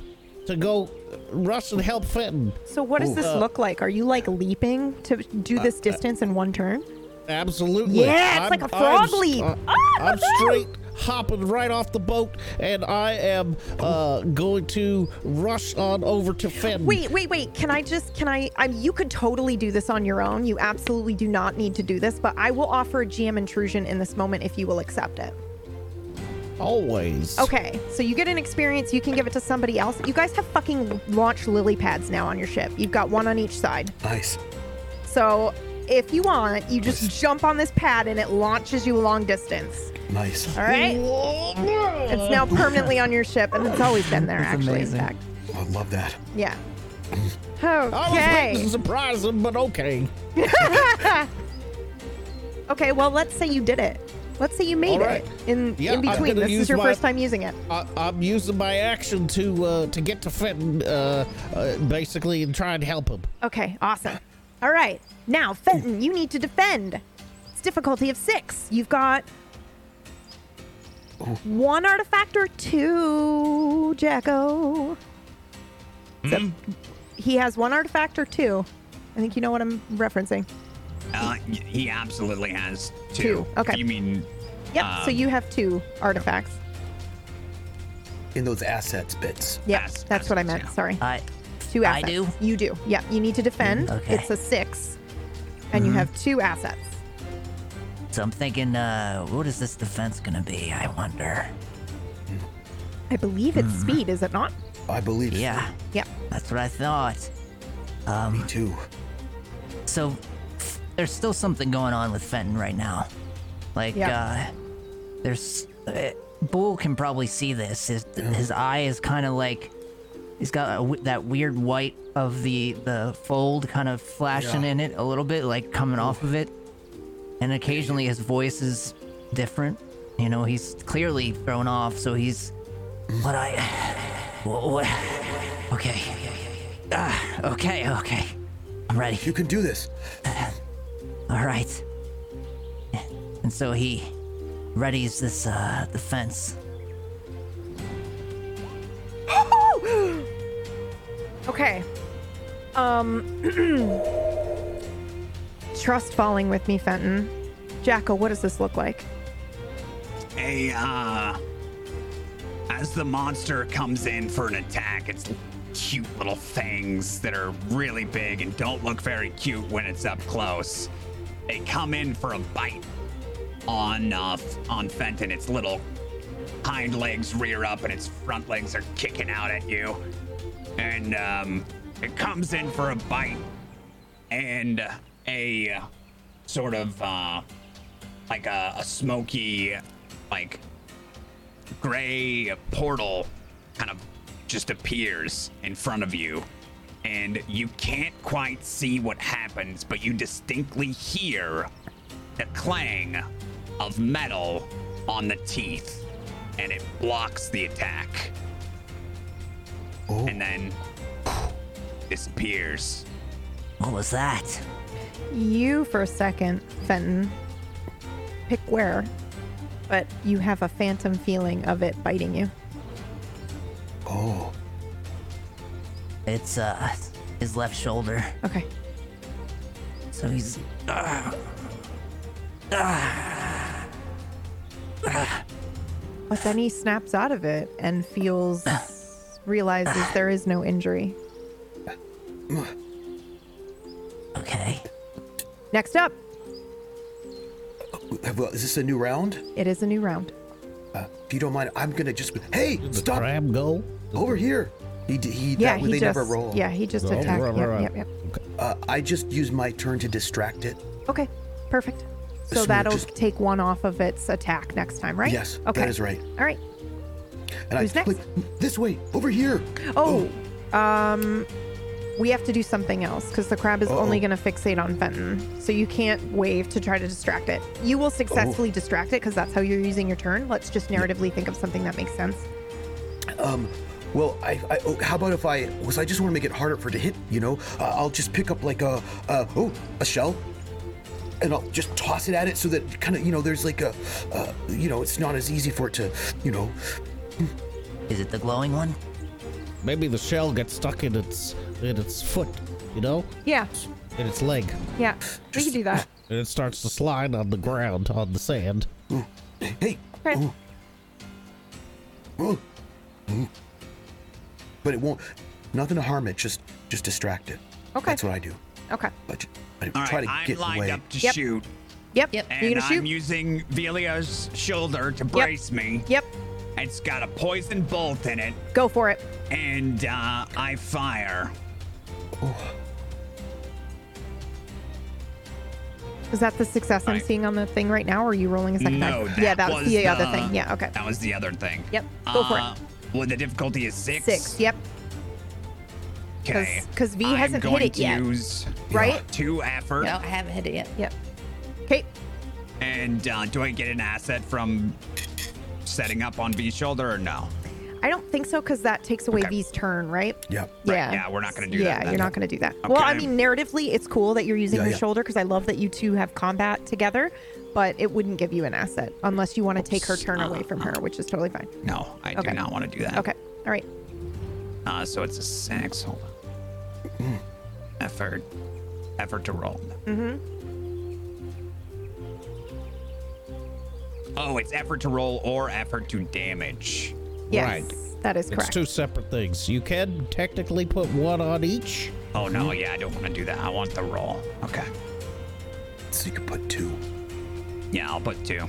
[SPEAKER 6] to go rush and help Fenton. Uh,
[SPEAKER 1] So what does this look like? Are you like leaping to do this distance in one turn?
[SPEAKER 6] Absolutely.
[SPEAKER 1] Yeah, it's like a frog leap.
[SPEAKER 6] uh,
[SPEAKER 1] Ah,
[SPEAKER 6] I'm
[SPEAKER 1] woohoo!
[SPEAKER 6] straight hopping right off the boat, and I am uh, going to rush on over to Fenton.
[SPEAKER 1] Wait, wait, wait. Can I just can I I you could totally do this on your own. You absolutely do not need to do this, but I will offer a GM intrusion in this moment if you will accept it.
[SPEAKER 6] Always.
[SPEAKER 1] Okay, so you get an experience, you can give it to somebody else. You guys have fucking launch lily pads now on your ship. You've got one on each side.
[SPEAKER 3] nice.
[SPEAKER 1] So if you want, you just jump on this pad and it launches you a long distance.
[SPEAKER 3] Nice.
[SPEAKER 1] All right? It's now permanently on your ship and it's always been there, actually,
[SPEAKER 7] amazing.
[SPEAKER 1] in fact.
[SPEAKER 3] I love that.
[SPEAKER 1] Yeah.
[SPEAKER 6] I was waiting to
[SPEAKER 1] Okay.
[SPEAKER 6] surprise him, but okay.
[SPEAKER 1] Okay, well, let's say you did it. Let's say you made
[SPEAKER 6] All right.
[SPEAKER 1] it in,
[SPEAKER 6] Yeah,
[SPEAKER 1] in
[SPEAKER 6] I'm
[SPEAKER 1] between.
[SPEAKER 6] gonna
[SPEAKER 1] This
[SPEAKER 6] use
[SPEAKER 1] is your
[SPEAKER 6] my-
[SPEAKER 1] first time using it.
[SPEAKER 6] I, I'm using my action to uh, to get to Fenton, uh, uh, basically, and try and help him.
[SPEAKER 1] Okay, awesome. All right. Now, Fenton, you need to defend. It's difficulty of six. You've got
[SPEAKER 8] One artifact or two, Jacko. So,
[SPEAKER 5] Hmm.
[SPEAKER 8] he has one artifact or two. I think you know what I'm referencing.
[SPEAKER 5] Uh, y- he absolutely has two.
[SPEAKER 8] Two, okay.
[SPEAKER 5] You mean
[SPEAKER 8] Yep. so
[SPEAKER 5] Um,
[SPEAKER 8] you have two artifacts.
[SPEAKER 3] in those assets bits.
[SPEAKER 8] Yep.
[SPEAKER 5] Ass-
[SPEAKER 8] that's what I
[SPEAKER 5] assets,
[SPEAKER 8] meant. Sorry.
[SPEAKER 5] yeah.
[SPEAKER 2] I,
[SPEAKER 8] two
[SPEAKER 2] I
[SPEAKER 8] assets.
[SPEAKER 2] do? Mm,
[SPEAKER 8] You do. Yeah. You need to defend.
[SPEAKER 2] Okay.
[SPEAKER 8] It's a six, and you have two assets.
[SPEAKER 2] Hmm. so I'm thinking, uh, what is this defense gonna be? I wonder.
[SPEAKER 8] I believe it's
[SPEAKER 5] Mm-hmm.
[SPEAKER 8] speed, is it not?
[SPEAKER 3] I believe. it's
[SPEAKER 2] Yeah,
[SPEAKER 8] Yep.
[SPEAKER 2] that's what I thought. Um,
[SPEAKER 3] Me too.
[SPEAKER 2] So f- there's still something going on with Fenton right now. Like,
[SPEAKER 8] Yeah.
[SPEAKER 2] uh, there's uh, Bull can probably see this. His his eye is kind of like he's got a w that weird white of the the fold kind of flashing
[SPEAKER 3] Yeah.
[SPEAKER 2] in it a little bit, like coming off of it. And occasionally his voice is different. You know, he's clearly thrown off, so he's. But I. What? what okay. Ah, okay. Okay. I'm ready. Uh,
[SPEAKER 3] You can do this.
[SPEAKER 2] All right. And so he readies this uh the fence.
[SPEAKER 1] Okay. Um,
[SPEAKER 8] Trust falling with me, Fenton. Jackal, what does this look like?
[SPEAKER 5] a uh as the monster comes in for an attack it's cute little fangs that are really big and don't look very cute when it's up close they come in for a bite on uh, f- on Fenton its little hind legs rear up and its front legs are kicking out at you and um it comes in for a bite and a uh, sort of uh like a, a smoky, like gray portal kind of just appears in front of you. And you can't quite see what happens, but you distinctly hear the clang of metal on the teeth, and it blocks the attack. And then disappears.
[SPEAKER 2] What was that?
[SPEAKER 1] You for a second, Fenton. Pick where, but you have a phantom feeling of it biting you.
[SPEAKER 3] Oh,
[SPEAKER 2] It's uh his left shoulder.
[SPEAKER 1] Okay.
[SPEAKER 2] So he's uh,
[SPEAKER 5] Uh,
[SPEAKER 1] But then he snaps out of it and feels, realizes there is no injury.
[SPEAKER 2] okay.
[SPEAKER 1] Next up,
[SPEAKER 3] well, is this a new round?
[SPEAKER 1] it is a new round.
[SPEAKER 3] Uh, if you don't mind, I'm gonna just. Hey,
[SPEAKER 6] Did the
[SPEAKER 3] stop!
[SPEAKER 6] crab go?
[SPEAKER 3] Over here. He d- he.
[SPEAKER 1] Yeah,
[SPEAKER 3] that,
[SPEAKER 1] he
[SPEAKER 3] they
[SPEAKER 1] just
[SPEAKER 3] never roll.
[SPEAKER 1] yeah he just
[SPEAKER 6] Roll,
[SPEAKER 1] attacked.
[SPEAKER 6] roll,
[SPEAKER 1] yep,
[SPEAKER 6] roll.
[SPEAKER 1] yep, yep.
[SPEAKER 3] Uh, I just use my turn to distract it.
[SPEAKER 1] Okay, perfect. So
[SPEAKER 3] Smoke
[SPEAKER 1] that'll
[SPEAKER 3] just-
[SPEAKER 1] take one off of its attack next time, right?
[SPEAKER 3] Yes, that
[SPEAKER 1] Okay.
[SPEAKER 3] is right.
[SPEAKER 1] All right.
[SPEAKER 3] And
[SPEAKER 1] Who's
[SPEAKER 3] I
[SPEAKER 1] next?
[SPEAKER 3] click, this way, over here.
[SPEAKER 1] Oh, um, we have to do something else because the crab is only
[SPEAKER 3] Uh-oh.
[SPEAKER 1] going to fixate on Fenton. So you can't wave to try to distract it. You will successfully distract it because that's how you're using your turn. Let's just narratively think of something that makes sense.
[SPEAKER 3] Um, Well, I, I oh, how about if I was I just want to make it harder for it to hit, you know? Uh, I'll just pick up like a uh, oh, a shell and I'll just toss it at it so that kind of, you know, there's like a uh, you know, it's not as easy for it to, you know,
[SPEAKER 2] Is it the glowing one?
[SPEAKER 6] Maybe the shell gets stuck in its in its foot, you know,
[SPEAKER 1] Yeah,
[SPEAKER 6] in its leg,
[SPEAKER 1] yeah, we can
[SPEAKER 3] Just-
[SPEAKER 1] do that.
[SPEAKER 6] and it starts to slide on the ground on the sand.
[SPEAKER 3] hey.
[SPEAKER 1] Okay.
[SPEAKER 3] oh, oh, mm. But it won't nothing to harm it, just just distract it.
[SPEAKER 1] Okay.
[SPEAKER 3] That's what I do.
[SPEAKER 1] Okay.
[SPEAKER 3] I, ju- I
[SPEAKER 5] All
[SPEAKER 3] try
[SPEAKER 5] right,
[SPEAKER 3] to
[SPEAKER 5] I'm
[SPEAKER 3] get
[SPEAKER 5] lined
[SPEAKER 3] away.
[SPEAKER 5] up to
[SPEAKER 1] Yep.
[SPEAKER 5] shoot,
[SPEAKER 1] Yep.
[SPEAKER 4] Yep.
[SPEAKER 1] You're
[SPEAKER 5] and
[SPEAKER 1] gonna shoot.
[SPEAKER 5] I'm using Velia's shoulder to brace me.
[SPEAKER 1] Yep.
[SPEAKER 5] It's got a poison bolt in it,
[SPEAKER 1] Go for it.
[SPEAKER 5] and uh, I fire.
[SPEAKER 1] Is that the success I'm
[SPEAKER 5] Alright.
[SPEAKER 1] seeing on the thing right now? Or are you rolling a second
[SPEAKER 5] No,
[SPEAKER 1] time?
[SPEAKER 5] that
[SPEAKER 1] yeah, that
[SPEAKER 5] was
[SPEAKER 1] was the, other thing. Yeah. Okay.
[SPEAKER 5] That was the other thing. Uh,
[SPEAKER 1] Yep, go for it.
[SPEAKER 5] Well, the difficulty is six.
[SPEAKER 1] Six. Yep.
[SPEAKER 5] Okay.
[SPEAKER 1] 'cause- 'cause V
[SPEAKER 5] I'm
[SPEAKER 1] hasn't hit
[SPEAKER 5] going
[SPEAKER 1] it
[SPEAKER 5] to
[SPEAKER 1] yet,
[SPEAKER 5] Use
[SPEAKER 1] right?
[SPEAKER 5] Two effort,
[SPEAKER 4] No, I haven't hit it yet.
[SPEAKER 1] Yep. Okay.
[SPEAKER 5] and uh, do I get an asset from setting up on V's shoulder or no?
[SPEAKER 1] I don't think so because that takes away
[SPEAKER 5] Okay.
[SPEAKER 1] V's turn, right?
[SPEAKER 3] Yep.
[SPEAKER 5] Right, yeah, we're not gonna do that
[SPEAKER 1] Yeah,
[SPEAKER 5] then.
[SPEAKER 1] you're not going to do that. Well, I
[SPEAKER 5] Okay.
[SPEAKER 1] mean, narratively, it's cool that you're using
[SPEAKER 3] Yeah,
[SPEAKER 1] her
[SPEAKER 3] yeah.
[SPEAKER 1] shoulder because I love that you two have combat together. but it wouldn't give you an asset unless you want to take her turn away from her, which is totally fine.
[SPEAKER 5] No, I
[SPEAKER 1] Okay.
[SPEAKER 5] do not want to do that.
[SPEAKER 1] Okay. All right.
[SPEAKER 5] Uh, so it's a six. Hold on. Effort. Effort to roll. Mm-hmm. Oh, it's effort to roll or effort to damage.
[SPEAKER 1] Yes.
[SPEAKER 6] Right.
[SPEAKER 1] That is
[SPEAKER 6] It's
[SPEAKER 1] correct.
[SPEAKER 6] two separate things. You can technically put one on each.
[SPEAKER 5] Oh no, yeah, I don't want to do that. I want the roll. Okay.
[SPEAKER 3] So you can put two.
[SPEAKER 5] Yeah, I'll put two.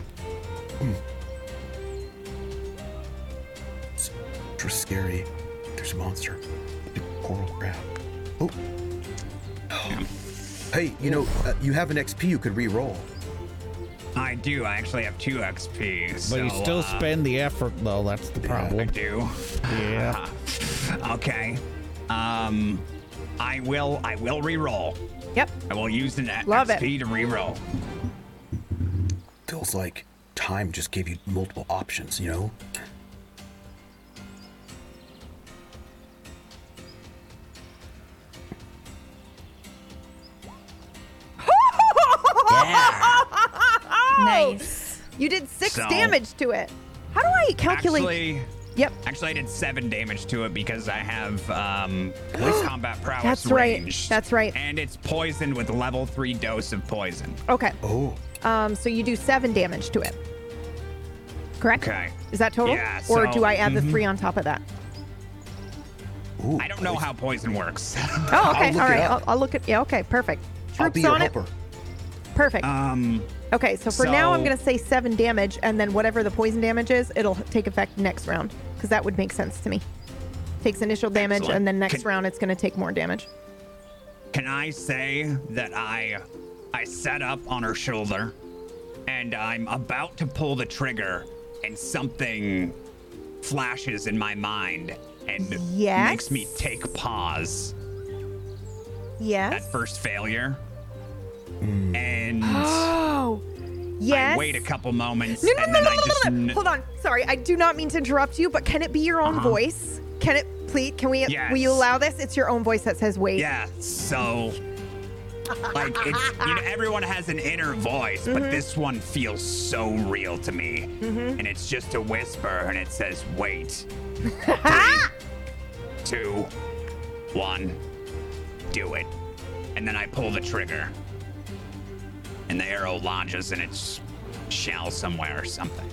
[SPEAKER 3] It's extra scary. There's a monster. Big coral crab. Oh. Hey, you know, uh, you have an XP you could re-roll.
[SPEAKER 5] I do. I actually have two XP.
[SPEAKER 6] But you still
[SPEAKER 3] uh,
[SPEAKER 6] spend the effort, though. That's the
[SPEAKER 5] uh, I
[SPEAKER 6] problem.
[SPEAKER 5] do. Uh-huh.
[SPEAKER 6] Yeah.
[SPEAKER 5] Okay. Um, I will. I will re-roll.
[SPEAKER 1] Yep.
[SPEAKER 5] I will use an
[SPEAKER 1] Love it.
[SPEAKER 5] XP to re-roll.
[SPEAKER 3] Feels like time just gave you multiple options, you know?
[SPEAKER 1] Oh,
[SPEAKER 2] Yeah.
[SPEAKER 4] Nice.
[SPEAKER 1] You did six
[SPEAKER 5] So-
[SPEAKER 1] damage to it. How do I calculate?
[SPEAKER 5] Actually,
[SPEAKER 1] yep.
[SPEAKER 5] actually, I did seven damage to it because I have um close combat prowess.
[SPEAKER 1] That's right.
[SPEAKER 5] ranged.
[SPEAKER 1] That's right.
[SPEAKER 5] And it's poisoned with level three dose of poison.
[SPEAKER 1] Okay.
[SPEAKER 3] Oh.
[SPEAKER 1] Um, so you do seven damage to it. Correct?
[SPEAKER 5] Okay.
[SPEAKER 1] Is that total?
[SPEAKER 5] Yeah,
[SPEAKER 1] or
[SPEAKER 5] so- mm-hmm.
[SPEAKER 1] do I add the three on top of that?
[SPEAKER 3] Ooh,
[SPEAKER 5] I don't know how poison works.
[SPEAKER 1] Oh, okay.
[SPEAKER 3] look
[SPEAKER 1] All
[SPEAKER 3] it
[SPEAKER 1] right.
[SPEAKER 3] up.
[SPEAKER 1] I'll, I'll look at. Yeah, okay. Perfect. Troops
[SPEAKER 3] I'll be your
[SPEAKER 1] on
[SPEAKER 3] helper.
[SPEAKER 1] it. Perfect.
[SPEAKER 5] um,
[SPEAKER 1] okay, so for now, I'm
[SPEAKER 5] so-
[SPEAKER 1] going to say seven damage, and then whatever the poison damage is, it'll h- take effect next round, because that would make sense to me. Takes initial damage,
[SPEAKER 5] Excellent.
[SPEAKER 1] and then next
[SPEAKER 5] Can-
[SPEAKER 1] round, it's going to take more damage.
[SPEAKER 5] Can I say that I I set up on her shoulder and I'm about to pull the trigger and something flashes in my mind and makes me
[SPEAKER 1] Yes.
[SPEAKER 5] take pause
[SPEAKER 1] Yes.
[SPEAKER 5] at first failure. And
[SPEAKER 1] Oh. Yes.
[SPEAKER 5] I wait a couple moments
[SPEAKER 1] No, no,
[SPEAKER 5] and
[SPEAKER 1] no,
[SPEAKER 5] then
[SPEAKER 1] no,
[SPEAKER 5] I
[SPEAKER 1] no,
[SPEAKER 5] just
[SPEAKER 1] no, no,
[SPEAKER 5] kn- Uh-huh.
[SPEAKER 1] Hold on. Sorry, I do not mean to interrupt you, but can it be your own voice? Can it please? Can we? Will you
[SPEAKER 5] Yes.
[SPEAKER 1] allow this? It's your own voice that says wait.
[SPEAKER 5] Yeah, so like it's you know everyone has an inner voice,
[SPEAKER 1] Mm-hmm.
[SPEAKER 5] but this one feels so real to me. And it's just a whisper and it says wait. Three, two, one, do it. And then I pull the trigger. And the arrow lodges in its shell somewhere or something.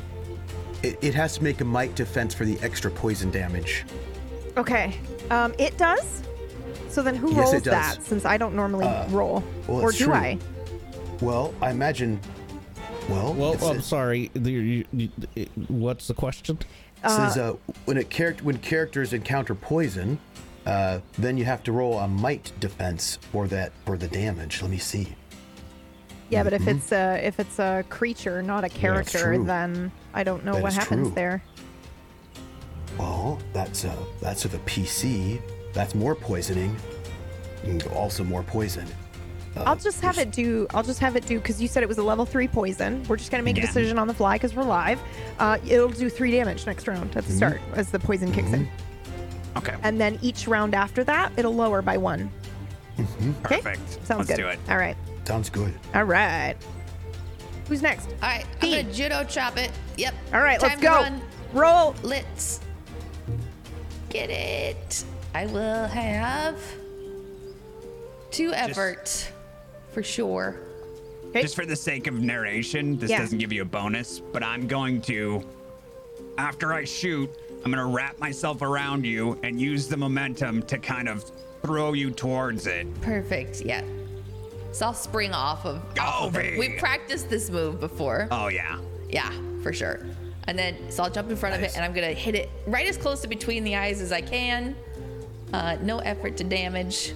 [SPEAKER 3] It, it has to make a might defense for the extra poison damage.
[SPEAKER 1] Okay. Um, it does. So then, who
[SPEAKER 3] Yes,
[SPEAKER 1] rolls
[SPEAKER 3] it does. Uh,
[SPEAKER 1] that? Since I don't normally roll,
[SPEAKER 3] well,
[SPEAKER 1] or
[SPEAKER 3] it's
[SPEAKER 1] do
[SPEAKER 3] true.
[SPEAKER 1] I?
[SPEAKER 3] Well, I imagine. Well,
[SPEAKER 6] Well,
[SPEAKER 3] it's-
[SPEAKER 6] I'm sorry. the- you- you- it- What's the question?
[SPEAKER 3] It says uh, when a character when characters encounter poison, uh, then you have to roll a might defense for that for the damage. Let me see.
[SPEAKER 1] Yeah, but if it's a if it's a creature, not a character,
[SPEAKER 3] true.
[SPEAKER 1] then I don't know
[SPEAKER 3] That
[SPEAKER 1] what
[SPEAKER 3] is
[SPEAKER 1] happens
[SPEAKER 3] true.
[SPEAKER 1] there.
[SPEAKER 3] Well, that's uh that's with a PC. That's more poisoning. And also more poison.
[SPEAKER 1] I'll just have it do. I'll just have it do because you said it was a level three poison. We're just gonna make a
[SPEAKER 5] Yeah.
[SPEAKER 1] decision on the fly because we're live. Uh, it'll do three damage next round
[SPEAKER 4] Mm-hmm.
[SPEAKER 1] at the start as the poison kicks in,
[SPEAKER 5] Okay.
[SPEAKER 1] and then each round after that, it'll lower by one. Okay.
[SPEAKER 5] Mm-hmm. Perfect.
[SPEAKER 1] Sounds
[SPEAKER 5] Let's
[SPEAKER 1] good.
[SPEAKER 5] do it.
[SPEAKER 1] All right.
[SPEAKER 3] Sounds good.
[SPEAKER 1] All right. Who's next?
[SPEAKER 4] All right. I'm gonna judo chop it. Yep.
[SPEAKER 1] All right,
[SPEAKER 4] Time
[SPEAKER 1] let's
[SPEAKER 4] to
[SPEAKER 1] go.
[SPEAKER 4] run.
[SPEAKER 1] Roll.
[SPEAKER 4] Let's get it. I will have two effort for sure.
[SPEAKER 1] Okay.
[SPEAKER 5] Just for the sake of narration, this
[SPEAKER 1] Yeah.
[SPEAKER 5] doesn't give you a bonus, but I'm going to, after I shoot, I'm going to wrap myself around you and use the momentum to kind of throw you towards it.
[SPEAKER 4] Perfect. Yeah. So I'll spring off of.
[SPEAKER 5] Go,
[SPEAKER 4] off of it.
[SPEAKER 5] Vee.
[SPEAKER 4] We practiced this move before.
[SPEAKER 5] Oh, yeah.
[SPEAKER 4] Yeah, for sure. And then, so I'll jump in front of it and I'm going to hit it right as close to between the eyes as I can. Uh, no effort to damage.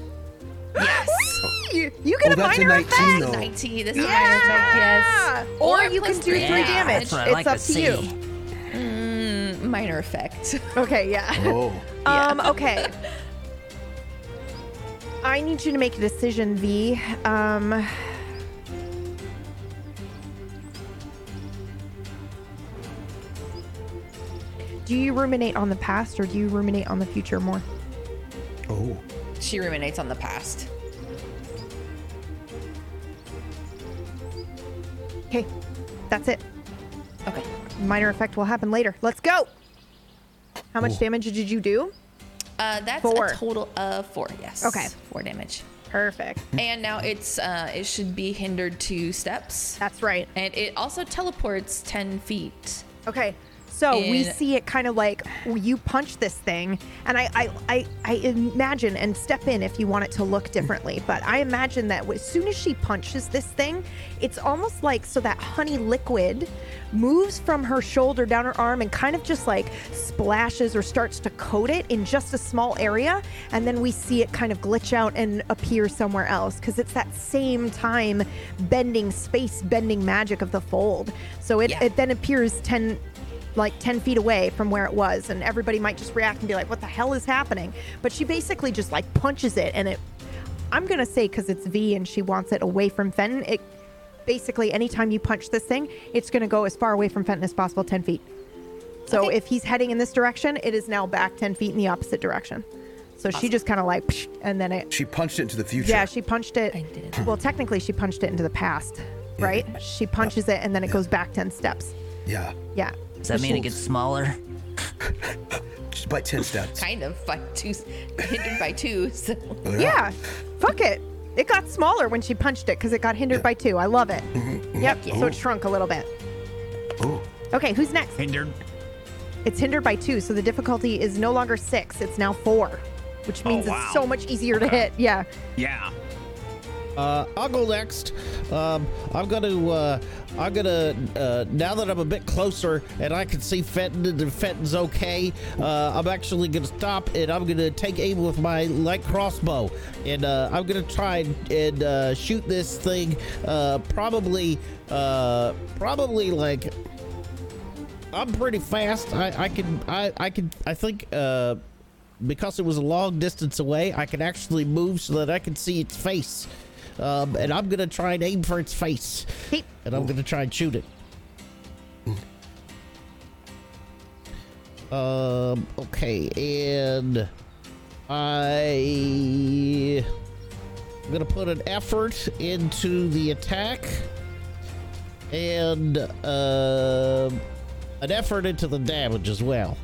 [SPEAKER 4] Yes.
[SPEAKER 1] You, you get
[SPEAKER 3] Oh,
[SPEAKER 1] a
[SPEAKER 3] that's a
[SPEAKER 1] minor
[SPEAKER 3] 19
[SPEAKER 1] effect.
[SPEAKER 3] though.
[SPEAKER 4] 19. This is
[SPEAKER 1] Yeah.
[SPEAKER 4] minor effect, yes.
[SPEAKER 1] Or
[SPEAKER 4] I'm
[SPEAKER 1] you can
[SPEAKER 4] plus
[SPEAKER 1] do three damage.
[SPEAKER 2] That's what I
[SPEAKER 1] It's
[SPEAKER 2] like
[SPEAKER 1] up
[SPEAKER 2] to
[SPEAKER 1] to you.
[SPEAKER 2] see.
[SPEAKER 4] Mm, Minor effect.
[SPEAKER 1] Okay. Yeah.
[SPEAKER 3] Oh.
[SPEAKER 1] Um, okay. I need you to make a decision, V. Um, do you ruminate on the past or do you ruminate on the future more?
[SPEAKER 3] Oh.
[SPEAKER 4] She ruminates on the past.
[SPEAKER 1] Okay. That's it.
[SPEAKER 4] Okay.
[SPEAKER 1] Minor effect will happen later. Let's go. How much damage did you do?
[SPEAKER 4] Uh, that's
[SPEAKER 1] Four.
[SPEAKER 4] a total of four. Yes.
[SPEAKER 1] Okay.
[SPEAKER 4] Four damage.
[SPEAKER 1] Perfect.
[SPEAKER 4] And now it's uh, it should be hindered two steps,
[SPEAKER 1] That's right.
[SPEAKER 4] and it also teleports ten feet.
[SPEAKER 1] Okay. So we
[SPEAKER 4] And-
[SPEAKER 1] see it kind of like you punch this thing, and I, I, I, I imagine and step in if you want it to look differently. But I imagine that as soon as she punches this thing, it's almost like so that honey liquid moves from her shoulder down her arm and kind of just like splashes or starts to coat it in just a small area, and then we see it kind of glitch out and appear somewhere else because it's that same time bending space bending magic of the fold. So it,
[SPEAKER 4] Yeah.
[SPEAKER 1] it then appears ten like 10 feet away from where it was and everybody might just react and be like what the hell is happening but she basically just like punches it and it i'm gonna say because it's v and she wants it away from fenton it basically anytime you punch this thing it's gonna go as far away from fenton as possible 10 feet so
[SPEAKER 4] Okay.
[SPEAKER 1] if he's heading in this direction it is now back 10 feet in the opposite direction so she just kind of like psh, and then it
[SPEAKER 3] She punched it into the future.
[SPEAKER 1] yeah, she punched it.
[SPEAKER 4] I did.
[SPEAKER 1] Well, technically, she punched it into the past, right? She punches it and then it goes back 10 steps.
[SPEAKER 3] yeah.
[SPEAKER 1] Yeah.
[SPEAKER 2] Does that mean it gets smaller?
[SPEAKER 3] Just by 10 steps.
[SPEAKER 4] Kind of by two, hindered by two. So
[SPEAKER 1] Yeah. Fuck it. It got smaller when she punched it because it got hindered by two. I love it.
[SPEAKER 5] Mm-hmm.
[SPEAKER 1] Yep. So it shrunk a little bit.
[SPEAKER 3] Oh.
[SPEAKER 1] Okay, who's next?
[SPEAKER 5] Hindered.
[SPEAKER 1] It's hindered by two, so the difficulty is no longer six. It's now four, which means
[SPEAKER 5] Oh, wow.
[SPEAKER 1] it's so much easier to
[SPEAKER 5] Okay.
[SPEAKER 1] hit. Yeah.
[SPEAKER 5] Yeah.
[SPEAKER 6] Uh, I'll go next. Um, I'm gonna, uh, I'm gonna. Uh, now that I'm a bit closer and I can see Fenton and Fenton's okay, uh, I'm actually gonna stop and I'm gonna take aim with my light crossbow and uh, I'm gonna try and, and uh, shoot this thing. Uh, probably, uh, probably like I'm pretty fast. I, I can I, I can I think uh because it was a long distance away, I can actually move so that I can see its face. Um, and I'm gonna try and aim for its face.
[SPEAKER 1] Keep.
[SPEAKER 6] And I'm gonna try and shoot it. Um okay, and I I'm gonna put an effort into the attack and um an effort into the damage as well.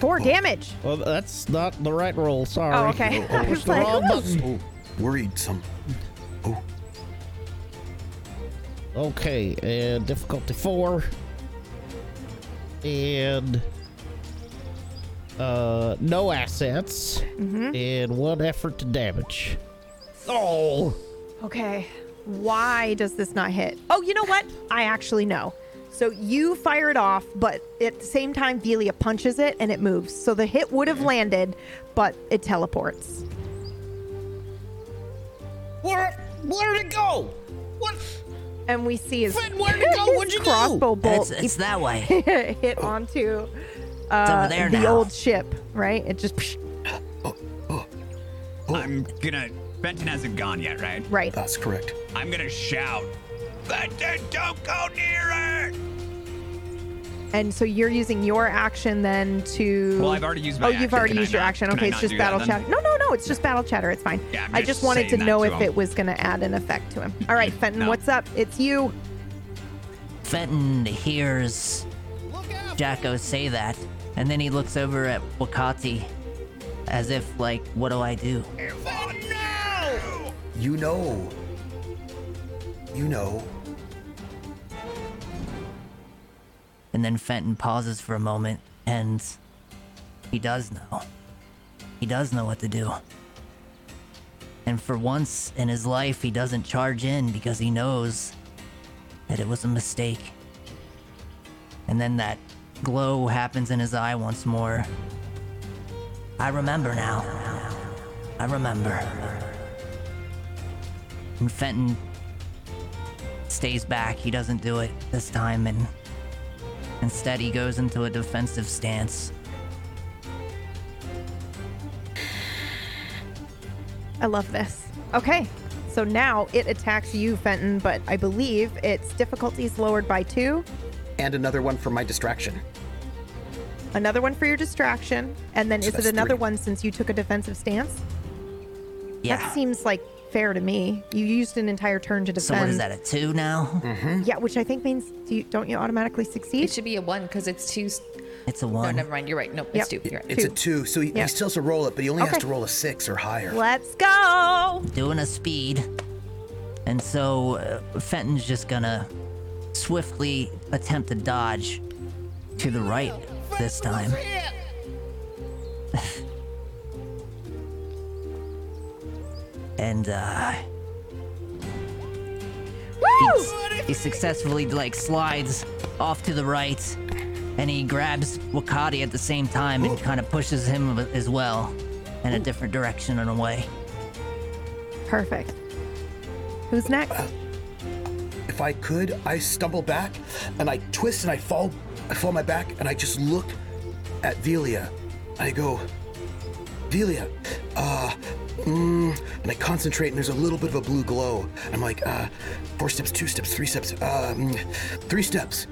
[SPEAKER 1] Four damage.
[SPEAKER 6] Well, that's not the right roll. Sorry.
[SPEAKER 1] Oh, okay. I was
[SPEAKER 6] Push the
[SPEAKER 1] like,
[SPEAKER 6] wrong
[SPEAKER 1] "Ooh."
[SPEAKER 6] button.
[SPEAKER 3] Oh, worried some. Oh,
[SPEAKER 6] Okay, and difficulty four. And uh no assets.
[SPEAKER 1] Mm-hmm.
[SPEAKER 6] And one effort to damage. Oh
[SPEAKER 1] Okay. Why does this not hit? Oh, you know what? I actually know. So you fire it off, but at the same time, Velia punches it and it moves. So the hit would have landed, but it teleports.
[SPEAKER 6] where where'd it go? What
[SPEAKER 1] And we see his,
[SPEAKER 6] Fred, where'd it go?
[SPEAKER 1] his
[SPEAKER 6] What'd you do?
[SPEAKER 1] crossbow bolt
[SPEAKER 2] It's, it's that way.
[SPEAKER 1] hit onto
[SPEAKER 2] It's
[SPEAKER 1] uh,
[SPEAKER 2] over there
[SPEAKER 1] the
[SPEAKER 2] now.
[SPEAKER 1] old ship, right? It just, psh,
[SPEAKER 5] I'm gonna. Benton hasn't gone yet, right?
[SPEAKER 1] right.
[SPEAKER 3] that's correct.
[SPEAKER 5] I'm gonna shout. Benton, don't go near it!
[SPEAKER 1] And so you're using your action then to.
[SPEAKER 5] Well, I've already used my
[SPEAKER 1] Oh, you've
[SPEAKER 5] action.
[SPEAKER 1] already
[SPEAKER 5] Can I
[SPEAKER 1] used your
[SPEAKER 5] not-
[SPEAKER 1] action.
[SPEAKER 5] can I
[SPEAKER 1] Okay, it's
[SPEAKER 5] not
[SPEAKER 1] just
[SPEAKER 5] do that
[SPEAKER 1] battle
[SPEAKER 5] then?
[SPEAKER 1] chatter. No, no, no. It's just battle chatter. It's fine.
[SPEAKER 5] Yeah, I'm
[SPEAKER 1] I
[SPEAKER 5] just
[SPEAKER 1] just wanted to
[SPEAKER 5] saying that
[SPEAKER 1] know
[SPEAKER 5] to
[SPEAKER 1] if
[SPEAKER 5] him.
[SPEAKER 1] it was going to add an effect to him. All right, Fenton,
[SPEAKER 5] No.
[SPEAKER 1] what's up? It's you.
[SPEAKER 2] Fenton hears Jacko say that, and then he looks over at Wakati as if, like, what do I do?
[SPEAKER 3] You know. You know.
[SPEAKER 2] And then Fenton pauses for a moment, and he does know. He does know what to do. And for once in his life, he doesn't charge in because he knows that it was a mistake. And then that glow happens in his eye once more. I remember now. I remember. And Fenton stays back. He doesn't do it this time, and Instead, he goes into a defensive stance.
[SPEAKER 1] I love this. Okay, so now it attacks you, Fenton, but I believe its difficulty is lowered by two.
[SPEAKER 3] And another one for my distraction.
[SPEAKER 1] Another one for your distraction. And then is it
[SPEAKER 3] That's
[SPEAKER 1] another
[SPEAKER 3] three.
[SPEAKER 1] one since you took a defensive stance?
[SPEAKER 2] Yeah.
[SPEAKER 1] That seems like fair to me. You used an entire turn to
[SPEAKER 2] So
[SPEAKER 1] defend.
[SPEAKER 2] what is that? A two now?
[SPEAKER 3] Mm-hmm.
[SPEAKER 1] Yeah, which I think means do you, don't you automatically
[SPEAKER 4] It
[SPEAKER 1] succeed?
[SPEAKER 4] should be a one because it's two. s-
[SPEAKER 2] It's a
[SPEAKER 4] No,
[SPEAKER 2] one.
[SPEAKER 4] never mind. You're right. No, it's two. You're right.
[SPEAKER 3] It's a
[SPEAKER 1] Two.
[SPEAKER 3] two, so he,
[SPEAKER 1] Yeah.
[SPEAKER 3] he still has to roll it, but he only has
[SPEAKER 1] Okay.
[SPEAKER 3] to roll a six or higher.
[SPEAKER 1] Let's go.
[SPEAKER 2] doing a speed. And so uh, Fenton's just gonna swiftly attempt to dodge to the right this time. and uh he, he successfully like slides off to the right and he grabs Wakati at the same time and kind of pushes him as well in a different direction in a way.
[SPEAKER 1] Perfect. Who's next?
[SPEAKER 3] If I could, I stumble back and I twist and I fall, I fall on my back and I just look at Velia. I go, Velia, uh, mm, and I concentrate and there's a little bit of a blue glow. I'm like, uh, four steps, two steps, three steps, uh, mm, three steps.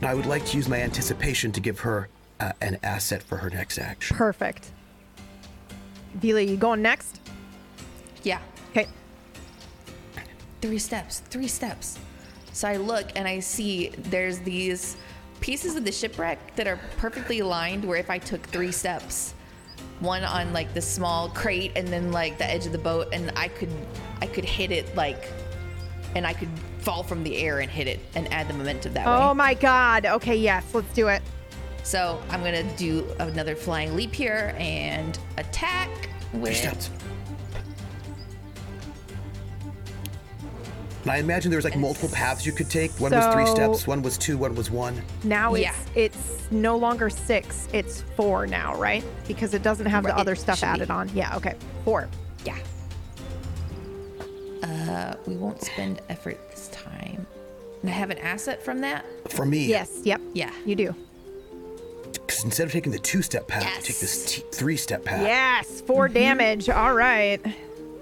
[SPEAKER 3] And I would like to use my anticipation to give her uh, an asset for her next action.
[SPEAKER 1] Perfect. Vila, you going next?
[SPEAKER 4] Yeah.
[SPEAKER 1] Okay.
[SPEAKER 4] Three steps. Three steps. So I look and I see there's these pieces of the shipwreck that are perfectly aligned. Where if I took three steps, one on like the small crate and then like the edge of the boat, and I could I could hit it like, and I could fall from the air and hit it and add the momentum that way.
[SPEAKER 1] Oh my god. Okay, yes, let's do it.
[SPEAKER 4] So I'm gonna do another flying leap here and attack
[SPEAKER 3] Three
[SPEAKER 4] with.
[SPEAKER 3] steps. And I imagine there was like multiple paths you could take. One was three
[SPEAKER 1] So-
[SPEAKER 3] steps, one was two, one was one.
[SPEAKER 1] Now it's
[SPEAKER 4] Yeah.
[SPEAKER 1] it's no longer six, it's four now, right? Because it doesn't have the
[SPEAKER 4] Right,
[SPEAKER 1] other
[SPEAKER 4] it
[SPEAKER 1] stuff
[SPEAKER 4] should be.
[SPEAKER 1] added on. Yeah, okay. Four.
[SPEAKER 4] Yeah. Uh, we won't spend effort this time. And I have an asset from that.
[SPEAKER 3] For me,
[SPEAKER 1] Yes, yep.
[SPEAKER 4] Yeah.
[SPEAKER 1] You do.
[SPEAKER 3] Because instead of taking the two-step path, you take this
[SPEAKER 4] Yes.
[SPEAKER 3] t- three-step path.
[SPEAKER 1] Yes, 4 damage. All right.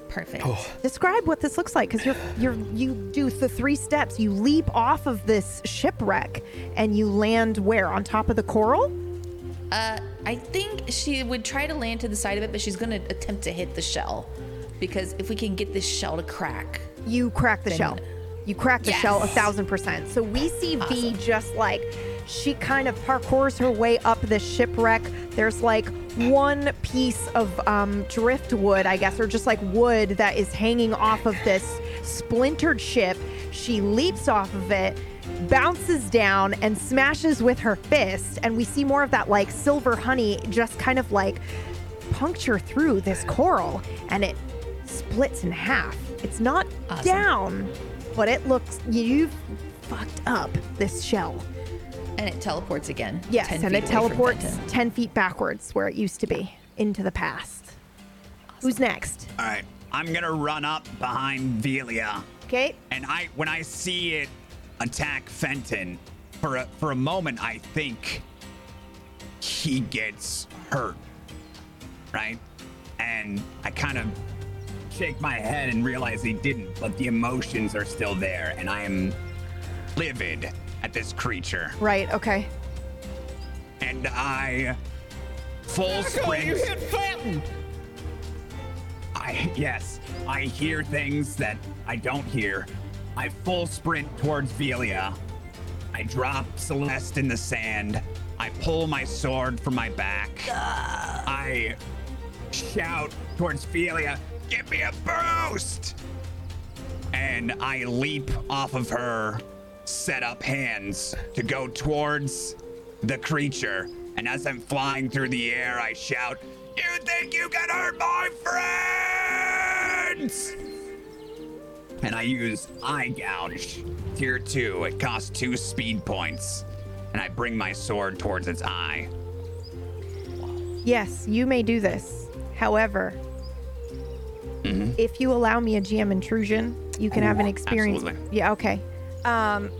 [SPEAKER 4] Perfect.
[SPEAKER 3] Oh,
[SPEAKER 1] Describe what this looks like, because you're you're you do the three steps. You leap off of this shipwreck and you land where? On top of the coral?
[SPEAKER 4] Uh, I think she would try to land to the side of it, but she's gonna attempt to hit the shell, because if we can get this shell to crack,
[SPEAKER 1] You crack the shell. You crack the shell a
[SPEAKER 4] Yes.
[SPEAKER 1] thousand percent. So we see V just like she kind of parkours her way up the shipwreck. There's like one piece of um, driftwood, I guess, or just like wood that is hanging off of this splintered ship. She leaps off of it, bounces down, and smashes with her fist. And we see more of that like silver honey just kind of like puncture through this coral and it splits in half. It's not down, but it looks you've fucked up this shell.
[SPEAKER 4] and it teleports again.
[SPEAKER 1] Yes,
[SPEAKER 4] 10
[SPEAKER 1] and
[SPEAKER 4] feet
[SPEAKER 1] it
[SPEAKER 4] away from
[SPEAKER 1] teleports
[SPEAKER 4] Fenton.
[SPEAKER 1] ten feet backwards where it used to be into the past. Who's next?
[SPEAKER 5] All right, I'm gonna run up behind Velia,
[SPEAKER 1] Okay.
[SPEAKER 5] and I when I see it attack Fenton, for a, for a moment I think he gets hurt, right? And I kind of shake my head and realize he didn't, but the emotions are still there, and I am livid at this creature,
[SPEAKER 1] Right. Okay.
[SPEAKER 5] and I full sprint.
[SPEAKER 6] you hit Fenton.
[SPEAKER 5] I yes, I hear things that I don't hear. I full sprint towards Velia. I drop Celeste in the sand. I pull my sword from my back. I shout towards Velia, "Give me a boost!" And I leap off of her, set up hands to go towards the creature. And as I'm flying through the air, I shout, You think you can hurt my friends? And I use Eye Gouge, tier two. It costs two speed points. And I bring my sword towards its eye.
[SPEAKER 1] Yes, you may do this. However, if you allow me a GM intrusion, you can have an experience.
[SPEAKER 5] absolutely.
[SPEAKER 1] Yeah, okay. Um,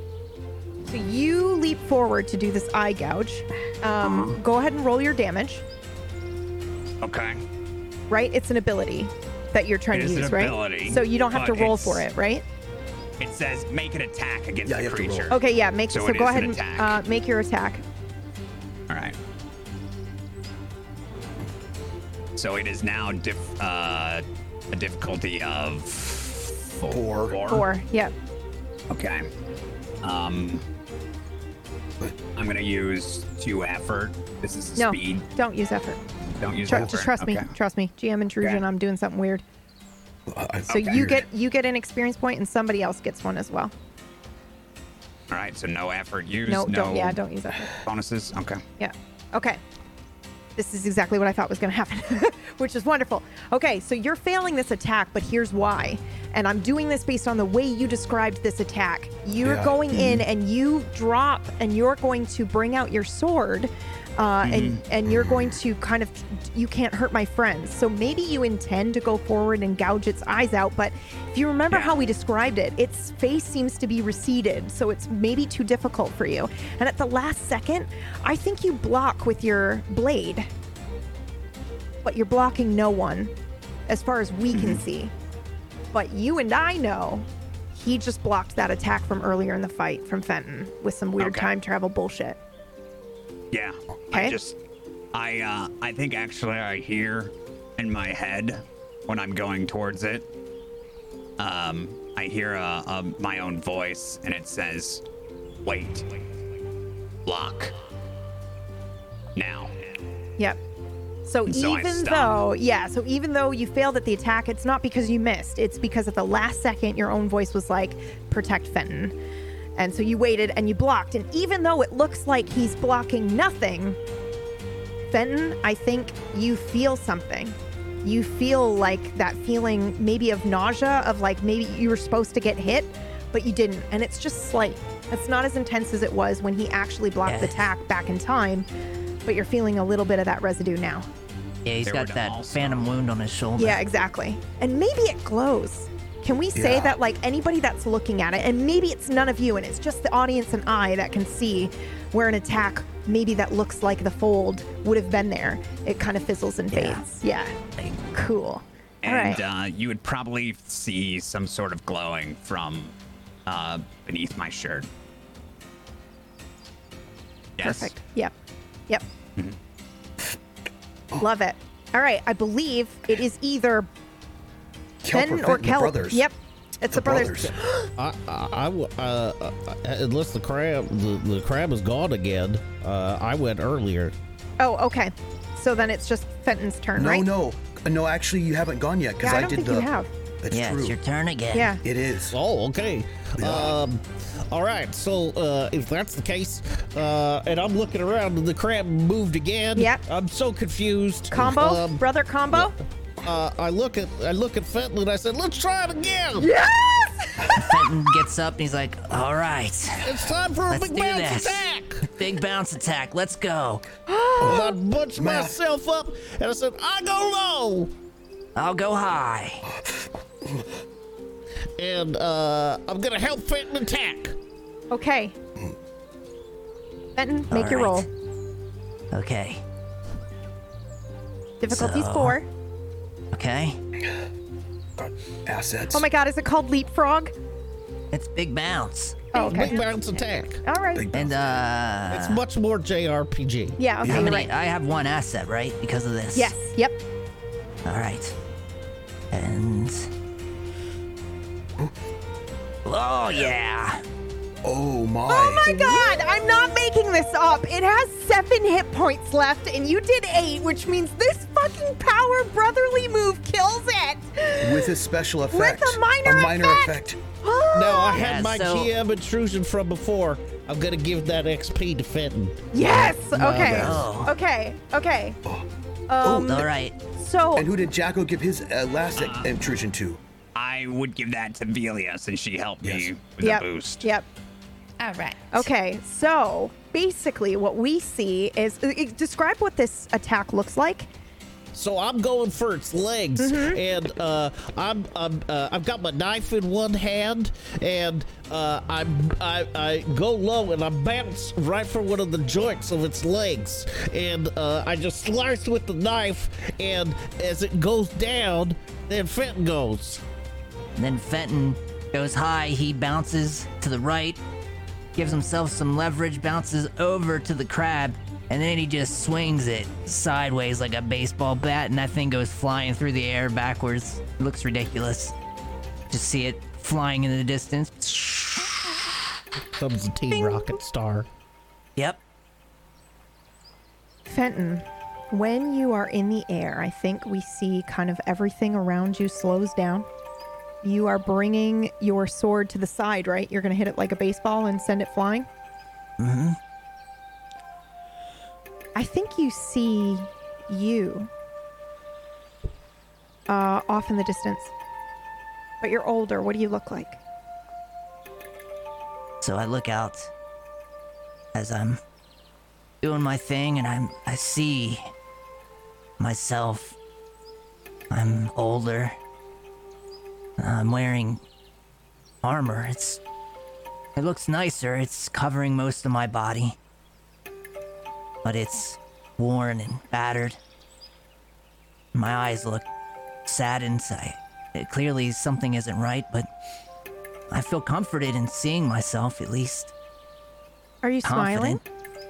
[SPEAKER 1] so you leap forward to do this eye gouge. Um, Go ahead and roll your damage,
[SPEAKER 5] Okay.
[SPEAKER 1] right? It's an ability that you're trying
[SPEAKER 5] It
[SPEAKER 1] to
[SPEAKER 5] is an
[SPEAKER 1] use, right?
[SPEAKER 5] ability,
[SPEAKER 1] so you don't have to
[SPEAKER 5] but
[SPEAKER 1] roll
[SPEAKER 5] it's-
[SPEAKER 1] for it, right?
[SPEAKER 5] It says make an attack against
[SPEAKER 3] Yeah, you
[SPEAKER 5] the
[SPEAKER 3] have to roll.
[SPEAKER 5] creature.
[SPEAKER 1] Okay, yeah. Make so,
[SPEAKER 5] So it
[SPEAKER 1] go
[SPEAKER 5] is
[SPEAKER 1] ahead
[SPEAKER 5] an
[SPEAKER 1] and
[SPEAKER 5] attack.
[SPEAKER 1] uh, make your attack.
[SPEAKER 5] All right. So it is now diff, uh, a difficulty of Four.
[SPEAKER 3] Four.
[SPEAKER 1] Four. Yep.
[SPEAKER 5] Okay. Um, I'm gonna use two effort. This is the
[SPEAKER 1] No,
[SPEAKER 5] speed.
[SPEAKER 1] don't use effort.
[SPEAKER 5] Don't use
[SPEAKER 1] Tru-
[SPEAKER 5] effort.
[SPEAKER 1] just trust me.
[SPEAKER 5] Okay.
[SPEAKER 1] Trust me. GM intrusion.
[SPEAKER 5] Okay.
[SPEAKER 1] I'm doing something weird.
[SPEAKER 3] I-
[SPEAKER 1] So
[SPEAKER 5] Okay.
[SPEAKER 1] you get you get an experience point, and somebody else gets one as well.
[SPEAKER 5] All right. So no effort used.
[SPEAKER 1] No,
[SPEAKER 5] No.
[SPEAKER 1] don't. Yeah, don't use effort.
[SPEAKER 5] Bonuses. Okay.
[SPEAKER 1] Yeah. Okay. This is exactly what I thought was going to happen, which is wonderful. Okay, so you're failing this attack, but here's why. And I'm doing this based on the way you described this attack. You're
[SPEAKER 3] Yeah.
[SPEAKER 1] going in and you drop, and you're going to bring out your sword, uh, and and you're going to kind of you can't hurt my friends. So maybe you intend to go forward and gouge its eyes out, but if you remember how we described it, its face seems to be receded, so it's maybe too difficult for you. And at the last second, I think you block with your blade, but you're blocking no one, as far as we can see. But you and I know he just blocked that attack from earlier in the fight from Fenton with some weird
[SPEAKER 5] Okay.
[SPEAKER 1] time travel bullshit.
[SPEAKER 5] Yeah.
[SPEAKER 1] Okay.
[SPEAKER 5] I just, I, uh, I think actually I hear in my head when I'm going towards it. Um, I hear uh uh my own voice and it says, "Wait, lock now."
[SPEAKER 1] Yep. So
[SPEAKER 5] So I
[SPEAKER 1] even
[SPEAKER 5] stop.
[SPEAKER 1] though, yeah, so even though you failed at the attack, it's not because you missed. It's because at the last second, your own voice was like, protect Fenton. And so you waited and you blocked. And even though it looks like he's blocking nothing, Fenton, I think you feel something. You feel like that feeling maybe of nausea, of like maybe you were supposed to get hit, but you didn't. And it's just slight. It's not as intense as it was when he actually blocked the
[SPEAKER 2] Yes.
[SPEAKER 1] attack back in time, but you're feeling a little bit of that residue now.
[SPEAKER 2] Yeah, he's
[SPEAKER 5] There
[SPEAKER 2] got
[SPEAKER 5] would
[SPEAKER 2] that
[SPEAKER 5] also-
[SPEAKER 2] phantom wound on his shoulder.
[SPEAKER 1] Yeah, exactly. And maybe it glows. Can we say
[SPEAKER 3] Yeah.
[SPEAKER 1] that, like, anybody that's looking at it, and maybe it's none of you, and it's just the audience and I that can see where an attack, maybe that looks like the fold, would have been there? It kind of fizzles and
[SPEAKER 2] Yeah.
[SPEAKER 1] fades. Yeah.
[SPEAKER 2] Like,
[SPEAKER 1] Cool. All
[SPEAKER 5] and
[SPEAKER 1] right.
[SPEAKER 5] uh, you would probably see some sort of glowing from uh, beneath my shirt. Yes.
[SPEAKER 1] Perfect. Yep. Yep.
[SPEAKER 3] Mm-hmm.
[SPEAKER 1] Love it. All right. I believe it is either
[SPEAKER 3] Kelp
[SPEAKER 1] Ben
[SPEAKER 3] or,
[SPEAKER 1] or
[SPEAKER 3] Fenton, the
[SPEAKER 1] Kelp.
[SPEAKER 3] brothers.
[SPEAKER 1] Yep. It's the,
[SPEAKER 3] The brothers.
[SPEAKER 6] I, I, I w- uh, uh, uh, unless the crab, the, the crab is gone again. Uh, I went earlier.
[SPEAKER 1] Oh, okay. So then it's just Fenton's turn,
[SPEAKER 3] No,
[SPEAKER 1] right?
[SPEAKER 3] no, Uh, no. Actually, you haven't gone yet because
[SPEAKER 1] Yeah, I
[SPEAKER 3] I,
[SPEAKER 1] don't
[SPEAKER 3] did
[SPEAKER 1] think
[SPEAKER 3] the.
[SPEAKER 1] you have.
[SPEAKER 3] It's
[SPEAKER 2] yeah,
[SPEAKER 3] true.
[SPEAKER 2] it's your turn again.
[SPEAKER 1] Yeah.
[SPEAKER 3] It is.
[SPEAKER 6] Oh, okay. Um, all right. So uh, if that's the case, uh, and I'm looking around, and the crab moved again.
[SPEAKER 1] Yep.
[SPEAKER 6] I'm so confused.
[SPEAKER 1] Combo,
[SPEAKER 6] Um,
[SPEAKER 1] brother combo.
[SPEAKER 6] uh, I look at I look at Fenton and I said, "Let's try it again.
[SPEAKER 2] Fenton gets up and he's like, all right,
[SPEAKER 6] It's time for a
[SPEAKER 2] Let's
[SPEAKER 6] big
[SPEAKER 2] do
[SPEAKER 6] bounce
[SPEAKER 2] this.
[SPEAKER 6] attack."
[SPEAKER 2] big bounce attack, let's go.
[SPEAKER 6] And I bunched
[SPEAKER 3] Matt.
[SPEAKER 6] myself up and I said, "I go low."
[SPEAKER 2] I'll go high.
[SPEAKER 6] and uh, I'm gonna help Fenton attack.
[SPEAKER 1] Okay. Benton, make your
[SPEAKER 2] right.
[SPEAKER 1] roll.
[SPEAKER 2] Okay,
[SPEAKER 1] Difficulty's
[SPEAKER 2] So-
[SPEAKER 1] four.
[SPEAKER 2] okay.
[SPEAKER 3] Assets.
[SPEAKER 1] Oh my god, is it called leapfrog?
[SPEAKER 2] It's big bounce.
[SPEAKER 1] Oh, okay.
[SPEAKER 6] Big bounce attack.
[SPEAKER 1] All right.
[SPEAKER 3] Big-
[SPEAKER 2] And, uh,
[SPEAKER 6] It's much more JRPG.
[SPEAKER 1] Yeah, okay,
[SPEAKER 2] how
[SPEAKER 1] you're
[SPEAKER 2] many?
[SPEAKER 1] right.
[SPEAKER 2] I have one asset, right? Because of this.
[SPEAKER 1] Yes, yep.
[SPEAKER 2] All right. And. Oh, yeah.
[SPEAKER 3] Oh my.
[SPEAKER 1] Oh my god, I'm not making this up. It has seven hit points left, and you did eight, which means this fucking power brotherly move kills it.
[SPEAKER 3] With a special effect.
[SPEAKER 1] a minor effect.
[SPEAKER 3] effect.
[SPEAKER 6] No, I
[SPEAKER 2] Yeah,
[SPEAKER 6] had my
[SPEAKER 2] so-
[SPEAKER 6] GM intrusion from before. I'm gonna give that XP to Fenton.
[SPEAKER 1] yes. Okay.
[SPEAKER 2] no.
[SPEAKER 1] Okay. Okay.
[SPEAKER 6] Oh.
[SPEAKER 2] Oh,
[SPEAKER 1] Um,
[SPEAKER 2] All right.
[SPEAKER 1] So
[SPEAKER 3] And who did Jacko give his elastic intrusion to?
[SPEAKER 5] Uh, I would give that to Velia since she helped
[SPEAKER 3] Yes.
[SPEAKER 5] me with
[SPEAKER 1] yep.
[SPEAKER 5] a boost.
[SPEAKER 1] Yep.
[SPEAKER 4] All right.
[SPEAKER 1] Okay, so basically, what we see is uh, describe what this attack looks like.
[SPEAKER 6] So I'm going for its legs, and uh, I'm, I'm uh, I've got my knife in one hand, and uh, I, I I go low and I bounce right for one of the joints of its legs, and uh, I just slice with the knife, and as it goes down, then Fenton goes.
[SPEAKER 2] And then Fenton goes high. He bounces to the right, gives himself some leverage, bounces over to the crab, and then he just swings it sideways like a baseball bat, and that thing goes flying through the air backwards. It looks ridiculous. Just see it flying in the distance.
[SPEAKER 6] Comes the Team Rocket Star.
[SPEAKER 2] Yep.
[SPEAKER 1] Fenton, when you are in the air, I think we see kind of everything around you slows down. You are bringing your sword to the side, right? You're going to hit it like a baseball and send it flying? Mm-hmm. I think you see you uh, off in the distance. But you're older. What do you look like?
[SPEAKER 2] So I look out as I'm doing my thing and I'm I see myself. I'm older. I'm wearing armor. It's it looks nicer. It's covering most of my body. But it's worn and battered. My eyes look saddened. I, it clearly something isn't right, but I feel comforted in seeing myself at least.
[SPEAKER 1] Are you smiling?
[SPEAKER 2] Confident.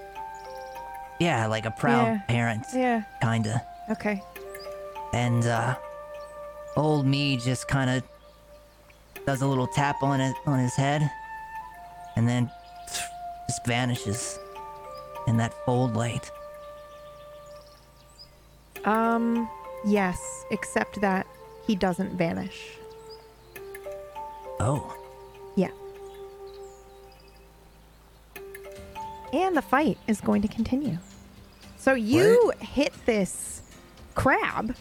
[SPEAKER 2] Yeah, like a proud
[SPEAKER 1] Yeah.
[SPEAKER 2] parent,
[SPEAKER 1] Yeah.
[SPEAKER 2] kinda.
[SPEAKER 1] Okay.
[SPEAKER 2] And uh old me just kinda does a little tap on it on his head and then just vanishes in that fold light.
[SPEAKER 1] Um, yes, except that he doesn't vanish.
[SPEAKER 2] Oh.
[SPEAKER 1] Yeah. And the fight is going to continue. So you hit this crab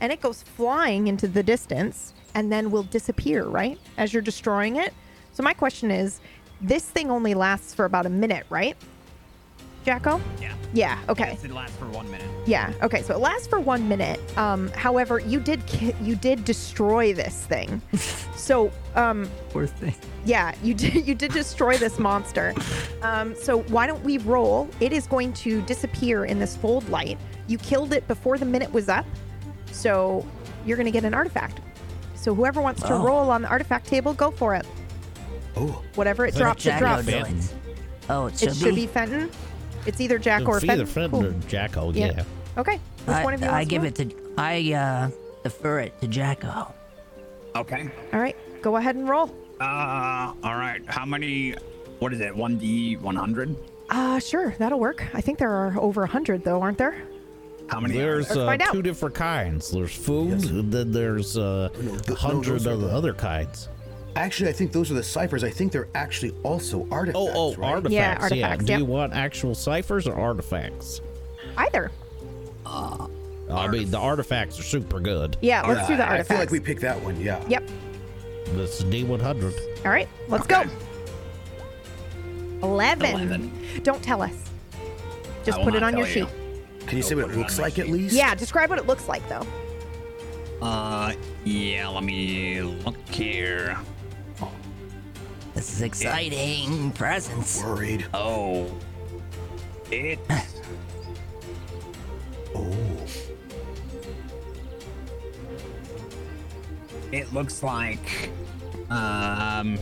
[SPEAKER 1] and it goes flying into the distance and then will disappear, right? As you're destroying it. So my question is, this thing only lasts for about a minute, right? Jacko?
[SPEAKER 5] Yeah.
[SPEAKER 1] Yeah, okay.
[SPEAKER 5] Yes, it lasts for one minute.
[SPEAKER 1] Yeah. Okay. So it lasts for one minute. Um, however, you did ki- you did destroy this thing. so um,
[SPEAKER 7] Poor thing.
[SPEAKER 1] yeah, you did you did destroy this monster. Um, so why don't we roll? It is going to disappear in this fold light. You killed it before the minute was up, so you're going to get an artifact. So whoever wants to
[SPEAKER 2] Oh.
[SPEAKER 1] roll on the artifact table, go for it.
[SPEAKER 3] Oh,
[SPEAKER 1] Whatever it
[SPEAKER 6] Is that a
[SPEAKER 1] drops, it
[SPEAKER 6] jack
[SPEAKER 2] Jacko
[SPEAKER 1] drops.
[SPEAKER 6] or
[SPEAKER 2] do
[SPEAKER 6] Fenton.
[SPEAKER 2] it. Oh, it should,
[SPEAKER 1] It should be Fenton. It's either Jack or
[SPEAKER 6] It's
[SPEAKER 1] Fenton.
[SPEAKER 6] either Fenton
[SPEAKER 1] Cool.
[SPEAKER 6] or Jacko,
[SPEAKER 1] Yeah.
[SPEAKER 6] yeah.
[SPEAKER 1] Okay. Which
[SPEAKER 2] I,
[SPEAKER 1] one of you?
[SPEAKER 2] I
[SPEAKER 1] wants to
[SPEAKER 2] give
[SPEAKER 1] roll?
[SPEAKER 2] it to I uh defer it to oh, Jacko.
[SPEAKER 5] Okay.
[SPEAKER 1] All right, go ahead and roll.
[SPEAKER 5] Uh, all right. How many? What is it? One D, one hundred.
[SPEAKER 1] Ah, sure, that'll work. I think there are over a hundred, though, aren't there?
[SPEAKER 5] How many? are
[SPEAKER 6] There's
[SPEAKER 5] there?
[SPEAKER 1] Let's
[SPEAKER 6] uh,
[SPEAKER 1] find out.
[SPEAKER 6] two different kinds. There's food, and then there's uh, a
[SPEAKER 3] no, th-
[SPEAKER 6] hundred
[SPEAKER 3] those are
[SPEAKER 6] of the
[SPEAKER 3] the-
[SPEAKER 6] other kinds.
[SPEAKER 3] actually, I think those are the ciphers. I think they're actually also artifacts.
[SPEAKER 6] Oh, oh,
[SPEAKER 3] right?
[SPEAKER 6] artifacts.
[SPEAKER 1] Yeah, artifacts,
[SPEAKER 6] Do
[SPEAKER 1] yep.
[SPEAKER 6] you want actual ciphers or artifacts?
[SPEAKER 1] Either.
[SPEAKER 6] I mean, the artifacts are super good.
[SPEAKER 1] Yeah, let's do the
[SPEAKER 3] I
[SPEAKER 1] artifacts.
[SPEAKER 3] feel like we picked that one. Yeah.
[SPEAKER 1] Yep.
[SPEAKER 6] This is D100.
[SPEAKER 1] All right, let's
[SPEAKER 5] Okay.
[SPEAKER 1] go. 11.
[SPEAKER 5] 11.
[SPEAKER 1] Don't tell us.
[SPEAKER 5] I
[SPEAKER 1] Just
[SPEAKER 5] will
[SPEAKER 1] put it
[SPEAKER 5] not
[SPEAKER 1] on your
[SPEAKER 5] tell you.
[SPEAKER 1] sheet.
[SPEAKER 3] Can you say what
[SPEAKER 5] put
[SPEAKER 3] it
[SPEAKER 5] it
[SPEAKER 3] looks
[SPEAKER 5] on my
[SPEAKER 3] like at
[SPEAKER 5] sheet.
[SPEAKER 3] least?
[SPEAKER 1] Yeah, describe what it looks like, though.
[SPEAKER 5] Uh, yeah. Let me look here.
[SPEAKER 2] This is exciting presents.
[SPEAKER 3] Worried.
[SPEAKER 5] Oh, it.
[SPEAKER 3] Oh.
[SPEAKER 5] It looks like, um,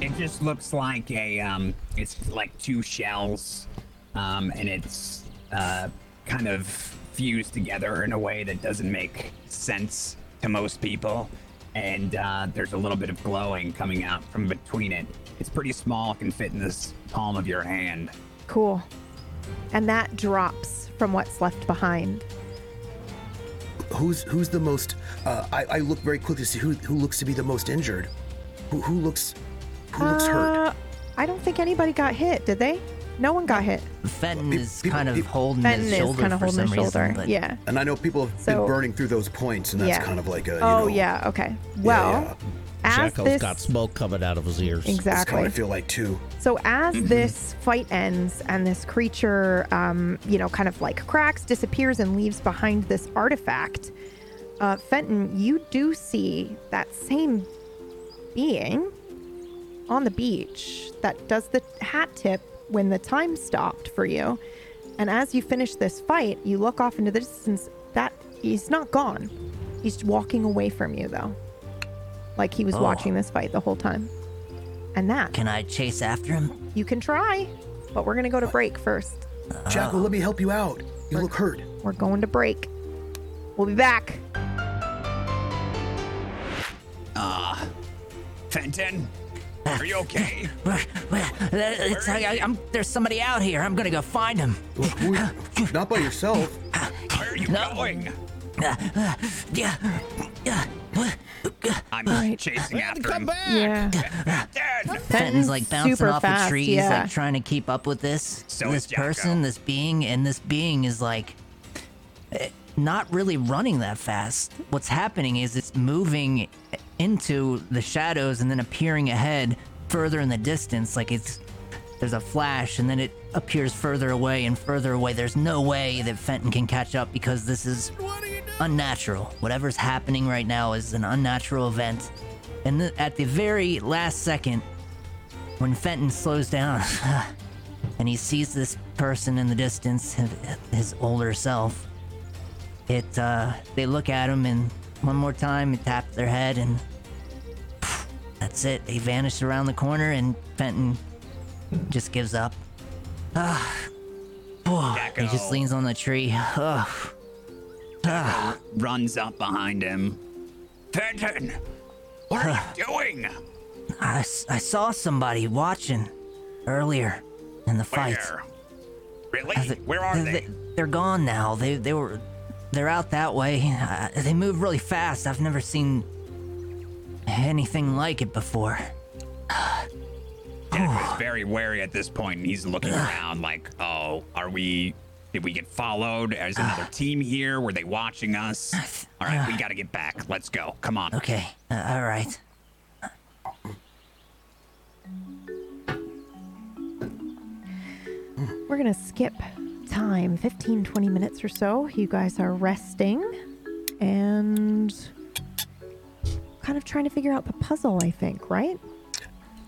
[SPEAKER 5] it just looks like a um, it's like two shells, um, and it's uh, kind of fused together in a way that doesn't make sense to most people. And uh, there's a little bit of glowing coming out from between it. It's pretty small, it can fit in this palm of your hand.
[SPEAKER 1] Cool. And that drops from what's left behind.
[SPEAKER 3] Who's who's the most? Uh, I, I look very quickly to see who who looks to be the most injured. Who who looks who looks hurt?
[SPEAKER 1] Uh, I don't think anybody got hit, did they? No one got hit.
[SPEAKER 2] Fenton
[SPEAKER 3] Pe-
[SPEAKER 2] is
[SPEAKER 3] people-
[SPEAKER 2] kind of
[SPEAKER 3] people-
[SPEAKER 2] holding
[SPEAKER 1] Fenton
[SPEAKER 2] his
[SPEAKER 1] is
[SPEAKER 2] shoulder
[SPEAKER 1] kind of
[SPEAKER 2] for
[SPEAKER 1] holding
[SPEAKER 2] some
[SPEAKER 1] his shoulder.
[SPEAKER 2] reason. but-
[SPEAKER 1] yeah.
[SPEAKER 3] And I know people have
[SPEAKER 1] So-
[SPEAKER 3] been burning through those points, and that's kind of like a. You
[SPEAKER 1] oh
[SPEAKER 3] know,
[SPEAKER 1] yeah, okay. Well,
[SPEAKER 3] yeah.
[SPEAKER 1] as
[SPEAKER 6] Jacko's
[SPEAKER 1] this
[SPEAKER 6] got smoke coming out of his ears.
[SPEAKER 3] That's kind of
[SPEAKER 1] exactly.
[SPEAKER 3] what I feel like too.
[SPEAKER 1] So as this fight ends and this creature, um, you know, kind of like cracks, disappears, and leaves behind this artifact, uh, Fenton, you do see that same being on the beach that does the hat tip when the time stopped for you. And as you finish this fight, you look off into the distance. That he's not gone. He's walking away from you though, like he was
[SPEAKER 2] Oh.
[SPEAKER 1] watching this fight the whole time. And that
[SPEAKER 2] Can I chase after him?
[SPEAKER 1] you can try, but we're going to go to break first.
[SPEAKER 2] Uh,
[SPEAKER 3] Jacko, let me help you out. You look hurt.
[SPEAKER 1] We're going to break. We'll be back.
[SPEAKER 5] Uh, Fenton, are you okay?
[SPEAKER 2] It's like I, I'm, there's somebody out here. I'm gonna go find him.
[SPEAKER 3] Not by yourself.
[SPEAKER 5] Where are you going?
[SPEAKER 2] Yeah. Yeah.
[SPEAKER 5] I'm chasing
[SPEAKER 6] And
[SPEAKER 5] after
[SPEAKER 6] come
[SPEAKER 5] him.
[SPEAKER 6] back!
[SPEAKER 1] Yeah.
[SPEAKER 5] Dad!
[SPEAKER 2] Fenton's like bouncing
[SPEAKER 1] super
[SPEAKER 2] off
[SPEAKER 1] fast,
[SPEAKER 2] the trees,
[SPEAKER 1] yeah.
[SPEAKER 2] like trying to keep up with this
[SPEAKER 5] So
[SPEAKER 2] this
[SPEAKER 5] is Jacko.
[SPEAKER 2] person, this being, and this being is like eh, not really running that fast. What's happening is it's moving into the shadows and then appearing ahead further in the distance, like it's there's a flash and then it appears further away and further away. There's no way that Fenton can catch up because this is unnatural. Whatever's happening right now is an unnatural event. And th- at the very last second, when Fenton slows down and he sees this person in the distance, his older self, it uh, they look at him and one more time it taps their head and that's it. They vanish around the corner and Fenton just gives up. Ah, he just
[SPEAKER 5] Jacko.
[SPEAKER 2] leans on the tree. Ugh.
[SPEAKER 5] Runs up behind him. Fenton! What are you doing?
[SPEAKER 2] I, s- I saw somebody watching earlier in the fight.
[SPEAKER 5] Where? Really?
[SPEAKER 2] I thi-
[SPEAKER 5] Where are they?
[SPEAKER 2] They're gone now. They they were they're out that way. Uh, they move really fast. I've never seen anything like it before.
[SPEAKER 5] He's very wary at this point, and he's looking around like, "Oh, are we? Did we get followed? Is another team here? Were they watching us? All right, we got to get back. Let's go. Come on."
[SPEAKER 2] Okay. Uh, all right.
[SPEAKER 1] We're going to skip time 15, 20 minutes or so. You guys are resting and kind of trying to figure out the puzzle, I think, right?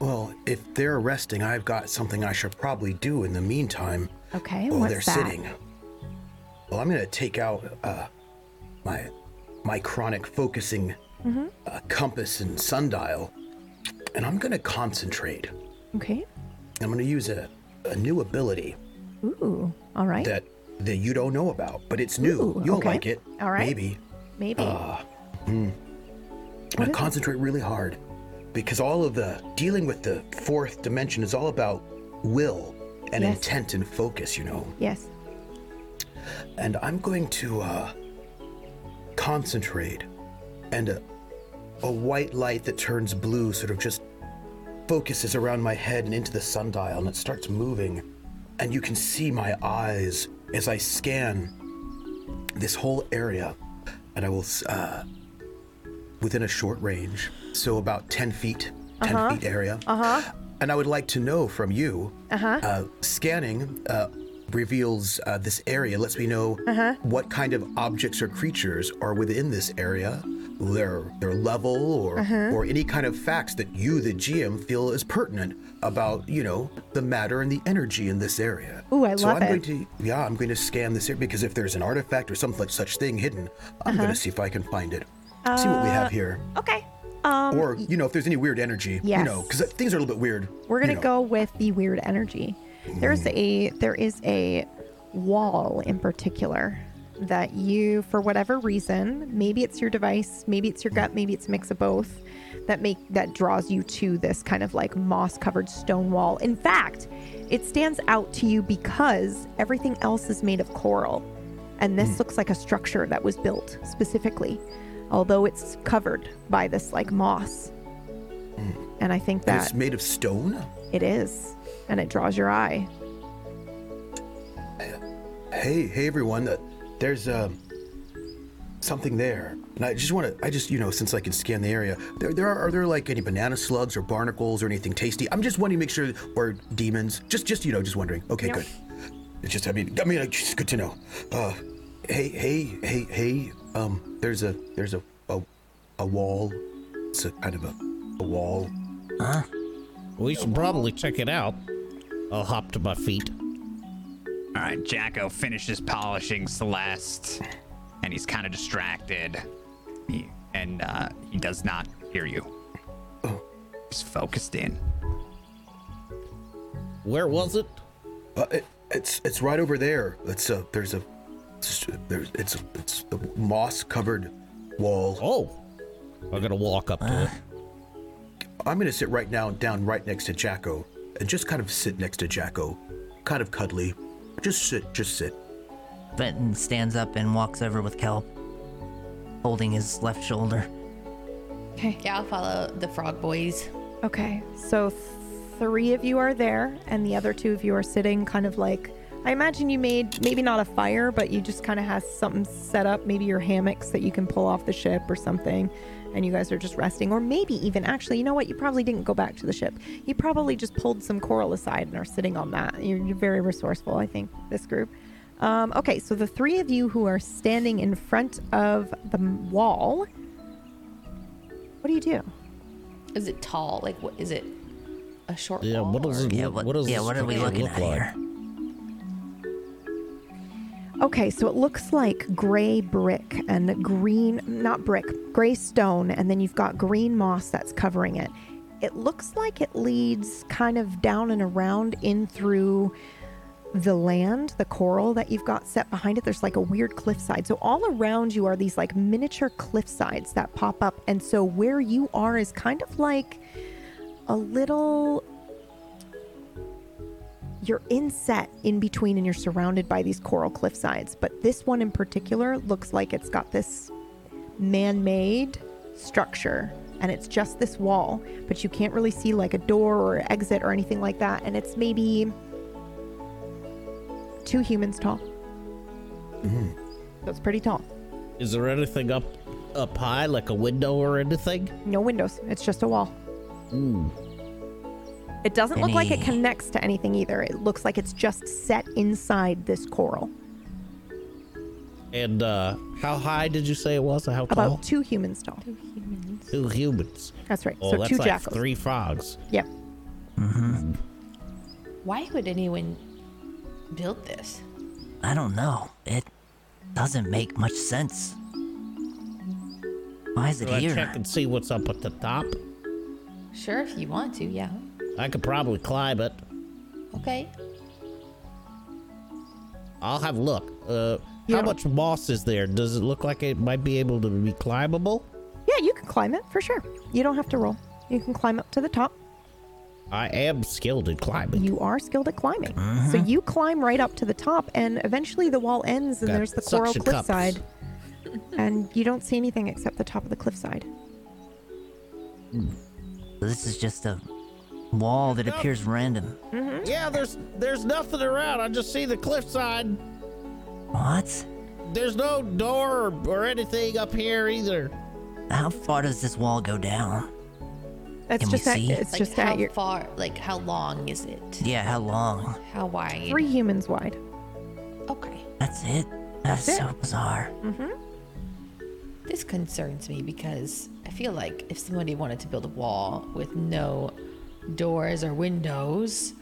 [SPEAKER 3] Well, if they're resting, I've got something I should probably do in the meantime.
[SPEAKER 1] Okay,
[SPEAKER 3] Oh,
[SPEAKER 1] what's
[SPEAKER 3] they're
[SPEAKER 1] that?
[SPEAKER 3] sitting. Well, I'm gonna take out uh, my my chronic focusing
[SPEAKER 1] Mm-hmm.
[SPEAKER 3] uh, compass and sundial, and I'm gonna concentrate.
[SPEAKER 1] Okay.
[SPEAKER 3] I'm gonna use a, a new ability
[SPEAKER 1] Ooh, all right.
[SPEAKER 3] that that you don't know about, but it's new.
[SPEAKER 1] Ooh,
[SPEAKER 3] You'll
[SPEAKER 1] okay.
[SPEAKER 3] like it.
[SPEAKER 1] All right.
[SPEAKER 3] Maybe.
[SPEAKER 1] Maybe.
[SPEAKER 3] uh. I'm gonna concentrate really hard because all of the dealing with the fourth dimension is all about will and
[SPEAKER 1] Yes.
[SPEAKER 3] intent and focus. You know.
[SPEAKER 1] yes.
[SPEAKER 3] and I'm going to uh, concentrate, and a, a white light that turns blue sort of just focuses around my head and into the sundial, and it starts moving, and you can see my eyes as I scan this whole area, and I will s- uh, within a short range, so about ten feet, 10 feet area.
[SPEAKER 1] Uh-huh.
[SPEAKER 3] Uh huh. And I would like to know from you. Uh-huh. scanning uh, reveals uh, this area, lets me know
[SPEAKER 1] Uh-huh.
[SPEAKER 3] what kind of objects or creatures are within this area, their their level, or
[SPEAKER 1] Uh-huh.
[SPEAKER 3] or any kind of facts that you, the GM, feel is pertinent about you know the matter and the energy in this area.
[SPEAKER 1] Ooh, I
[SPEAKER 3] so
[SPEAKER 1] love
[SPEAKER 3] I'm Going
[SPEAKER 1] it.
[SPEAKER 3] to, yeah, I'm going to scan this area because if there's an artifact or some such- such thing hidden, I'm going to see if I can find it. Uh, see what we have here.
[SPEAKER 1] Uh-huh. Uh, Okay. Um,
[SPEAKER 3] Or, you know, if there's any weird energy, you know,
[SPEAKER 1] Yes.
[SPEAKER 3] because things are a little bit weird.
[SPEAKER 1] We're
[SPEAKER 3] you
[SPEAKER 1] gonna
[SPEAKER 3] know. Mm.
[SPEAKER 1] go with the weird energy. There's a there is a wall in particular that you, for whatever reason, maybe it's your device, maybe it's your gut, maybe it's a mix of both, that make that draws you to this kind of like moss-covered stone wall. In fact, it stands out to you because everything else is made of coral, and
[SPEAKER 3] Mm.
[SPEAKER 1] this looks like a structure that was built specifically, although it's covered by this like moss.
[SPEAKER 3] Mm.
[SPEAKER 1] And I think
[SPEAKER 3] And
[SPEAKER 1] that
[SPEAKER 3] It's made of stone?
[SPEAKER 1] it is, and it draws your eye.
[SPEAKER 3] Hey, hey everyone. Uh, there's um something there. And I just want to I just, you know, since I can scan the area, there there are, are there like any banana slugs or barnacles or anything tasty? I'm just wanting to make sure or demons. Just just you know, just wondering. Okay, good. It's just I mean, I mean, it's just good to know. Uh hey, hey, hey, hey. Um there's a there's a a, a wall. It's a kind of a, a wall.
[SPEAKER 6] We should probably check it out. I'll hop to my feet.
[SPEAKER 5] All right, Jacko finishes polishing Celeste, and he's kind of distracted, he, and uh, he does not hear you. He's focused in.
[SPEAKER 6] Where was it?
[SPEAKER 3] Uh, it, it's it's right over there. It's a there's a there's it's it's the moss covered wall.
[SPEAKER 6] Oh, I'm gonna walk up to it.
[SPEAKER 3] I'm going to sit right now down right next to Jacko and just kind of sit next to Jacko, kind of cuddly. Just sit, just sit.
[SPEAKER 2] Benton stands up and walks over with Kelp, holding his left shoulder.
[SPEAKER 1] Okay.
[SPEAKER 4] Yeah, I'll follow the frog boys.
[SPEAKER 1] Okay. So th- three of you are there, and the other two of you are sitting, kind of like I imagine you made maybe not a fire, but you just kind of have something set up, maybe your hammocks that you can pull off the ship or something, and you guys are just resting, or maybe even actually, you know what? You probably didn't go back to the ship. You probably just pulled some coral aside and are sitting on that. You're, you're very resourceful, I think. This group. Um, okay, so the three of you who are standing in front of the m- wall, what do you do?
[SPEAKER 4] Is it tall? Like, what is it? A short
[SPEAKER 6] Yeah,
[SPEAKER 4] wall?
[SPEAKER 6] what does
[SPEAKER 4] or-
[SPEAKER 6] it
[SPEAKER 2] Yeah,
[SPEAKER 6] look-
[SPEAKER 2] what,
[SPEAKER 6] what does
[SPEAKER 2] yeah,
[SPEAKER 6] this
[SPEAKER 2] what are we
[SPEAKER 6] picture
[SPEAKER 2] looking
[SPEAKER 6] look
[SPEAKER 2] at
[SPEAKER 6] like?
[SPEAKER 2] here?
[SPEAKER 1] Okay, so it looks like gray brick and green, not brick, gray stone, and then you've got green moss that's covering it. It looks like it leads kind of down and around in through the land, the coral that you've got set behind it. There's like a weird cliffside. So all around you are these like miniature cliffsides that pop up. And so where you are is kind of like a little you're inset in between and you're surrounded by these coral cliff sides. But this one in particular looks like it's got this man made structure and it's just this wall, but you can't really see like a door or exit or anything like that. And it's maybe two humans tall.
[SPEAKER 3] Mm.
[SPEAKER 1] So it's pretty tall.
[SPEAKER 6] Is there anything up up high, like a window or anything?
[SPEAKER 1] No windows, it's just a wall. It doesn't look like it
[SPEAKER 2] Any-
[SPEAKER 1] connects to anything either. It looks like it's just set inside this coral.
[SPEAKER 6] And uh how high did you say it was? or How
[SPEAKER 1] About
[SPEAKER 6] tall?
[SPEAKER 1] two humans tall.
[SPEAKER 6] Two humans.
[SPEAKER 1] That's right.
[SPEAKER 6] Oh,
[SPEAKER 1] so
[SPEAKER 6] that's
[SPEAKER 1] two
[SPEAKER 6] like
[SPEAKER 1] jackals.
[SPEAKER 6] three frogs.
[SPEAKER 1] Yep.
[SPEAKER 3] Mm-hmm.
[SPEAKER 4] Why would anyone build this?
[SPEAKER 2] I don't know. It doesn't make much sense. Why is it
[SPEAKER 6] Should I
[SPEAKER 2] here?
[SPEAKER 6] check and see what's up at the top?
[SPEAKER 4] Sure, if you want to, yeah.
[SPEAKER 6] I could probably climb it.
[SPEAKER 4] Okay.
[SPEAKER 6] I'll have a look. Uh,
[SPEAKER 1] Yeah.
[SPEAKER 6] How much moss is there? Does it look like it might be able to be climbable?
[SPEAKER 1] Yeah, you can climb it for sure. You don't have to roll. You can climb up to the top.
[SPEAKER 6] I am skilled in climbing. Uh-huh.
[SPEAKER 1] You are skilled at climbing. So you climb right up to the top, and eventually the wall ends, and
[SPEAKER 6] Got
[SPEAKER 1] there's the coral
[SPEAKER 6] suction cups.
[SPEAKER 1] cliffside. and you don't see anything except the top of the cliffside.
[SPEAKER 2] This is just a wall that appears random.
[SPEAKER 6] Yeah, there's there's nothing around. I just see the cliffside.
[SPEAKER 2] What?
[SPEAKER 6] There's no door or, or anything up here either.
[SPEAKER 2] How far does this wall go down?
[SPEAKER 1] That's
[SPEAKER 2] Can we
[SPEAKER 1] just at,
[SPEAKER 2] see?
[SPEAKER 1] it's
[SPEAKER 4] Like,
[SPEAKER 1] just
[SPEAKER 4] how
[SPEAKER 1] at your
[SPEAKER 4] far? Like, how long is it?
[SPEAKER 2] Yeah, how long?
[SPEAKER 4] How wide?
[SPEAKER 1] three humans wide.
[SPEAKER 4] Okay.
[SPEAKER 2] That's it. That's
[SPEAKER 1] That's it.
[SPEAKER 2] so bizarre.
[SPEAKER 4] Mm-hmm. This concerns me because I feel like if somebody wanted to build a wall with no doors or windows,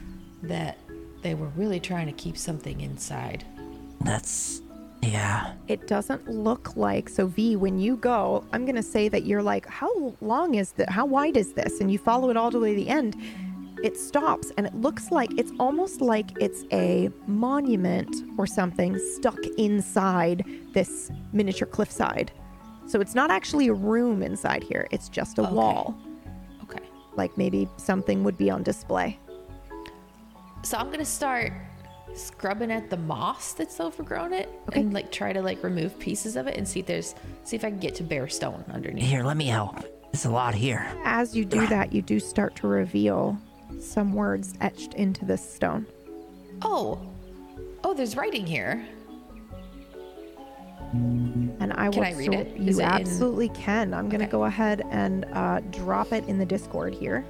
[SPEAKER 4] that they were really trying to keep something inside.
[SPEAKER 2] That's yeah.
[SPEAKER 1] It doesn't look like so. V, when you go, I'm gonna say that you're like, how long is that? How wide is this? And you follow it all the way to the end. It stops, and it looks like it's almost like it's a monument or something stuck inside this miniature cliffside. So it's not actually a room inside here. It's just a
[SPEAKER 4] Okay.
[SPEAKER 1] wall.
[SPEAKER 4] Okay.
[SPEAKER 1] Like maybe something would be on display.
[SPEAKER 4] So I'm gonna start scrubbing at the moss that's overgrown it
[SPEAKER 1] Okay.
[SPEAKER 4] and like try to like remove pieces of it and see if there's see if I can get to bare stone underneath.
[SPEAKER 2] Here, let me help. There's a lot here.
[SPEAKER 1] As you do that, you do start to reveal some words etched into this stone.
[SPEAKER 4] Oh, oh, there's writing here.
[SPEAKER 1] And I
[SPEAKER 4] Can
[SPEAKER 1] will.
[SPEAKER 4] I read
[SPEAKER 1] sort-
[SPEAKER 4] it?
[SPEAKER 1] You
[SPEAKER 4] Is it in-
[SPEAKER 1] absolutely can. I'm going to
[SPEAKER 4] Okay.
[SPEAKER 1] go ahead and uh, drop it in the Discord here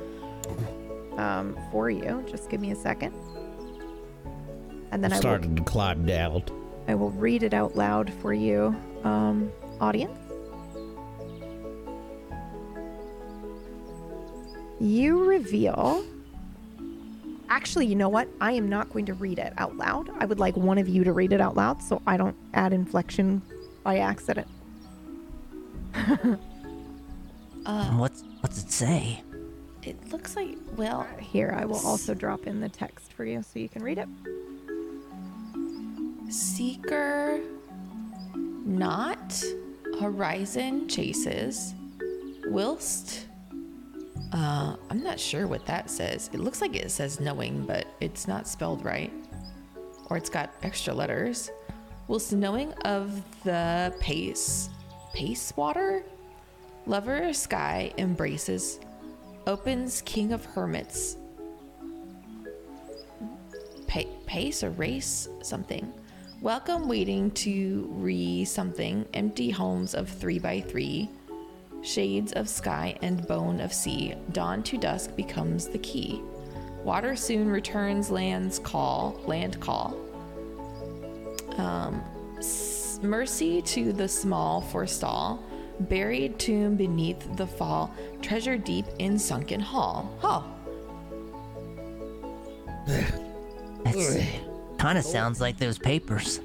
[SPEAKER 1] um, for you. Just give me a second, and then I will,
[SPEAKER 6] Started to climb down.
[SPEAKER 1] I will read it out loud for you, um, audience. You reveal. Actually, you know what? I am not going to read it out loud. I would like one of you to read it out loud so I don't add inflection by accident.
[SPEAKER 4] Uh,
[SPEAKER 2] What's what's it say?
[SPEAKER 4] It looks like well,
[SPEAKER 1] Here, I will also drop in the text for you so you can read it.
[SPEAKER 4] seeker, not horizon chases, whilst. Uh, I'm not sure what that says. It looks like it says knowing, but it's not spelled right. Or it's got extra letters. Whilst knowing of the pace, pace water? Lover of sky embraces, opens King of Hermits. Pa- pace or race something. Welcome waiting to re something empty homes of three by three. Shades of sky and bone of sea. Dawn to dusk becomes the key. Water soon returns land's call, land call. Um, s- mercy to the small forestall. Buried tomb beneath the fall. Treasure deep in sunken hall. Hall.
[SPEAKER 2] That's
[SPEAKER 4] Oh.
[SPEAKER 2] kind of sounds like those papers.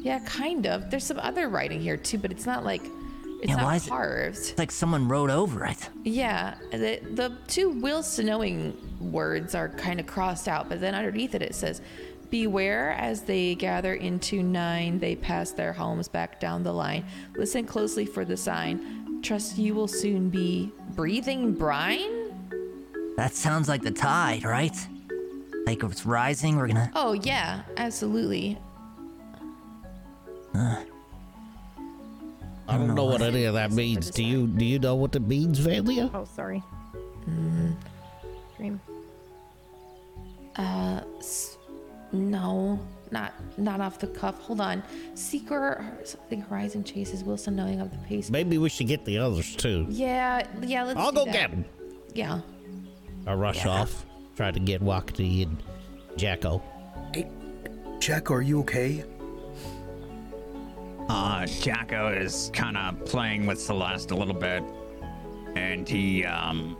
[SPEAKER 4] Yeah, kind of. There's some other writing here too, but it's not like it's
[SPEAKER 2] Yeah, why
[SPEAKER 4] not
[SPEAKER 2] is it-
[SPEAKER 4] carved.
[SPEAKER 2] It's like someone wrote over it.
[SPEAKER 4] Yeah, the the two wills to knowing words are kind of crossed out, but then underneath it it says, "Beware as they gather into nine, they pass their homes back down the line. Listen closely for the sign. Trust you will soon be breathing brine."
[SPEAKER 2] That sounds like the tide, right? Like if it's rising, we're gonna.
[SPEAKER 4] Oh yeah, absolutely.
[SPEAKER 6] I don't know what any of that means. Do you do you know what it means, Valia?
[SPEAKER 1] Oh, sorry. Mm-hmm. Dream.
[SPEAKER 4] Uh, No, not not off the cuff. Hold on. Seeker or something horizon chases Wilson knowing of the pace.
[SPEAKER 6] Maybe we should get the others too.
[SPEAKER 4] Yeah, yeah, let's
[SPEAKER 6] I'll
[SPEAKER 4] do
[SPEAKER 6] go
[SPEAKER 4] that.
[SPEAKER 6] get them.
[SPEAKER 4] Yeah.
[SPEAKER 6] I rush off, try to get Wakati and Jacko.
[SPEAKER 3] Jack, are you okay?
[SPEAKER 5] Uh, Jacko is kind of playing with Celeste a little bit, and he um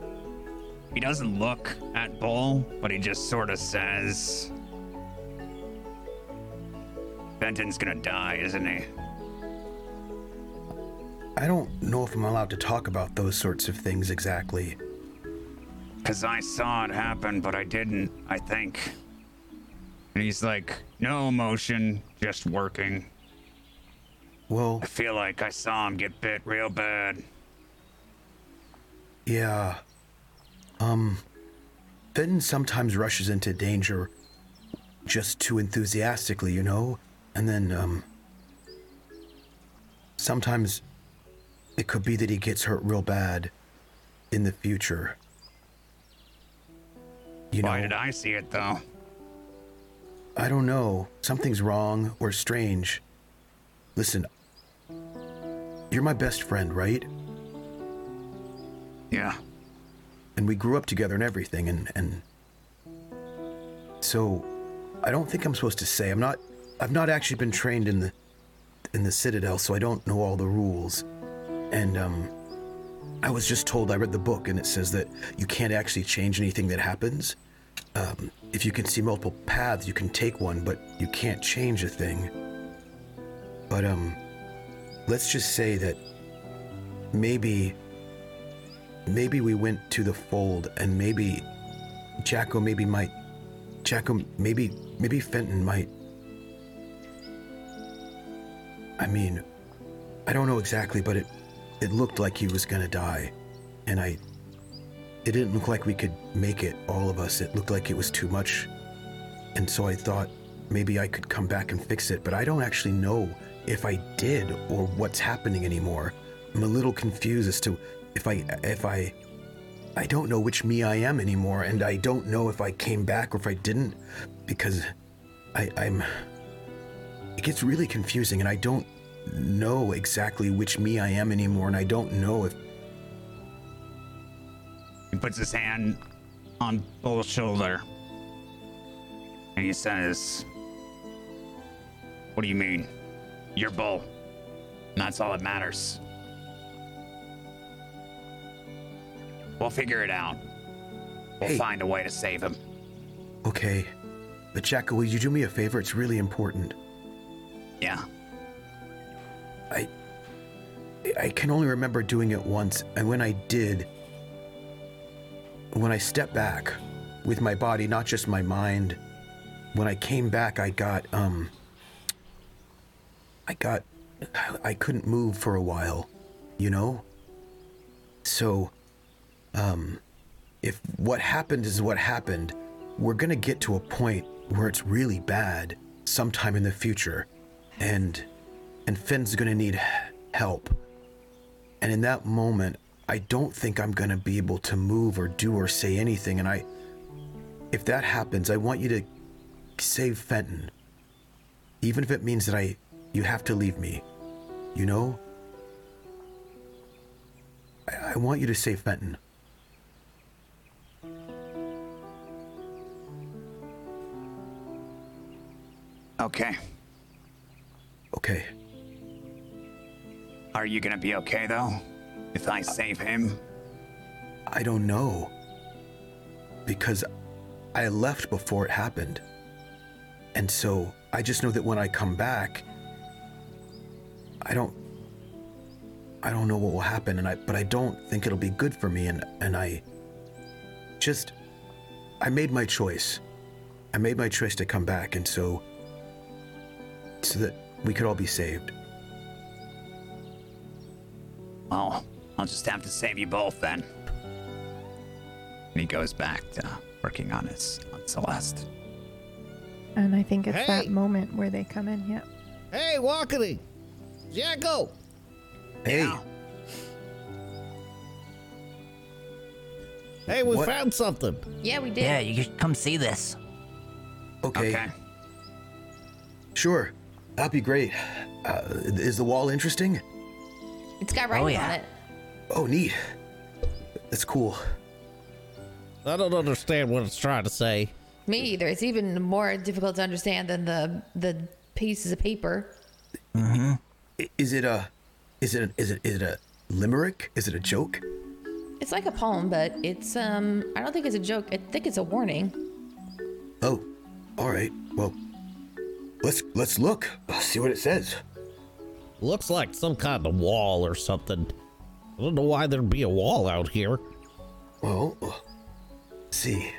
[SPEAKER 5] he doesn't look at Bull, but he just sort of says, "Benton's gonna die, isn't he?"
[SPEAKER 3] I don't know if I'm allowed to talk about those sorts of things exactly.
[SPEAKER 5] Cause I saw it happen, but I didn't. I think. And he's like, no emotion, just working.
[SPEAKER 3] Well,
[SPEAKER 5] I feel like I saw him get bit real bad.
[SPEAKER 3] yeah. Um, Fenton sometimes rushes into danger just too enthusiastically, you know? And then, um, sometimes it could be that he gets hurt real bad in the future. You
[SPEAKER 5] Why
[SPEAKER 3] know,
[SPEAKER 5] did I see it though?
[SPEAKER 3] I don't know. Something's wrong or strange. Listen, you're my best friend, right?
[SPEAKER 5] Yeah.
[SPEAKER 3] and we grew up together and everything and and so I don't think I'm supposed to say I'm not I've not actually been trained in the in the Citadel so I don't know all the rules and um I was just told I read the book and it says that you can't actually change anything that happens um, if you can see multiple paths you can take one but you can't change a thing but um let's just say that maybe maybe we went to the fold and maybe Jacko maybe might Jacko maybe maybe Fenton might I mean I don't know exactly but it it looked like he was going to die and I it didn't look like we could make it all of us it looked like it was too much and so I thought maybe I could come back and fix it but I don't actually know if I did or what's happening anymore I'm a little confused as to if I if I I don't know which me I am anymore, and I don't know if I came back or if I didn't, because I, I'm. It gets really confusing, and I don't know exactly which me I am anymore, and I don't know if.
[SPEAKER 5] He puts his hand on Bull's shoulder. And he says, What do you mean? You're Bull. And that's all that matters. We'll figure it out. We'll
[SPEAKER 3] Hey.
[SPEAKER 5] find a way to save him.
[SPEAKER 3] Okay, but Jacko, will you do me a favor? It's really important.
[SPEAKER 5] Yeah.
[SPEAKER 3] I I can only remember doing it once, and when I did, when I stepped back with my body, not just my mind, when I came back, I got um I got I couldn't move for a while, you know? So, um, if what happened is what happened, we're gonna get to a point where it's really bad sometime in the future, and and Finn's gonna need help. And in that moment, I don't think I'm gonna be able to move or do or say anything. And I, if that happens, I want you to save Fenton, even if it means that I, you have to leave me. You know, I want you to save Fenton.
[SPEAKER 5] Okay.
[SPEAKER 3] Okay.
[SPEAKER 5] Are you gonna be okay though? If I save him?
[SPEAKER 3] I don't know. Because I left before it happened. And so I just know that when I come back, I don't I don't know what will happen and I but I don't think it'll be good for me and and I just I made my choice. I made my choice to come back and so so that we could all be saved.
[SPEAKER 5] Well, Oh, I'll just have to save you both then. And he goes back to working on his on Celeste.
[SPEAKER 1] And I think it's that
[SPEAKER 6] Hey.
[SPEAKER 1] moment where they come in. Yep.
[SPEAKER 6] Hey, Walkity! Jacko!
[SPEAKER 3] Hey,
[SPEAKER 5] Yeah.
[SPEAKER 6] Hey, we
[SPEAKER 3] What?
[SPEAKER 6] found something.
[SPEAKER 4] Yeah, we did.
[SPEAKER 2] Yeah, you should come see this.
[SPEAKER 3] okay.
[SPEAKER 5] Okay.
[SPEAKER 3] Sure. That'd be great. Uh, is the wall interesting?
[SPEAKER 4] It's got writing
[SPEAKER 2] yeah.
[SPEAKER 4] on it.
[SPEAKER 3] Oh, neat. That's cool.
[SPEAKER 6] I don't understand what it's trying to say.
[SPEAKER 4] Me either. It's even more difficult to understand than the the pieces of paper.
[SPEAKER 3] I- Mm-hmm. Is it a is it is it is it a limerick? Is it a joke?
[SPEAKER 4] It's like a poem, but it's um I don't think it's a joke. I think it's a warning.
[SPEAKER 3] Oh, all right. Well, let's let's look. Let's see what it says.
[SPEAKER 6] Looks like some kind of wall or something. I don't know why there'd be a wall out here.
[SPEAKER 3] Well, uh, see.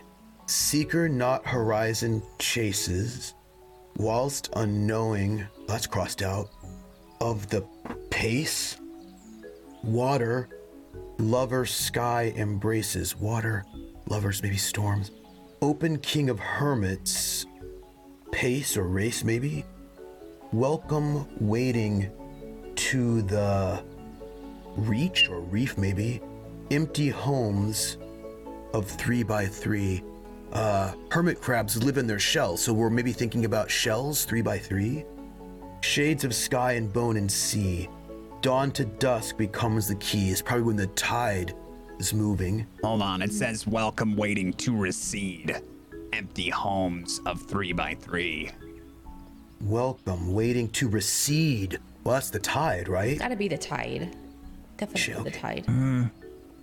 [SPEAKER 3] Seeker not horizon chases, whilst unknowing, that's crossed out, of the pace, water, lover sky embraces, water, lovers, maybe storms, open king of hermits, pace or race, maybe, welcome waiting to the reach or reef, maybe, empty homes of three by three. Uh, hermit crabs live in their shells, so we're maybe thinking about shells, three by three. Shades of sky and bone and sea. Dawn to dusk becomes the key. It's probably when the tide is moving.
[SPEAKER 5] Hold on. It says welcome waiting to recede. Empty homes of three by three.
[SPEAKER 3] Welcome, waiting to recede. Well, that's the tide, right?
[SPEAKER 4] Gotta be the tide. Definitely
[SPEAKER 3] Joke.
[SPEAKER 4] the tide.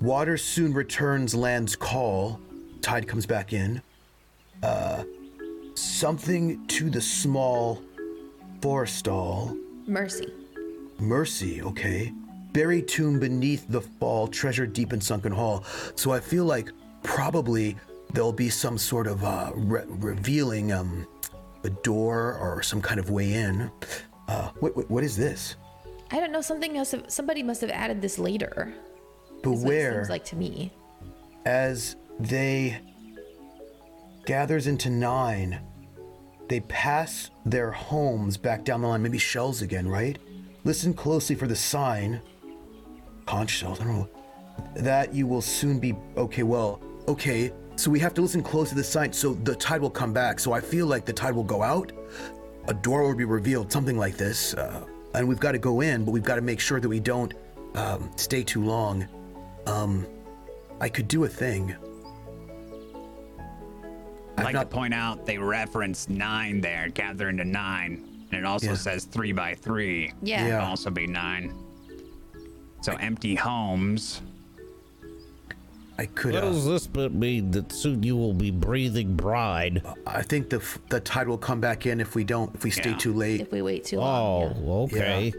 [SPEAKER 3] Water soon returns land's call. Tide comes back in. Uh, something to the small forestall.
[SPEAKER 4] Mercy.
[SPEAKER 3] Mercy, okay. Buried tomb beneath the fall, treasure deep in sunken hall. So I feel like probably there'll be some sort of uh, re- revealing um, a door or some kind of way in. Uh, what, what, what is this?
[SPEAKER 4] I don't know. Something else. Somebody must have added this later. is what it
[SPEAKER 3] Beware
[SPEAKER 4] seems like to me.
[SPEAKER 3] as they gathers into nine. They pass their homes back down the line, maybe shells again, right? Listen closely for the sign. Conch shells, I don't know. That you will soon be okay, well, okay. So we have to listen close to the sign. So the tide will come back. So I feel like the tide will go out. A door will be revealed, something like this. Uh, and we've got to go in, but we've got to make sure that we don't um, stay too long. Um, I could do a thing.
[SPEAKER 5] I'd
[SPEAKER 3] I've
[SPEAKER 5] like
[SPEAKER 3] not-
[SPEAKER 5] to point out they reference nine there, gather into nine. And it also
[SPEAKER 3] Yeah.
[SPEAKER 5] says three by three.
[SPEAKER 4] Yeah.
[SPEAKER 5] Could
[SPEAKER 3] Yeah.
[SPEAKER 5] also be nine. So empty homes.
[SPEAKER 3] I could.
[SPEAKER 6] What does
[SPEAKER 3] Uh,
[SPEAKER 6] this bit mean that soon you will be breathing bride?
[SPEAKER 3] I think the f- the tide will come back in if we don't if we stay
[SPEAKER 5] Yeah.
[SPEAKER 3] too late.
[SPEAKER 4] If we wait too long.
[SPEAKER 6] Oh,
[SPEAKER 4] yeah.
[SPEAKER 6] okay.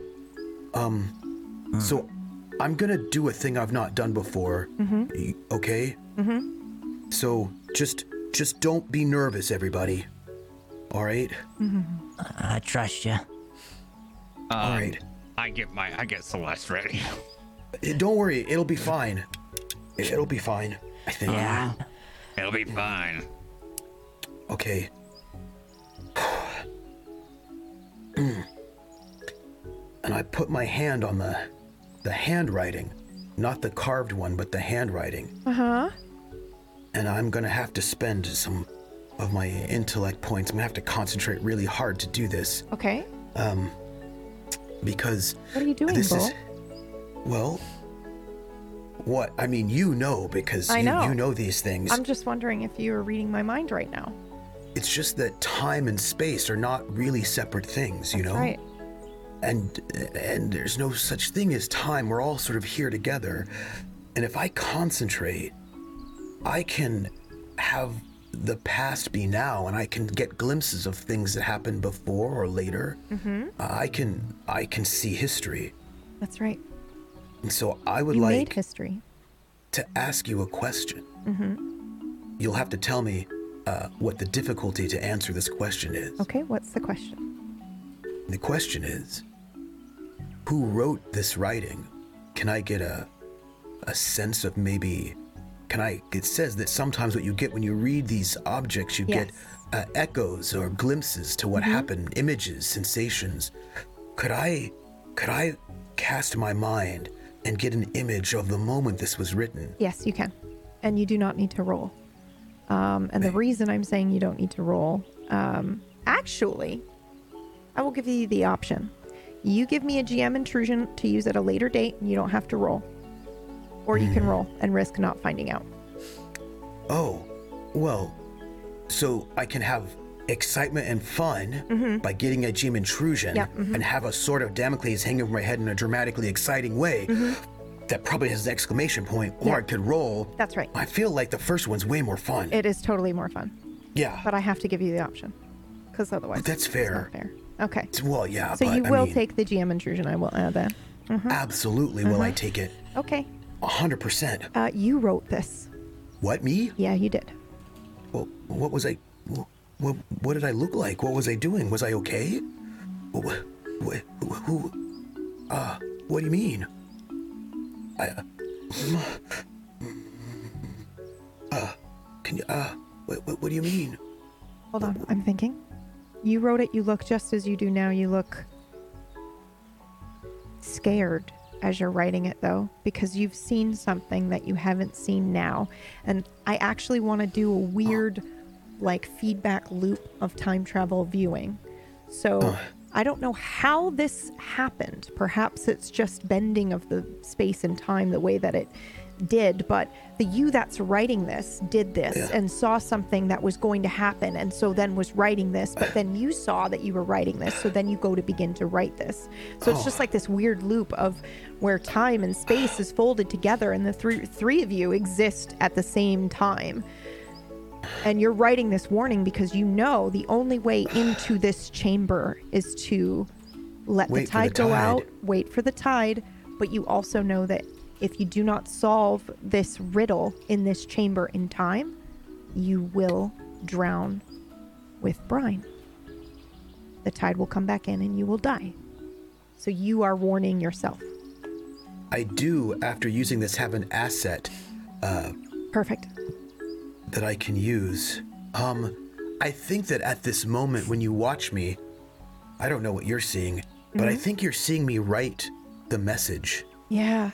[SPEAKER 3] Um, So I'm gonna do a thing I've not done before. Y- Okay. Mm-hmm. So just just don't be nervous, everybody. All right.
[SPEAKER 1] Mm-hmm.
[SPEAKER 2] I trust you.
[SPEAKER 3] All right.
[SPEAKER 5] um, I get my I get Celeste ready.
[SPEAKER 3] Eh, Don't worry, it'll be fine. It'll be fine. I think.
[SPEAKER 2] Yeah.
[SPEAKER 5] It'll be fine.
[SPEAKER 3] Okay. and I put my hand on the the handwriting, not the carved one, but the handwriting.
[SPEAKER 1] Uh huh.
[SPEAKER 3] And I'm gonna have to spend some of my intellect points. I'm gonna have to concentrate really hard to do this
[SPEAKER 1] Okay.
[SPEAKER 3] um, because
[SPEAKER 1] What are you doing,
[SPEAKER 3] this
[SPEAKER 1] Bull?
[SPEAKER 3] is well. What I mean, you know, because
[SPEAKER 1] I
[SPEAKER 3] you,
[SPEAKER 1] know.
[SPEAKER 3] you know these things.
[SPEAKER 1] I'm just wondering if you were reading my mind right now.
[SPEAKER 3] It's just that time and space are not really separate things, you know.
[SPEAKER 1] Right.
[SPEAKER 3] and and there's no such thing as time we're all sort of here together and if i concentrate i can have the past be now and i can get glimpses of things that happened before or later mm-hmm. i can i can see history
[SPEAKER 1] That's right.
[SPEAKER 3] and so i would
[SPEAKER 1] You made
[SPEAKER 3] like
[SPEAKER 1] history.
[SPEAKER 3] to ask you a question mm-hmm. you'll have to tell me uh, what the difficulty to answer this question is
[SPEAKER 1] Okay, what's the question?
[SPEAKER 3] The question is who wrote this writing? Can I get a a sense of maybe can I it says that sometimes what you get when you read these objects you
[SPEAKER 1] Yes.
[SPEAKER 3] get uh, echoes or glimpses to what happened, images, sensations. Could I could I cast my mind and get an image of the moment this was written?
[SPEAKER 1] Yes, you can. And you do not need to roll. Um, and the reason I'm saying you don't need to roll, um, actually, I will give you the option. You give me a GM intrusion to use at a later date, and you don't have to roll. Or you
[SPEAKER 3] Mm.
[SPEAKER 1] can roll and risk not finding out.
[SPEAKER 3] Oh, well, so I can have excitement and fun
[SPEAKER 1] Mm-hmm.
[SPEAKER 3] by getting a gym intrusion
[SPEAKER 1] Yep, mhm.
[SPEAKER 3] and have a sword of Damocles hang over my head in a dramatically exciting way that probably has an exclamation point, or I could roll.
[SPEAKER 1] Mm-hmm. That's right.
[SPEAKER 3] I feel like the first one's way more fun.
[SPEAKER 1] It is totally more fun,
[SPEAKER 3] yeah.
[SPEAKER 1] but I have to give you the option because otherwise,
[SPEAKER 3] That's
[SPEAKER 1] it's
[SPEAKER 3] fair.
[SPEAKER 1] not fair. Okay.
[SPEAKER 3] It's- well, yeah.
[SPEAKER 1] So
[SPEAKER 3] but,
[SPEAKER 1] you
[SPEAKER 3] I
[SPEAKER 1] will
[SPEAKER 3] mean,
[SPEAKER 1] take the GM intrusion. I will add that. Mm-hmm.
[SPEAKER 3] Absolutely will I take it.
[SPEAKER 1] Okay.
[SPEAKER 3] 100%.
[SPEAKER 1] Uh, you wrote this.
[SPEAKER 3] What, me?
[SPEAKER 1] Yeah, you did.
[SPEAKER 3] Well, what was I. What, what did I look like? What was I doing? Was I okay? What, what, who. Uh, what do you mean? I. Uh, uh, can you. Uh, what, what, what do you mean?
[SPEAKER 1] Hold on, I'm thinking. You wrote it, you look just as you do now. You look scared as you're writing it, though, because you've seen something that you haven't seen now. And I actually want to do a weird, like, feedback loop of time travel viewing. So I don't know how this happened. Perhaps it's just bending of the space and time the way that it did, but the you that's writing this did this and saw something that was going to happen and so then was writing this, but then you saw that you were writing this, so then you go to begin to write this. So it's
[SPEAKER 3] Oh.
[SPEAKER 1] just like this weird loop of where time and space is folded together and the three three of you exist at the same time and you're writing this warning because you know the only way into this chamber is to let
[SPEAKER 3] Wait
[SPEAKER 1] the
[SPEAKER 3] for
[SPEAKER 1] tide
[SPEAKER 3] the
[SPEAKER 1] go
[SPEAKER 3] tide.
[SPEAKER 1] out, wait for the tide, but you also know that if you do not solve this riddle in this chamber in time, you will drown with brine. The tide will come back in and you will die. So you are warning yourself.
[SPEAKER 3] I do, after using this, have an asset uh,
[SPEAKER 1] Perfect.
[SPEAKER 3] that I can use. Um, I think that at this moment, when you watch me, I don't know what you're seeing, but
[SPEAKER 1] Mm-hmm.
[SPEAKER 3] I think you're seeing me write the message.
[SPEAKER 1] Yeah.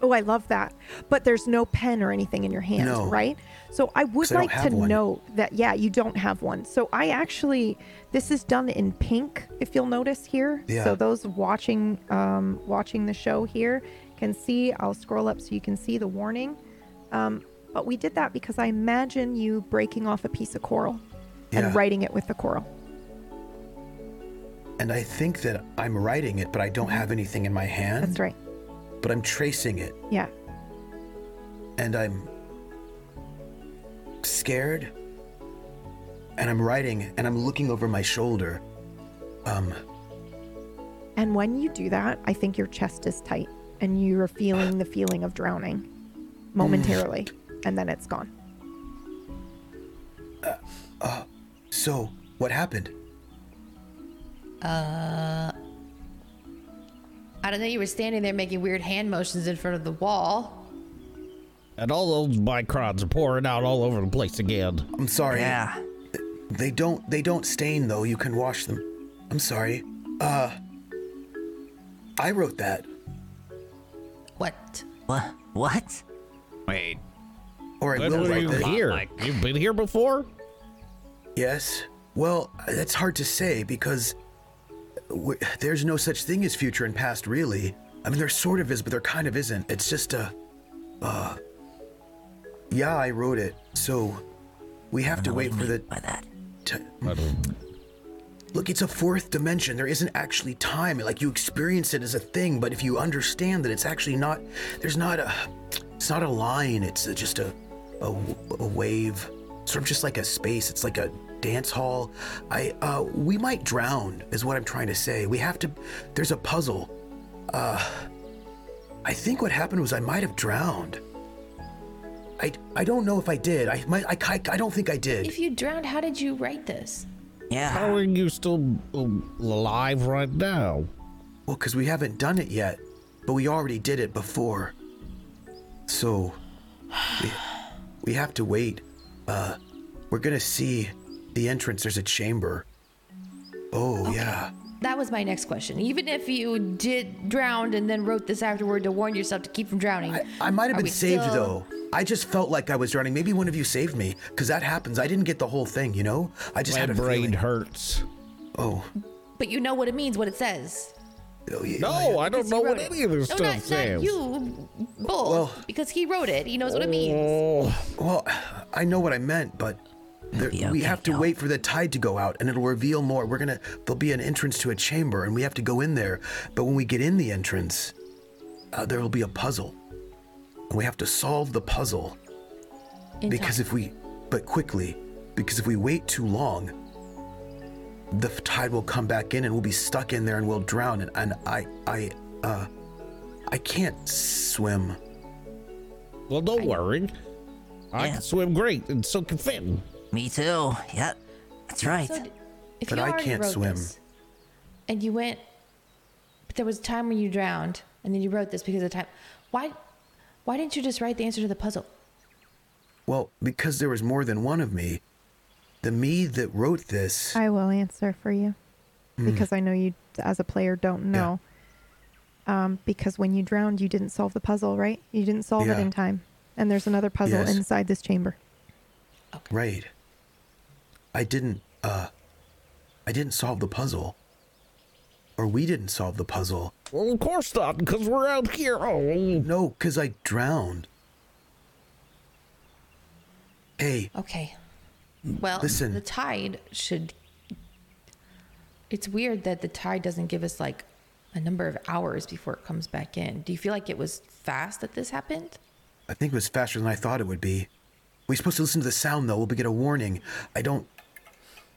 [SPEAKER 1] Oh, I love that. But there's no pen or anything in your hand,
[SPEAKER 3] No.
[SPEAKER 1] right? So I would
[SPEAKER 3] 'Cause I don't
[SPEAKER 1] like to
[SPEAKER 3] have one.
[SPEAKER 1] note that, yeah, you don't have one. So I actually, this is done in pink, if you'll notice here.
[SPEAKER 3] Yeah.
[SPEAKER 1] So those watching, um, watching the show here can see. I'll scroll up so you can see the warning. Um, but we did that because I imagine you breaking off a piece of coral
[SPEAKER 3] Yeah.
[SPEAKER 1] and writing it with the coral.
[SPEAKER 3] And I think that I'm writing it, but I don't have anything in my hand.
[SPEAKER 1] That's right.
[SPEAKER 3] But I'm tracing it,
[SPEAKER 1] Yeah.
[SPEAKER 3] and I'm scared. And I'm writing, and I'm looking over my shoulder. Um,
[SPEAKER 1] And when you do that, I think your chest is tight and you're feeling the feeling of drowning momentarily. And then it's gone.
[SPEAKER 3] so what happened?
[SPEAKER 4] Uh, I don't know. You were standing there making weird hand motions in front of the wall.
[SPEAKER 6] And all those microns are pouring out all over the place again.
[SPEAKER 3] I'm sorry.
[SPEAKER 2] Yeah.
[SPEAKER 3] They don't they don't stain though. You can wash them. I'm sorry. Uh I wrote that.
[SPEAKER 4] What?
[SPEAKER 2] What? What? Oh
[SPEAKER 5] Wait,
[SPEAKER 3] Or I
[SPEAKER 6] When
[SPEAKER 3] will
[SPEAKER 6] were
[SPEAKER 3] write
[SPEAKER 6] you
[SPEAKER 3] that.
[SPEAKER 6] here?
[SPEAKER 5] Like-
[SPEAKER 6] You've been here before?
[SPEAKER 3] Yes. Well, that's hard to say because we there's no such thing as future and past, really. I mean, there sort of is, but there kind of isn't. It's just a. Uh, yeah, I wrote it, so we have to wait for the.
[SPEAKER 2] By that.
[SPEAKER 3] T- Look, it's a fourth dimension. There isn't actually time. Like you experience it as a thing, but if you understand that it's actually not, there's not a, it's not a line. It's a, just a, a, a wave, sort of just like a space. It's like a dance hall. I, uh, we might drown, is what I'm trying to say. We have to. There's a puzzle. Uh, I think what happened was I might have drowned. I, I don't know if I did. I might I, I, I don't think I did.
[SPEAKER 4] If you drowned, how did you write this?
[SPEAKER 2] Yeah.
[SPEAKER 6] How are you still um, alive right now?
[SPEAKER 3] Well, because we haven't done it yet, but we already did it before. So, we, we have to wait. Uh, we're gonna see the entrance. There's a chamber. Oh, yeah.
[SPEAKER 4] That was my next question. Even if you did drown and then wrote this afterward to warn yourself to keep from drowning,
[SPEAKER 3] I, I might have
[SPEAKER 4] are
[SPEAKER 3] been
[SPEAKER 4] we
[SPEAKER 3] saved,
[SPEAKER 4] still-
[SPEAKER 3] though. I just felt like I was drowning. Maybe one of you saved me, because that happens. I didn't get the whole thing, you know? I just
[SPEAKER 6] My
[SPEAKER 3] had a
[SPEAKER 6] brain
[SPEAKER 3] feeling.
[SPEAKER 6] hurts.
[SPEAKER 3] Oh.
[SPEAKER 4] But you know what it means, what it says.
[SPEAKER 3] oh, yeah.
[SPEAKER 6] No, I don't know
[SPEAKER 4] wrote
[SPEAKER 6] what
[SPEAKER 4] it.
[SPEAKER 6] any of this
[SPEAKER 4] No,
[SPEAKER 6] stuff
[SPEAKER 4] not, not
[SPEAKER 6] says.
[SPEAKER 4] you, Bull, because he wrote it. He knows what it means.
[SPEAKER 6] Oh,
[SPEAKER 3] Well, I know what I meant, but there,
[SPEAKER 2] be
[SPEAKER 3] we
[SPEAKER 2] okay,
[SPEAKER 3] have to
[SPEAKER 2] y'all.
[SPEAKER 3] wait for the tide to go out, and it'll reveal more. We're gonna there'll be an entrance to a chamber, and we have to go in there. But when we get in the entrance, uh, there will be a puzzle, and we have to solve the puzzle.
[SPEAKER 4] In
[SPEAKER 3] Because
[SPEAKER 4] time.
[SPEAKER 3] if we, but quickly, because if we wait too long, the f- tide will come back in, and we'll be stuck in there, and we'll drown. And, and I, I, uh, I can't swim.
[SPEAKER 6] well, don't worry. I
[SPEAKER 2] Yeah.
[SPEAKER 6] can swim great, and so can Finn.
[SPEAKER 2] Me too. Yep. That's right.
[SPEAKER 4] So d- if
[SPEAKER 3] But
[SPEAKER 4] you
[SPEAKER 3] I
[SPEAKER 4] already
[SPEAKER 3] can't
[SPEAKER 4] wrote
[SPEAKER 3] swim.
[SPEAKER 4] this, and you went, but there was a time when you drowned, and then you wrote this because of time. Why, why didn't you just write the answer to the puzzle?
[SPEAKER 3] Well, because there was more than one of me. The me that wrote this.
[SPEAKER 1] I will answer for you
[SPEAKER 3] Hmm.
[SPEAKER 1] because I know you, as a player, don't know. Um, because when you drowned, you didn't solve the puzzle, right? You didn't solve
[SPEAKER 3] Yeah.
[SPEAKER 1] it in time. And there's another puzzle
[SPEAKER 3] Yes.
[SPEAKER 1] inside this chamber.
[SPEAKER 3] Right. I didn't uh I didn't solve the puzzle. Or we didn't solve the puzzle.
[SPEAKER 6] Well, of course not, because we're out here. Oh,
[SPEAKER 3] No, cuz I drowned. Hey,
[SPEAKER 4] Okay. Well,
[SPEAKER 3] Mm, Listen.
[SPEAKER 4] the tide should. It's weird that the tide doesn't give us like a number of hours before it comes back in. Do you feel like it was fast that this happened?
[SPEAKER 3] I think it was faster than I thought it would be. We're supposed to listen to the sound though. We'll get a warning. I don't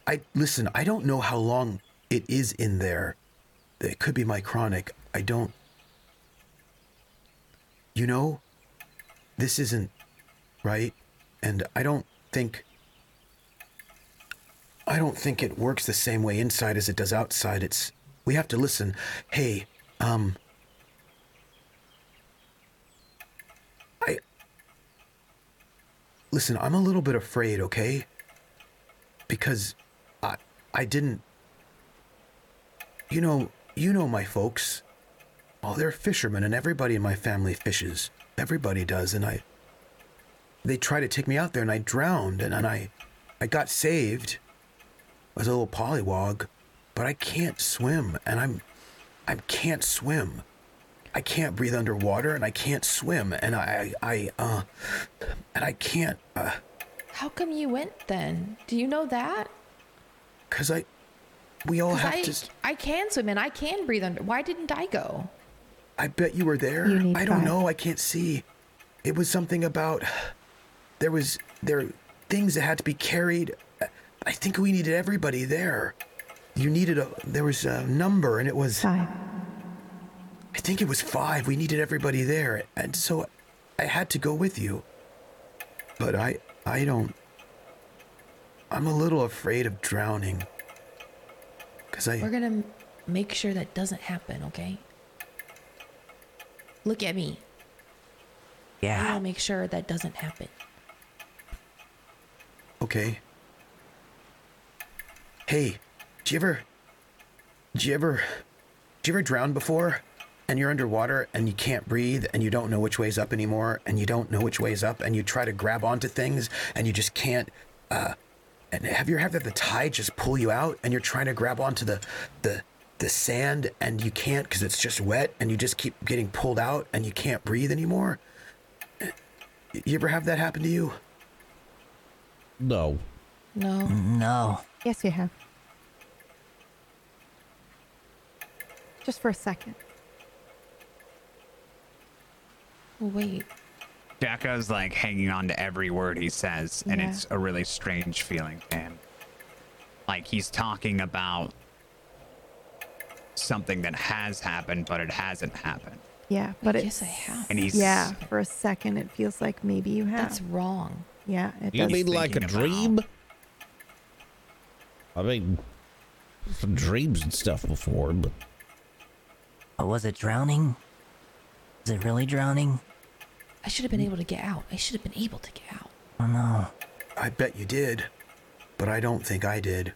[SPEAKER 3] I listen, I don't know how long it is in there. It could be my chronic. I don't You know, this isn't right and I don't think I don't think it works the same way inside as it does outside. It's we have to listen. Hey, um I Listen, I'm a little bit afraid, okay? Because I I didn't You know, you know my folks. Oh, they're fishermen and everybody in my family fishes. Everybody does and I they tried to take me out there and I drowned and, and I I got saved. I was a little pollywog, but I can't swim and I'm I can't swim. I can't breathe underwater and I can't swim and I I, I uh and I can't uh
[SPEAKER 4] How come you went then? Do you know that?
[SPEAKER 3] cuz I we all
[SPEAKER 4] 'Cause
[SPEAKER 3] Oh, have
[SPEAKER 4] I,
[SPEAKER 3] to s-
[SPEAKER 4] I can swim and I can breathe under. Why didn't I go?
[SPEAKER 3] I bet you were there.
[SPEAKER 1] You need
[SPEAKER 3] I don't
[SPEAKER 1] five.
[SPEAKER 3] know. I can't see. It was something about there was there things that had to be carried. I think we needed everybody there. You needed a there was a number and it was
[SPEAKER 1] Five.
[SPEAKER 3] I think it was 5. We needed everybody there. And so I had to go with you. But I I don't I'm a little afraid of drowning. Cuz I
[SPEAKER 4] We're gonna make sure that doesn't happen, okay? Look at me. I
[SPEAKER 2] Yeah.
[SPEAKER 4] want to make sure that doesn't happen.
[SPEAKER 3] Okay. Hey, did you ever, did you ever, did you ever drown before? And you're underwater and you can't breathe and you don't know which way's up anymore and you don't know which way's up and you try to grab onto things and you just can't. Uh, and have you ever had that the tide just pull you out and you're trying to grab onto the the the sand and you can't because it's just wet and you just keep getting pulled out and you can't breathe anymore? You ever have that happen to you?
[SPEAKER 6] No.
[SPEAKER 4] No.
[SPEAKER 2] No.
[SPEAKER 1] Yes, you have. Just for a second.
[SPEAKER 4] Wait.
[SPEAKER 5] Jacko's like hanging on to every word he says, and
[SPEAKER 1] Yeah.
[SPEAKER 5] it's a really strange feeling to him. Like he's talking about something that has happened, but it hasn't happened.
[SPEAKER 1] Yeah, but
[SPEAKER 4] I
[SPEAKER 1] it's
[SPEAKER 4] guess I have.
[SPEAKER 5] And he's
[SPEAKER 1] yeah. For a second, it feels like maybe you have.
[SPEAKER 4] That's wrong.
[SPEAKER 1] yeah, it
[SPEAKER 6] You
[SPEAKER 1] does.
[SPEAKER 6] mean like a
[SPEAKER 5] thinking about-
[SPEAKER 6] dream? I mean, some dreams and stuff before, but
[SPEAKER 2] But Oh, was it drowning? Is it really drowning?
[SPEAKER 4] I should have been
[SPEAKER 3] Mm.
[SPEAKER 4] able to get out. I should have been able to get out.
[SPEAKER 2] I don't know.
[SPEAKER 3] I bet you did, but I don't think I did.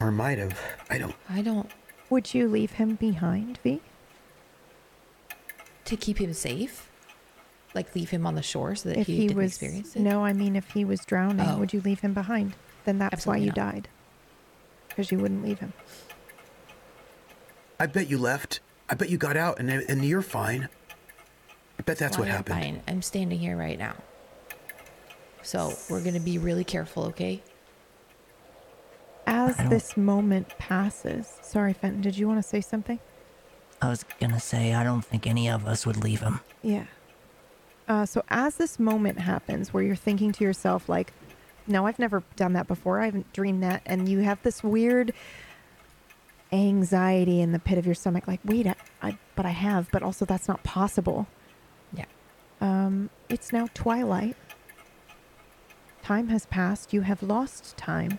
[SPEAKER 3] Or might have. I don't.
[SPEAKER 4] I don't.
[SPEAKER 1] Would you leave him behind, V?
[SPEAKER 4] To keep him safe? Like leave him on the shore so that
[SPEAKER 1] if
[SPEAKER 4] he,
[SPEAKER 1] he
[SPEAKER 4] didn't
[SPEAKER 1] was
[SPEAKER 4] experience it?
[SPEAKER 1] no, I mean if he was drowning,
[SPEAKER 4] Oh.
[SPEAKER 1] would you leave him behind? Then that's why you
[SPEAKER 4] Absolutely not.
[SPEAKER 1] died, because you wouldn't leave him.
[SPEAKER 3] I bet you left. I bet you got out, and and you're fine. I bet that's
[SPEAKER 4] Well,
[SPEAKER 3] what
[SPEAKER 4] I'm
[SPEAKER 3] happened.
[SPEAKER 4] Fine. I'm standing here right now. So we're going to be really careful, okay?
[SPEAKER 1] As
[SPEAKER 2] I don't-
[SPEAKER 1] this moment passes, sorry, Fenton, did you want to say something?
[SPEAKER 2] I was gonna say I don't think any of us would leave him.
[SPEAKER 1] Yeah. Uh, so as this moment happens, where you're thinking to yourself, like, "No, I've never done that before. I haven't dreamed that," and you have this weird anxiety in the pit of your stomach, like, "Wait, I, I but I have, but also that's not possible." Um,
[SPEAKER 4] Yeah.
[SPEAKER 1] It's now twilight. Time has passed. You have lost time.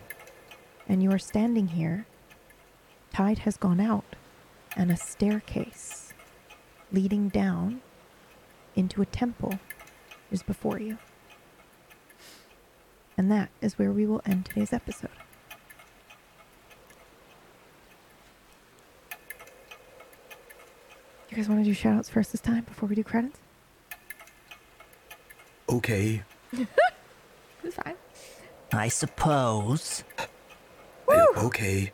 [SPEAKER 1] And you are standing here. Tide has gone out. And a staircase leading down into a temple is before you. And that is where we will end today's episode. You guys want to do shout outs first this time before we do credits?
[SPEAKER 3] Okay.
[SPEAKER 4] It's fine.
[SPEAKER 2] I suppose.
[SPEAKER 3] I- okay.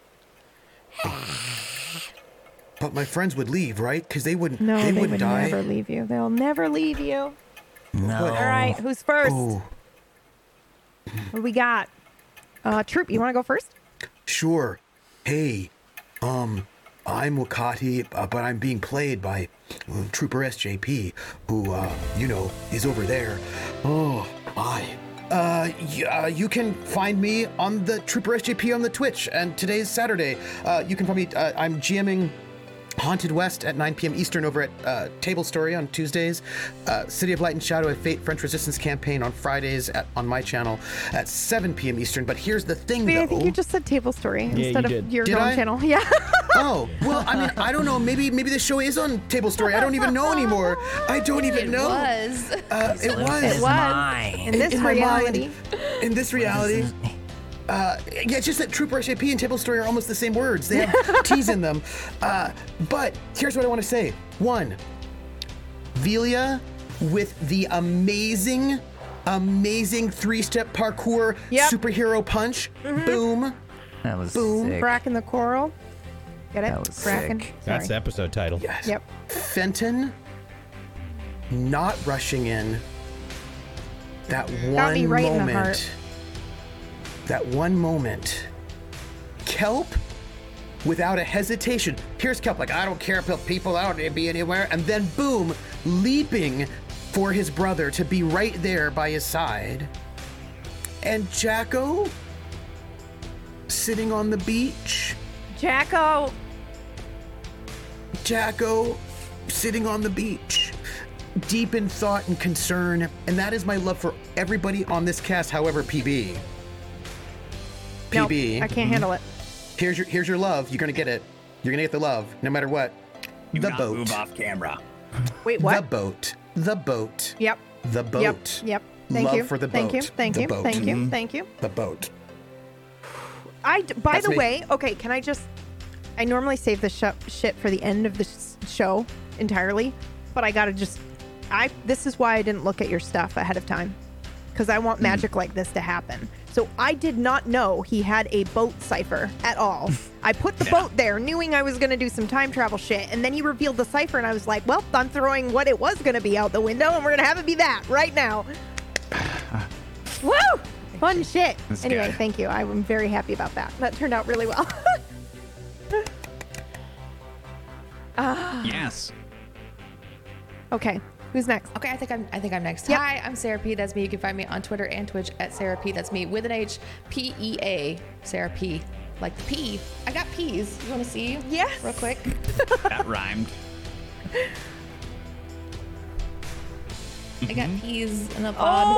[SPEAKER 3] But my friends would leave, right? Because they wouldn't.
[SPEAKER 1] No, they,
[SPEAKER 3] they, wouldn't
[SPEAKER 1] would
[SPEAKER 3] die.
[SPEAKER 1] never leave you. They'll never leave you.
[SPEAKER 2] No.
[SPEAKER 1] All right, who's first?
[SPEAKER 3] Oh,
[SPEAKER 1] What do we got? Uh, Troop, you want to go first?
[SPEAKER 3] sure. Hey, um, I'm Wakati, uh, but I'm being played by uh, Trooper SJP, who, uh, you know, is over there. Oh, my. Uh, y- uh, you can find me on the Trooper SJP on the Twitch, and today's Saturday. Uh, you can find me, uh, I'm GMing Haunted West at 9 p.m. Eastern over at uh, Table Story on Tuesdays, uh, City of Light and Shadow, a Fate French Resistance campaign on Fridays at, on my channel at 7 p.m. Eastern. But here's the thing,
[SPEAKER 1] I
[SPEAKER 3] though.
[SPEAKER 1] think you just said table story instead of your
[SPEAKER 3] Did
[SPEAKER 1] own
[SPEAKER 3] I?
[SPEAKER 1] channel. Yeah.
[SPEAKER 3] Oh, well, I mean, I don't know. Maybe maybe the show is on Table Story. I don't even know anymore. I don't even
[SPEAKER 4] It
[SPEAKER 3] know.
[SPEAKER 4] was.
[SPEAKER 3] Uh, it
[SPEAKER 2] It
[SPEAKER 3] was.
[SPEAKER 2] was.
[SPEAKER 1] In
[SPEAKER 2] Mine.
[SPEAKER 1] this
[SPEAKER 3] in my
[SPEAKER 1] reality.
[SPEAKER 3] mind. In this reality. Uh, yeah, it's just that Trooper SAP and Table Story are almost the same words. They have T's in them. Uh, but here's what I want to say. One, Velia with the amazing, amazing three-step parkour
[SPEAKER 1] Yep.
[SPEAKER 3] superhero punch. Boom.
[SPEAKER 2] That was
[SPEAKER 3] Boom,
[SPEAKER 2] sick.
[SPEAKER 1] Bracken the Coral. Get it?
[SPEAKER 2] That was
[SPEAKER 1] Bracken.
[SPEAKER 2] sick.
[SPEAKER 1] Sorry.
[SPEAKER 6] that's the episode title.
[SPEAKER 3] Yes.
[SPEAKER 1] Yep.
[SPEAKER 3] Fenton not rushing in. That one
[SPEAKER 1] Got me right in the
[SPEAKER 3] moment.
[SPEAKER 1] heart.
[SPEAKER 3] That one moment. Kelp without a hesitation. Here's Kelp, like, I don't care if people out to be anywhere. And then boom, leaping for his brother to be right there by his side. And Jacko sitting on the beach.
[SPEAKER 1] Jacko.
[SPEAKER 3] Jacko sitting on the beach, deep in thought and concern. And that is my love for everybody on this cast, however, PB.
[SPEAKER 1] Nope,
[SPEAKER 3] PB,
[SPEAKER 1] I can't handle it.
[SPEAKER 3] here's your here's your love. You're gonna get it. You're gonna get the love, no matter what.
[SPEAKER 5] Do
[SPEAKER 3] the
[SPEAKER 5] not
[SPEAKER 3] boat.
[SPEAKER 5] move off camera.
[SPEAKER 1] Wait, what?
[SPEAKER 3] The boat. The boat.
[SPEAKER 1] Yep.
[SPEAKER 3] The boat.
[SPEAKER 1] Yep. Yep. Thank
[SPEAKER 3] Love
[SPEAKER 1] you.
[SPEAKER 3] for the
[SPEAKER 1] Thank you.
[SPEAKER 3] boat.
[SPEAKER 1] Thank
[SPEAKER 3] The
[SPEAKER 1] you.
[SPEAKER 3] boat.
[SPEAKER 1] Thank you.
[SPEAKER 3] Mhm.
[SPEAKER 1] Thank you.
[SPEAKER 3] The boat.
[SPEAKER 1] I. d- By
[SPEAKER 3] That's
[SPEAKER 1] the
[SPEAKER 3] me.
[SPEAKER 1] way, okay. Can I just? I normally save this sh- shit for the end of the sh- show entirely, but I gotta just. I. This is why I didn't look at your stuff ahead of time, because I
[SPEAKER 5] Hmm.
[SPEAKER 1] want magic like this to happen. So I did not know he had a boat cipher at all. I put the boat there, knowing I was gonna do some time travel shit, and then he revealed the cipher, and I was like, "Well, I'm throwing what it was gonna be out the window, and we're gonna have it be that right now." Woo! Fun shit.
[SPEAKER 5] That's
[SPEAKER 1] anyway,
[SPEAKER 5] good.
[SPEAKER 1] thank you. I'm very happy about that. That turned out really well.
[SPEAKER 5] Yes.
[SPEAKER 1] okay, who's next?
[SPEAKER 4] Okay, I think I'm. I think I'm next.
[SPEAKER 1] Yep.
[SPEAKER 4] Hi, I'm Sarah P. That's me. You can find me on Twitter and Twitch at Sarah P. That's me with an H P E A Sarah P. Like the P. I got peas. You want to see?
[SPEAKER 1] Yes.
[SPEAKER 4] Real quick.
[SPEAKER 5] That rhymed.
[SPEAKER 4] I got
[SPEAKER 9] Mm-hmm.
[SPEAKER 4] peas in a pod.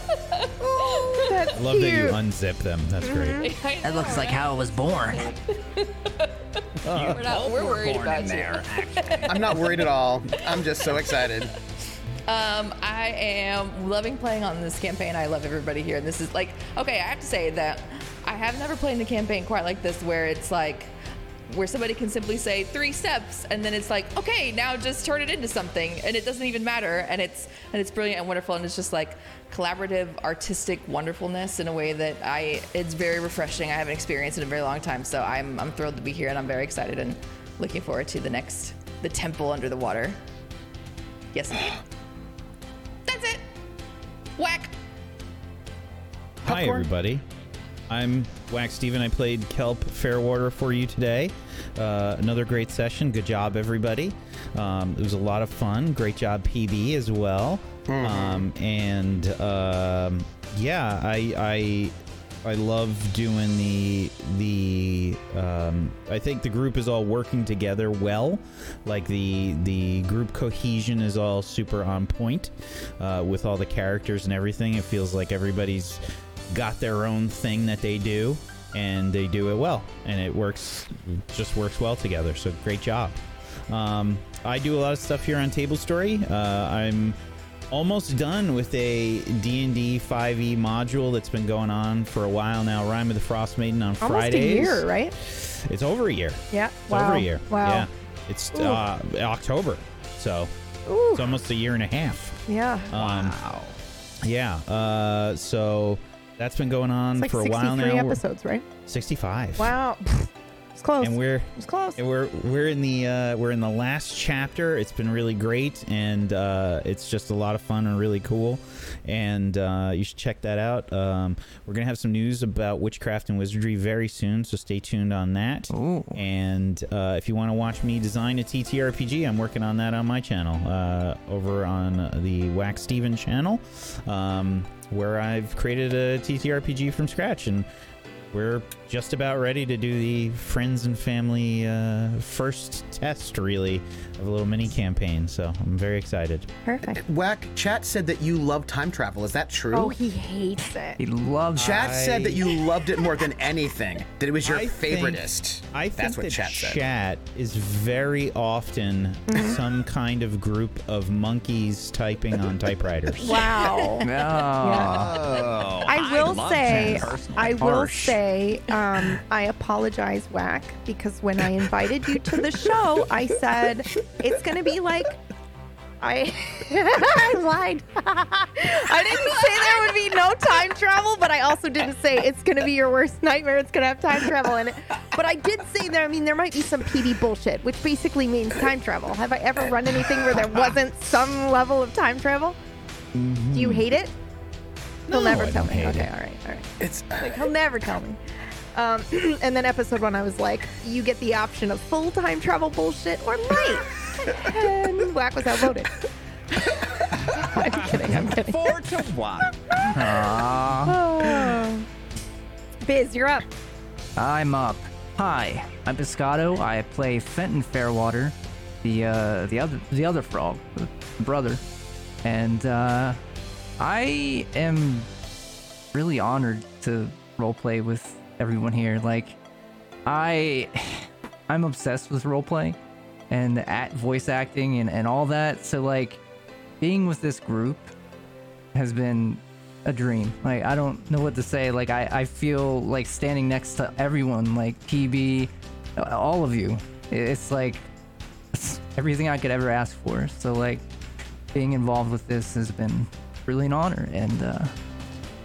[SPEAKER 1] Oh,
[SPEAKER 9] I love that you unzip them. That's great.
[SPEAKER 2] That looks like how I was born.
[SPEAKER 4] we're, not, we're worried
[SPEAKER 5] Born
[SPEAKER 4] about
[SPEAKER 5] in
[SPEAKER 4] you.
[SPEAKER 5] there.
[SPEAKER 3] I'm not worried at all. Oh, I'm just so excited.
[SPEAKER 4] Um, I am loving playing on this campaign. I love everybody here, and this is like okay. I have to say that I have never played in a campaign quite like this, where it's like where somebody can simply say three steps, and then it's like okay, now just turn it into something, and it doesn't even matter, and it's and it's brilliant and wonderful, and it's just like collaborative, artistic wonderfulness in a way that I it's very refreshing. I haven't experienced it in a very long time, so I'm I'm thrilled to be here, and I'm very excited and looking forward to the next the temple under the water. Yes. indeed. That's it. Whack.
[SPEAKER 9] Hi, everybody. I'm Wax Steven. I played Kelp Fairwater for you today. Uh, another great session. Good job, everybody. Um, it was a lot of fun. Great job, PB, as well. Um, and um, yeah, I, I I love doing the the. Um, I think the group is all working together well. Like the the group cohesion is all super on point uh, with all the characters and everything. It feels like everybody's got their own thing that they do and they do it well and it works just works well together so great job um, i do a lot of stuff here on table story uh, i'm almost done with a d&d 5e E module that's been going on for a while now rhyme of the frost maiden on
[SPEAKER 1] almost
[SPEAKER 9] fridays
[SPEAKER 1] a year, right?
[SPEAKER 9] it's over a year
[SPEAKER 1] Yeah.
[SPEAKER 9] it's
[SPEAKER 1] wow.
[SPEAKER 9] over a year yeah
[SPEAKER 1] Wow.
[SPEAKER 9] it's uh, october so
[SPEAKER 1] Ooh.
[SPEAKER 9] it's almost a year and a half
[SPEAKER 1] Yeah.
[SPEAKER 9] um, yeah uh, so that's been going on
[SPEAKER 1] It's like
[SPEAKER 9] for a
[SPEAKER 1] 63
[SPEAKER 9] while now We're-
[SPEAKER 1] episodes, right?
[SPEAKER 9] 65
[SPEAKER 1] Wow. It's close.
[SPEAKER 9] and we're
[SPEAKER 1] it's close.
[SPEAKER 9] and we're we're in the uh, we're in the last chapter it's been really great and uh, it's just a lot of fun and really cool and uh, you should check that out um, we're gonna have some news about witchcraft and wizardry very soon so stay tuned on that and uh, if you want to watch me design a ttrpg i'm working on that on my channel uh, over on the wax steven channel um, where i've created a ttrpg from scratch and we're just about ready to do the friends and family uh, first test, really, of a little mini campaign. So I'm very excited.
[SPEAKER 1] Perfect.
[SPEAKER 3] Whack, chat said that you love time travel. Is that true?
[SPEAKER 1] Oh, he hates it.
[SPEAKER 7] He loves
[SPEAKER 3] Chat said that
[SPEAKER 9] I-
[SPEAKER 3] you loved it more than anything. That it was your
[SPEAKER 9] I think-
[SPEAKER 3] favoriteest.
[SPEAKER 9] I think
[SPEAKER 3] That's what
[SPEAKER 9] that
[SPEAKER 3] chat said.
[SPEAKER 9] chat is very often
[SPEAKER 1] Mm-hmm.
[SPEAKER 9] some kind of group of monkeys typing on typewriters.
[SPEAKER 1] Wow.
[SPEAKER 7] No.
[SPEAKER 5] Oh,
[SPEAKER 1] I will
[SPEAKER 5] love
[SPEAKER 1] say,
[SPEAKER 5] Jen personally.
[SPEAKER 1] I will
[SPEAKER 5] Harsh.
[SPEAKER 1] say, um, I apologize, Whack, because when I invited you to the show, I said it's gonna be like. I I lied. I didn't say there would be no time travel, but I also didn't say it's gonna be your worst nightmare. It's gonna have time travel in it. But I did say there. I mean, there might be some PD bullshit, which basically means time travel. Have I ever run anything where there wasn't some level of time travel? Do you hate it? He'll
[SPEAKER 9] No,
[SPEAKER 1] never
[SPEAKER 9] I
[SPEAKER 1] tell
[SPEAKER 9] don't
[SPEAKER 1] me.
[SPEAKER 9] hate
[SPEAKER 1] Okay,
[SPEAKER 9] it.
[SPEAKER 1] all right, all right.
[SPEAKER 3] It's
[SPEAKER 1] Like he'll never tell me. Um, and then episode one, I was like, you get the option of full time travel bullshit or light. and Black was outvoted. I'm kidding. I'm kidding.
[SPEAKER 5] four to one.
[SPEAKER 2] Ah.
[SPEAKER 1] Oh. Biz, you're up.
[SPEAKER 7] I'm up. Hi, I'm Piscato. I play Fenton Fairwater, the uh, the other the other frog, the brother, and uh, I am really honored to roleplay with everyone here. Like, I I'm obsessed with roleplay, and the at voice acting and, and all that. So like being with this group has been a dream. Like I don't know what to say. Like I, I feel like standing next to everyone, like PB, all of you. It's like it's everything I could ever ask for. So like being involved with this has been really an honor and uh,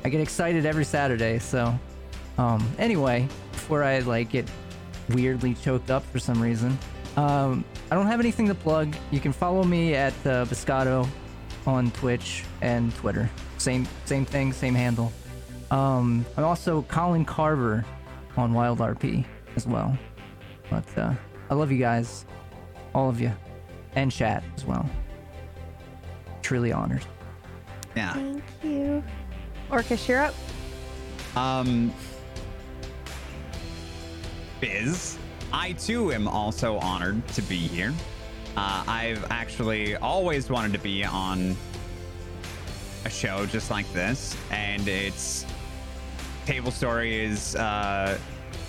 [SPEAKER 7] I get excited every Saturday. So um, anyway, before I like get weirdly choked up for some reason, um, I don't have anything to plug. You can follow me at uh, Biscotto on Twitch and Twitter. Same same thing, same handle. Um, I'm also Colin Carver on Wild RP as well. But uh, I love you guys, all of you, and chat as well. Truly honored.
[SPEAKER 5] Yeah.
[SPEAKER 1] Thank you. Orcish, you're up.
[SPEAKER 5] Um,
[SPEAKER 10] Biz.
[SPEAKER 5] I too am also honored to be here. Uh, I've actually always wanted to be on a show just like this, and it's Table Story is uh,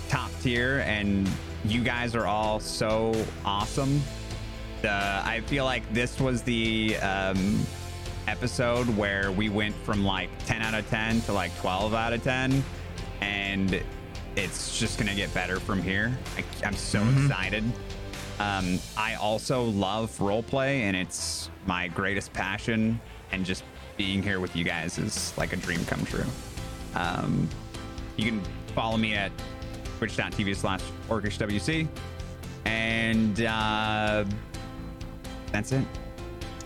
[SPEAKER 5] top tier, and you guys are all so awesome. The I feel like this was the um, episode where we went from like 10 out of 10 to like 12 out of 10, and it's just gonna get better from here. I, I'm so excited. Um, I also love roleplay, and it's my greatest passion. And just being here with you guys is like a dream come true. Um, you can follow me at twitch.tv slash orcishwc. And uh, that's it.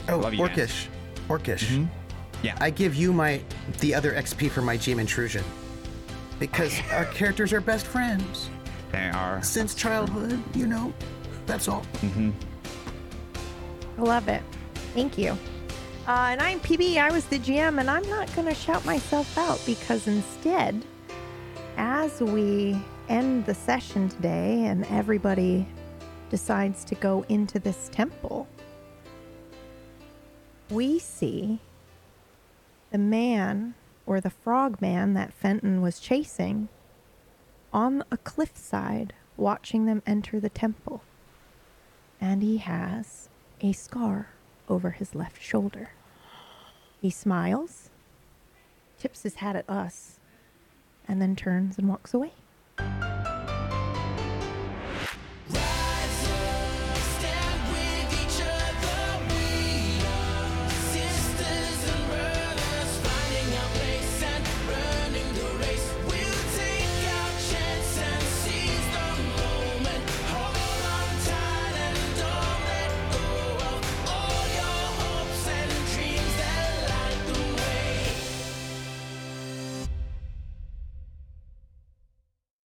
[SPEAKER 3] Oh,
[SPEAKER 5] Love you guys.
[SPEAKER 3] Orcish. Orcish.
[SPEAKER 9] Mm-hmm.
[SPEAKER 5] Yeah.
[SPEAKER 3] I give you my the other XP for my GM intrusion because our characters are best friends
[SPEAKER 5] they are.
[SPEAKER 3] since childhood. You know, that's all.
[SPEAKER 9] Mm-hmm.
[SPEAKER 1] I love it. Thank you. Uh, and I'm PB. I was the GM, and I'm not going to shout myself out because instead, as we end the session today and everybody decides to go into this temple, we see the man or the frog man that Fenton was chasing on a cliffside watching them enter the temple. And he has a scar over his left shoulder. He smiles, tips his hat at us, and then turns and walks away.